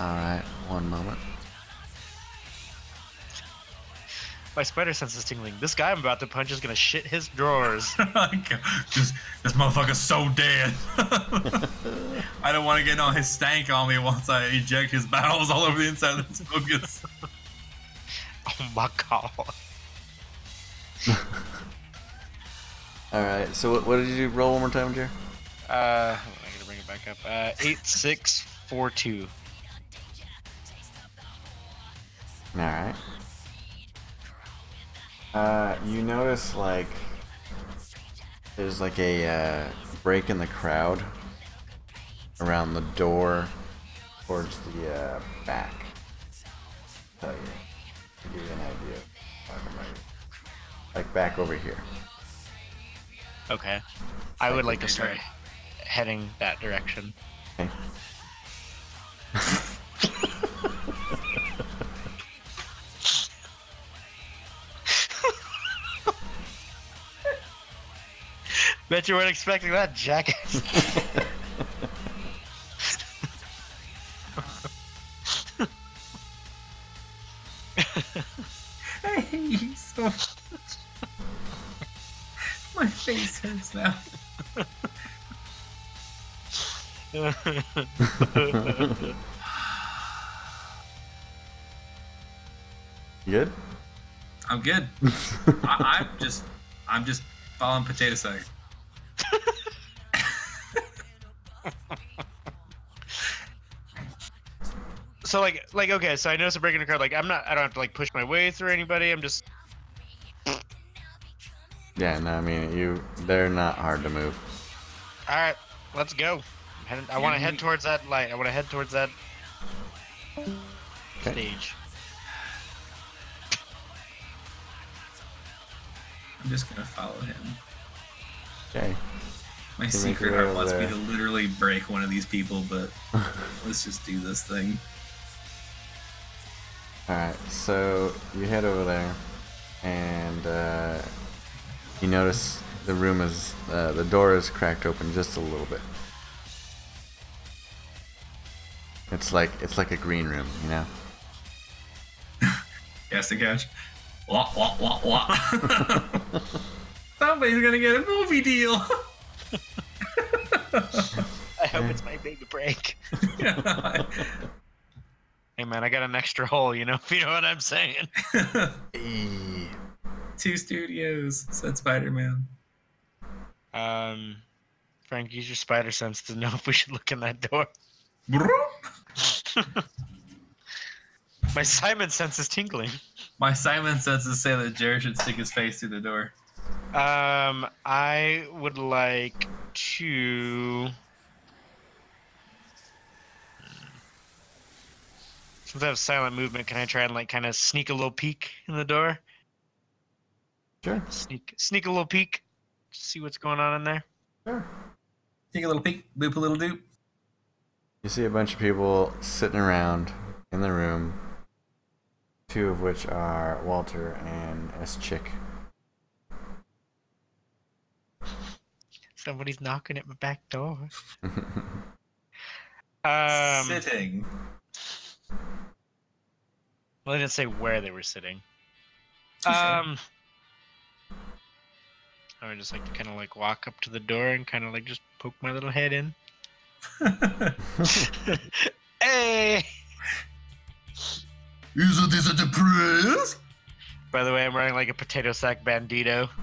S1: All right, one moment.
S3: My spider sense is tingling. This guy I'm about to punch is gonna shit his drawers.
S2: Like, this, this motherfucker's so dead. I don't want to get all his stank on me once I eject his bowels all over the inside of this focus.
S3: oh my god.
S1: All right, so what, what did you roll one more time, Jer?
S3: Uh, hold on, I gotta bring it back up. Uh, 8642.
S1: All right. Uh, you notice like there's like a uh, break in the crowd around the door towards the uh, back. tell you, to give you an idea. Like back over here.
S3: Okay. I would like to start heading that direction.
S1: Okay.
S3: Bet you weren't expecting that, jackass.
S2: I hate you so much. My face hurts now.
S1: You good?
S2: I'm good. I, I'm just, I'm just following potato sack.
S3: so like, like okay. So I notice a break in the crowd. Like I'm not. I don't have to like push my way through anybody. I'm just.
S1: Yeah. No, I mean you. They're not hard to move.
S3: All right. Let's go. I'm heading- I want to head towards that light. I want to head towards that stage.
S2: I'm just gonna follow him.
S1: Okay. Can
S2: My
S1: we
S2: secret
S1: go
S2: heart wants me
S1: there?
S2: to literally break one of these people, but let's just do this thing.
S1: Alright, so you head over there, and uh, you notice the room is, uh, the door is cracked open just a little bit. It's like it's like a green room, you know.
S2: Casting couch. Wah, wah, wah, wah. Somebody's gonna get a movie deal.
S3: I hope it's my big break. Hey man, I got an extra hole. You know, if you know what I'm saying.
S2: Two studios, said Spider Man.
S3: Um, Frank, use your spider sense to know if we should look in that door. My Simon sense is tingling.
S2: My Simon senses say that Jared should stick his face through the door.
S3: Um, I would like to. hmm. Since I have silent movement, can I try and like kind of sneak a little peek in the door?
S1: Sure.
S3: Sneak, sneak a little peek, see what's going on in there.
S2: Take a little peek, boop a little doop.
S1: You see a bunch of people sitting around in the room, two of which are Walter and S Chick.
S3: Somebody's knocking at my back door. Um,
S2: Sitting.
S3: well, they didn't say where they were sitting. Um, I would just like to kind of like walk up to the door and kind of like just poke my little head in. hey!
S2: Isn't this a depressed?
S3: By the way, I'm running like a potato sack bandito.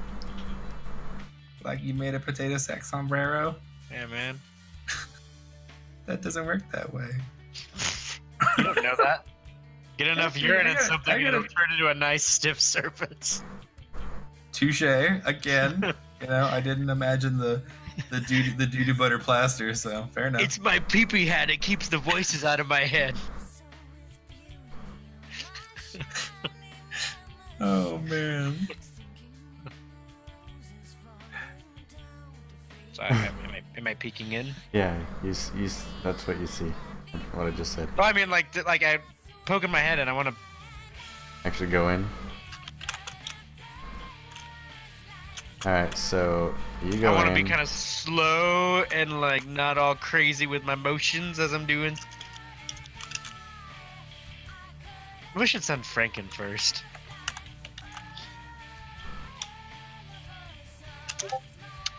S2: Like you made a potato sack sombrero?
S3: Yeah, man.
S2: That doesn't work that way.
S3: You don't know that. Get enough
S2: Actually,
S3: urine
S2: I
S3: in
S2: gotta- I
S3: something, it'll
S2: gotta-
S3: turn into a nice stiff surface.
S2: Touche. Again. you know, I didn't imagine the
S4: the duty the duty butter plaster. So fair enough.
S7: It's my peepee hat. It keeps the voices out of my head.
S4: oh man.
S7: Sorry, am I, am I peeking in?
S1: Yeah, you, s- you, s- that's what you see. What I just said.
S3: Well, I mean, like, d- like I poking my head and I want to.
S1: Actually, go in. Alright, so you
S3: I
S1: go
S3: want to
S1: in.
S3: be kind of slow and like not all crazy with my motions as I'm doing. We should send Franken first.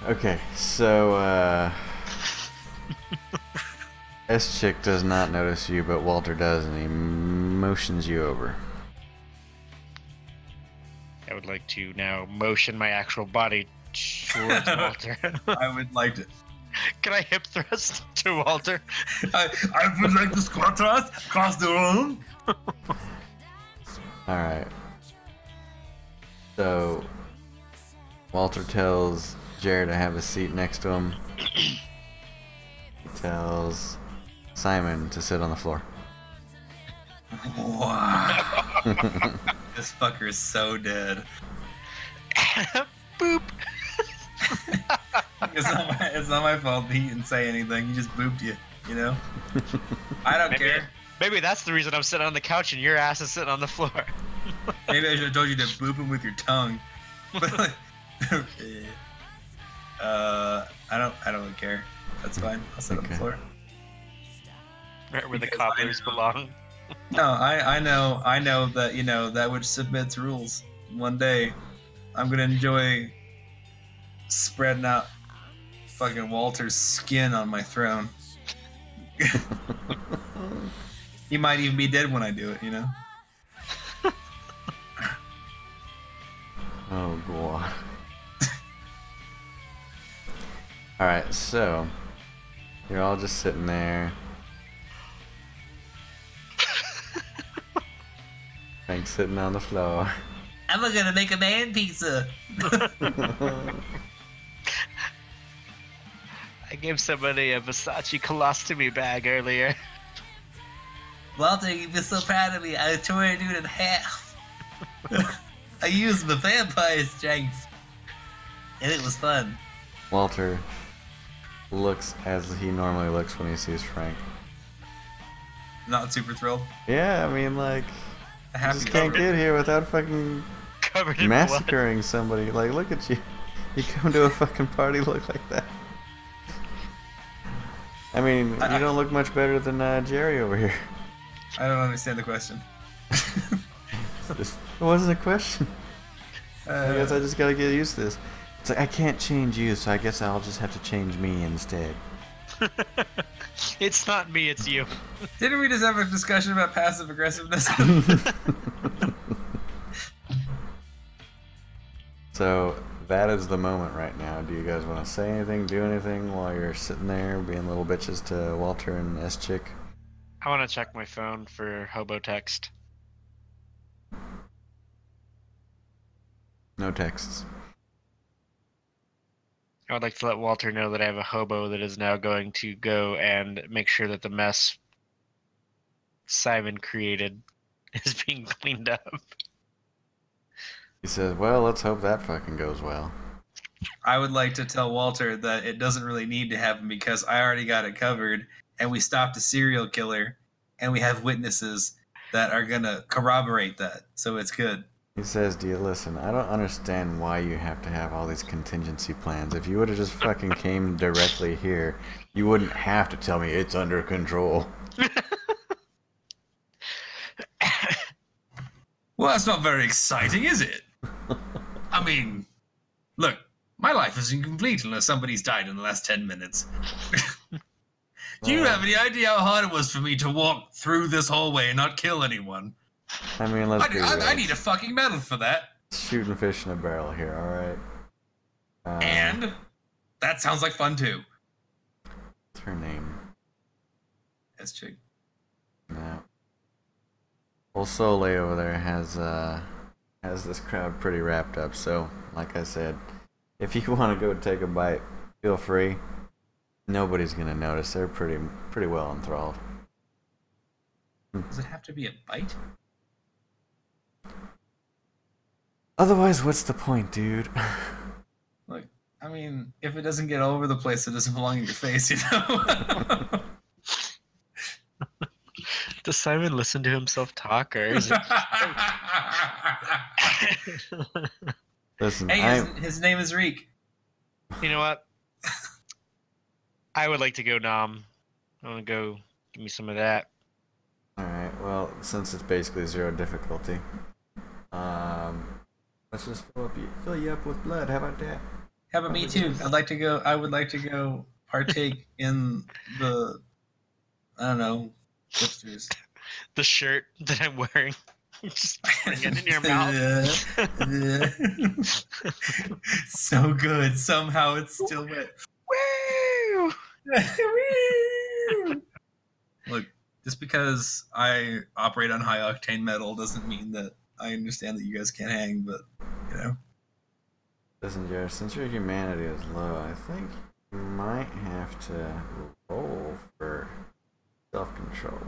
S1: Okay, so uh S chick does not notice you, but Walter does, and he motions you over.
S3: I would like to now motion my actual body towards Walter.
S4: I would like to.
S3: Can I hip thrust to Walter?
S4: I, I would like to squat thrust across the room.
S1: All right. So Walter tells Jared to have a seat next to him. He tells Simon to sit on the floor.
S4: Wow. this fucker is so dead.
S3: Boop.
S4: It's not my, it's not my fault he didn't say anything. He just booped you. You know. I don't
S3: Maybe-
S4: care.
S3: Maybe that's the reason I'm sitting on the couch and your ass is sitting on the floor.
S4: Maybe I should have told you to boop him with your tongue. But like, okay. Uh, I don't. I don't care. That's fine. I'll sit on
S1: Okay.
S4: the floor.
S3: Right where the
S4: Because I
S3: coppers
S4: know.
S3: belong.
S4: No, I, I know, I know that you know that which submits rules. One day, I'm gonna enjoy spreading out fucking Walter's skin on my throne. he might even be dead when I do it, you know.
S1: Oh god. all right, so you're all just sitting there. Frank's sitting on the floor.
S4: I'm gonna make a man pizza.
S3: I gave somebody a Versace colostomy bag earlier.
S4: Walter, you'd be so proud of me. I tore a dude in half. I used the vampire strength, and it was fun.
S1: Walter looks as he normally looks when he sees Frank.
S4: Not super thrilled.
S1: Yeah, I mean, like,
S4: A
S1: you
S4: happy
S1: just can't get here without fucking
S3: Covered in blood.
S1: massacring somebody. Like, look at you. You come to a fucking party look like that. I mean,
S4: I-
S1: you don't look much better than uh, Jerry over here.
S4: I don't understand the question.
S1: Just- it wasn't a question. I guess
S4: Uh,
S1: I just gotta get used to this. It's like, I can't change you, so I guess I'll just have to change me instead.
S3: It's not me, it's you.
S4: didn't we just have a discussion about passive aggressiveness?
S1: So that is the moment right now. Do you guys want to say anything, do anything while you're sitting there being little bitches to Walter and S Chick?
S3: I want to check my phone for hobo text.
S1: No texts.
S3: I would like to let Walter know that I have a hobo that is now going to go and make sure that the mess Simon created is being cleaned up.
S1: He says, "Well, let's hope that fucking goes well."
S4: I would like to tell Walter that it doesn't really need to happen because I already got it covered, and we stopped a serial killer, and we have witnesses that are gonna corroborate that. So it's good.
S1: He says, "Do you listen? I don't understand why you have to have all these contingency plans. If you would have just fucking came directly here, you wouldn't have to tell me it's under control."
S4: Well, that's not very exciting, is it? I mean, look, my life is incomplete unless somebody's died in the last 10 minutes. Do you
S1: Uh,
S4: have any idea how hard it was for me to walk through this hallway and not kill anyone?
S1: I mean, let's
S4: I,
S1: be
S4: I- I
S1: real.
S4: need a fucking medal for that.
S1: shooting fish in a barrel here. All right. Uh,
S4: And that sounds like fun too.
S1: what's her name?
S4: That's true.
S1: No. Well, Sole over there has uh has this crowd pretty wrapped up. So, like I said, if you want to go take a bite, Feel free. Nobody's gonna notice. They're pretty pretty well enthralled.
S4: Does it have to be a bite?
S1: Otherwise, what's the point, dude?
S4: Like, I mean, if it doesn't get all over the place, it doesn't belong in your face, you know?
S3: Does Simon listen to himself talk, or is it...
S1: Listen,
S4: hey, his,
S1: I'm,
S4: his name is Reek.
S3: you know what? I would like to go nom. I want to go give me some of that.
S1: all right. Well, since it's basically zero difficulty, um, let's just fill up you fill you up with blood. How about that?
S4: How about me too? I'd like to go. I would like to go partake in the. I don't know. Hipsters.
S3: The shirt that I'm wearing. Just putting it in your mouth.
S4: so good. Somehow it's still wet.
S3: Woo!
S4: Look, just because I operate on high octane metal doesn't mean that I understand that you guys can't hang, but you know.
S1: Listen, Jared, since your humanity is low, I think you might have to roll for self control.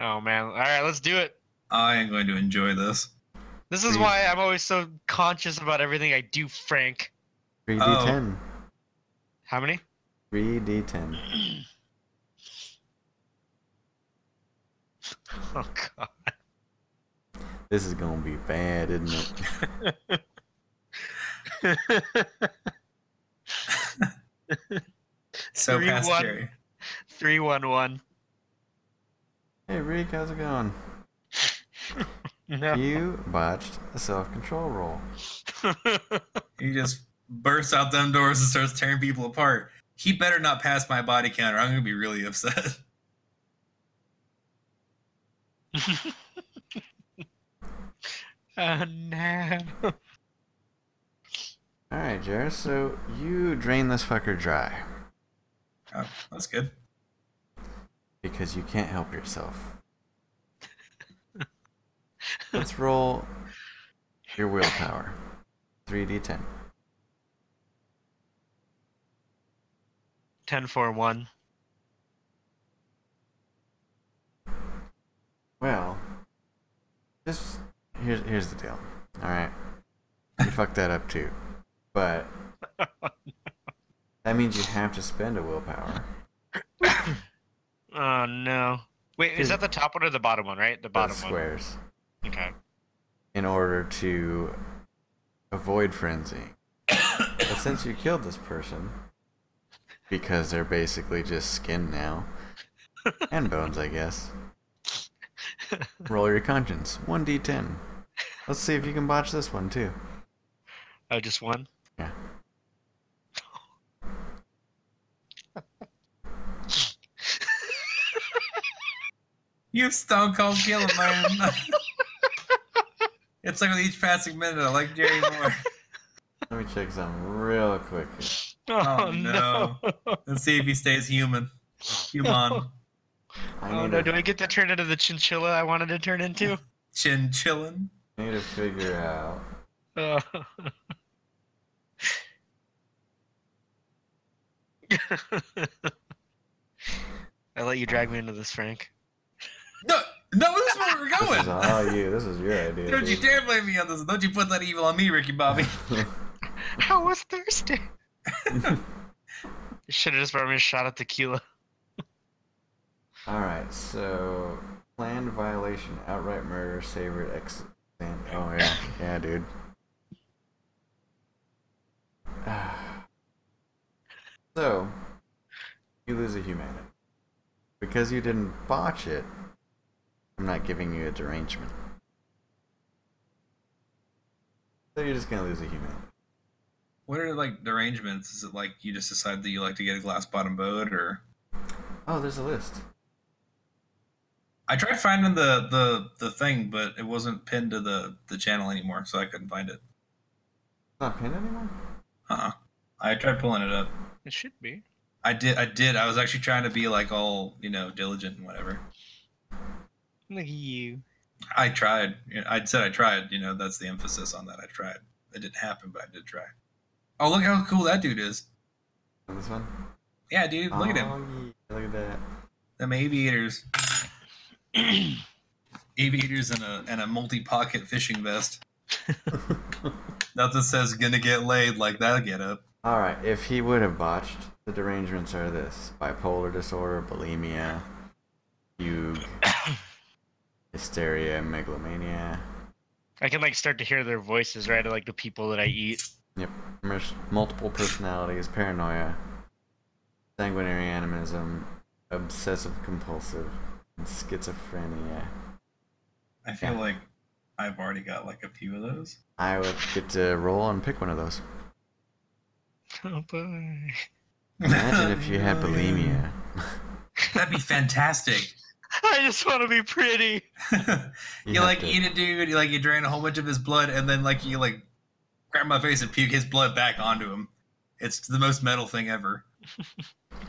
S3: Oh man! All right, let's do it.
S4: I am going to enjoy this.
S3: This is
S1: Three.
S3: why I'm always so conscious about everything I do, Frank.
S1: 3d10.
S3: How many?
S1: 3d10.
S3: Oh god.
S1: This is gonna be bad, isn't it?
S4: So
S3: Three,
S4: past
S3: one.
S4: Jerry.
S3: Three one one.
S1: Hey, Rick, how's it going?
S3: No.
S1: You botched a self control roll.
S4: He just bursts out them doors and starts tearing people apart. He better not pass my body counter. I'm gonna be really upset.
S3: oh no.
S1: Alright, Jared, so you drain this fucker dry
S4: Oh, that's good.
S1: because you can't help yourself. Let's roll your willpower. 3d10.
S3: Ten four one.
S1: Well, just here's here's the deal. All right, you fucked that up too, but that means you have to spend a willpower.
S3: Oh no. Wait, is that the top one or the bottom one? Right, the bottom
S1: Those
S3: one.
S1: squares
S3: Okay.
S1: in order to avoid frenzy. but since you killed this person, because they're basically just skin now and bones, I guess. Roll your conscience, one d10. Let's see if you can botch this one too.
S3: Oh, just one.
S1: Yeah.
S4: You stone cold killer, man. it's like with each passing minute, I like Jerry more.
S1: Let me check something real quick. here.
S4: Oh, no. Let's see if he stays human. Human.
S1: I
S3: Oh
S1: need to-
S3: no! Do I get to turn into the chinchilla I wanted to turn into?
S4: Chin chillin'.
S1: I need to figure out.
S3: Oh. I let you drag me into this, Frank.
S4: No, no, this is where we're
S1: This is
S4: going.
S1: all you. This is your idea.
S4: Don't you
S1: dude.
S4: dare blame me on this. Don't you put that evil on me, Ricky Bobby.
S3: I was thirsty. Should have just brought me a shot of tequila.
S1: all right. So planned violation, outright murder, savored ex. Oh yeah, yeah, dude. so you lose a humanity because you didn't botch it. I'm not giving you a derangement. So you're just gonna lose a humanity.
S4: what are like derangements? Is it like you just decide that you like to get a glass bottom boat or
S1: Oh, there's a list.
S4: I tried finding the, the the thing, but it wasn't pinned to the, the channel anymore, so I couldn't find it.
S1: It's not pinned anymore.
S4: Uh-uh. I tried pulling it up.
S3: It should be.
S4: I did. I did. I was actually trying to be like all you know, diligent and whatever.
S3: Look at you.
S4: I tried. I said I tried. You know, that's the emphasis on that. I tried. It didn't happen, but I did try. Oh, look how cool that dude is.
S1: Oh, This one. Oh,
S4: Yeah, dude, look at him.
S1: Yeah, look at that.
S4: Them aviators. aviators and a and a multi-pocket fishing vest. Nothing says gonna get laid like that get up.
S1: All right. If he would have botched, the derangements are this: bipolar disorder, bulimia, fugue, hysteria, megalomania,
S3: I can like start to hear their voices, right? Like the people that I eat.
S1: mers- multiple personalities, paranoia, sanguinary animism, obsessive compulsive, and schizophrenia.
S4: I feel
S1: Yeah.
S4: like I've already got like a few of those.
S1: I would get to roll and pick one of those.
S3: Oh boy.
S1: Imagine if you had bulimia.
S4: That'd be fantastic.
S3: I just want to be pretty.
S4: You,
S1: have
S4: like
S1: to-
S4: eat a dude, you like you drain a whole bunch of his blood, and then like you like grab my face and puke his blood back onto him. It's the most metal thing ever.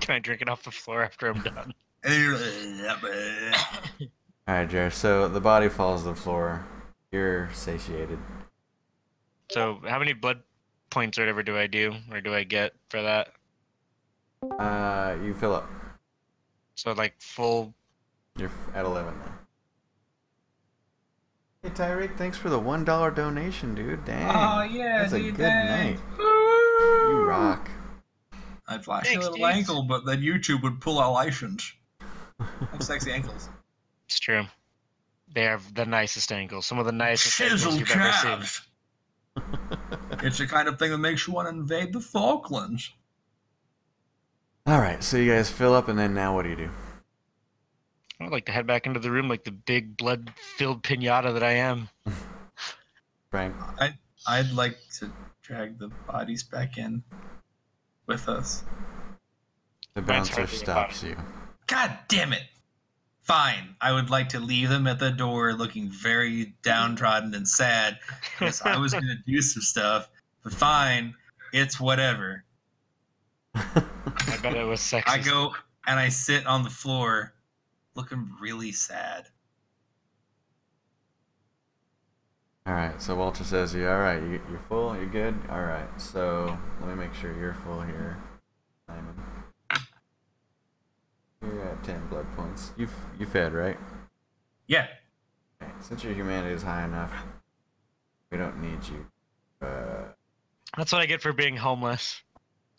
S3: Can I drink it off the floor after I'm done?
S4: And then you're like,
S1: All right, Jer. So the body falls to the floor. You're satiated.
S3: So, how many blood points or whatever do I do, or do I get for that?
S1: Uh, you fill up.
S3: So, like full.
S1: You're f- at eleven now. Hey Tyreek, thanks for the one dollar donation, dude. Dang.
S4: oh yeah,
S1: That's a
S4: dude,
S1: good
S4: thanks.
S1: night. You rock.
S4: I'd flash
S3: Thanks,
S4: a little
S3: dudes.
S4: ankle, but then YouTube would pull our license. I have sexy ankles.
S3: It's true. They are the nicest angles. Some of the nicest angles
S4: Chiseled
S3: you've ever seen.
S4: calves. it's the kind of thing that makes you want to invade the Falklands.
S1: All right, so you guys fill up, and then now what do you do?
S3: I would like to head back into the room like the big blood-filled pinata that I am.
S1: Frank,
S4: I'd like to drag the bodies back in with us.
S1: the
S3: Frank's
S1: bouncer
S3: hardly a
S1: stops you.
S4: God damn it! Fine, I would like to leave them at the door looking very downtrodden and sad because I was going to do some stuff, but fine, it's whatever.
S3: I bet it was sexy.
S4: I go and I sit on the floor looking really sad.
S1: All right, so Walter says, "You all right? You, you're full. You're good. All right. So let me make sure you're full here, Simon. You're at ten blood points. You f- you fed right?
S4: Yeah,
S1: Okay. Since your humanity is high enough, we don't need you. Uh,
S3: That's what I get for being homeless.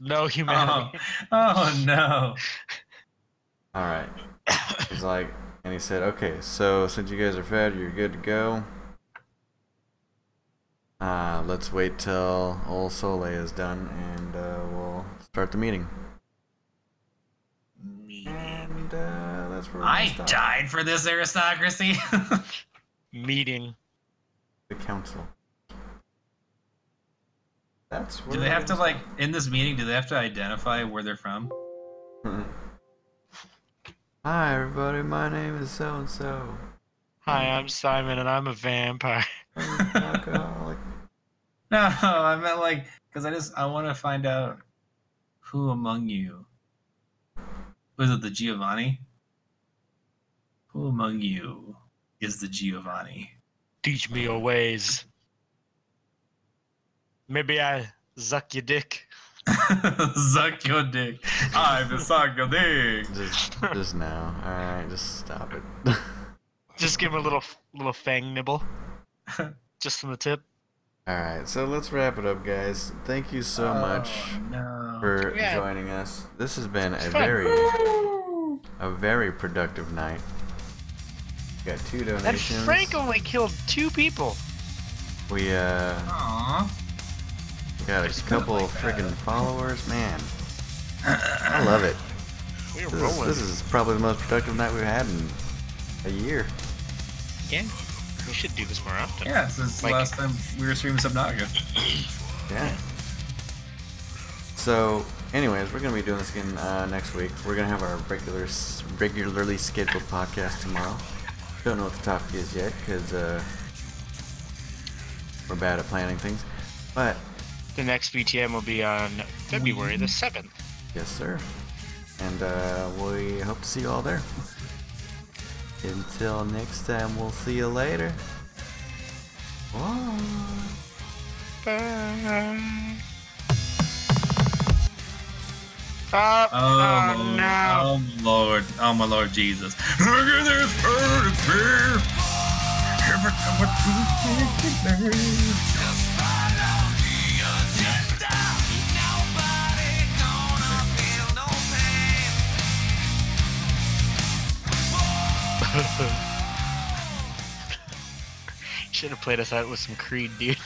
S3: No
S4: Oh,
S3: humanity.
S4: oh no.
S1: all right. He's like, and he said, "Okay, so since you guys are fed, you're good to go. Uh, let's wait till old Sole is done, and uh, we'll start the meeting." And uh, that's where we're gonna
S4: I
S1: stop.
S4: died for this aristocracy.
S3: Meeting.
S1: The council. That's where
S4: do they
S1: we're
S4: have to
S1: gonna
S4: like in this meeting? Do they have to identify where they're from?
S1: stop. Mm-hmm. Hi everybody, my name is so and so.
S3: Hi, I'm Simon, and I'm a vampire.
S1: Alcoholic.
S4: No, I meant like because I just I want to find out who among you was it the Giovanni? Who among you is the Giovanni?
S3: Teach me your ways. Maybe I suck your dick.
S4: Suck your dick. I'm the suck your dick.
S1: Just, just now. All right, just stop it.
S3: Just give him a little little fang nibble. Just from the tip.
S1: All right, so let's wrap it up, guys. Thank you so much
S4: Oh, No.
S1: for
S3: Yeah.
S1: joining us. This has been a very, a very productive night. We got two
S3: And
S1: donations.
S3: Frank only killed two people.
S1: We uh.
S4: Aw.
S1: Got a
S4: Just put it
S1: couple
S4: like that.
S1: freaking followers, man. I love it.
S3: We are
S1: This is,
S3: rolling.
S1: this is probably the most productive night we've had in a year.
S3: Yeah. We should do this more often.
S4: Yeah, since
S3: Like-
S4: last time we were streaming Subnaga.
S1: Yeah. So, anyways, we're gonna be doing this again uh, next week. We're gonna have our regular, s- regularly scheduled podcast tomorrow. Don't know what the topic is yet because uh, we're bad at planning things. But
S3: The next VTM will be on February the 7th.
S1: yes, sir. And uh, we hope to see you all there. Until next time, we'll see you later. Bye.
S3: Bye. Oh,
S2: Oh,
S3: oh,
S2: Lord.
S3: no.
S2: oh my lord. Oh my lord Jesus. Look at this bird of fear. Give it to my true feelings.
S8: Should have played us out with some Creed, dude.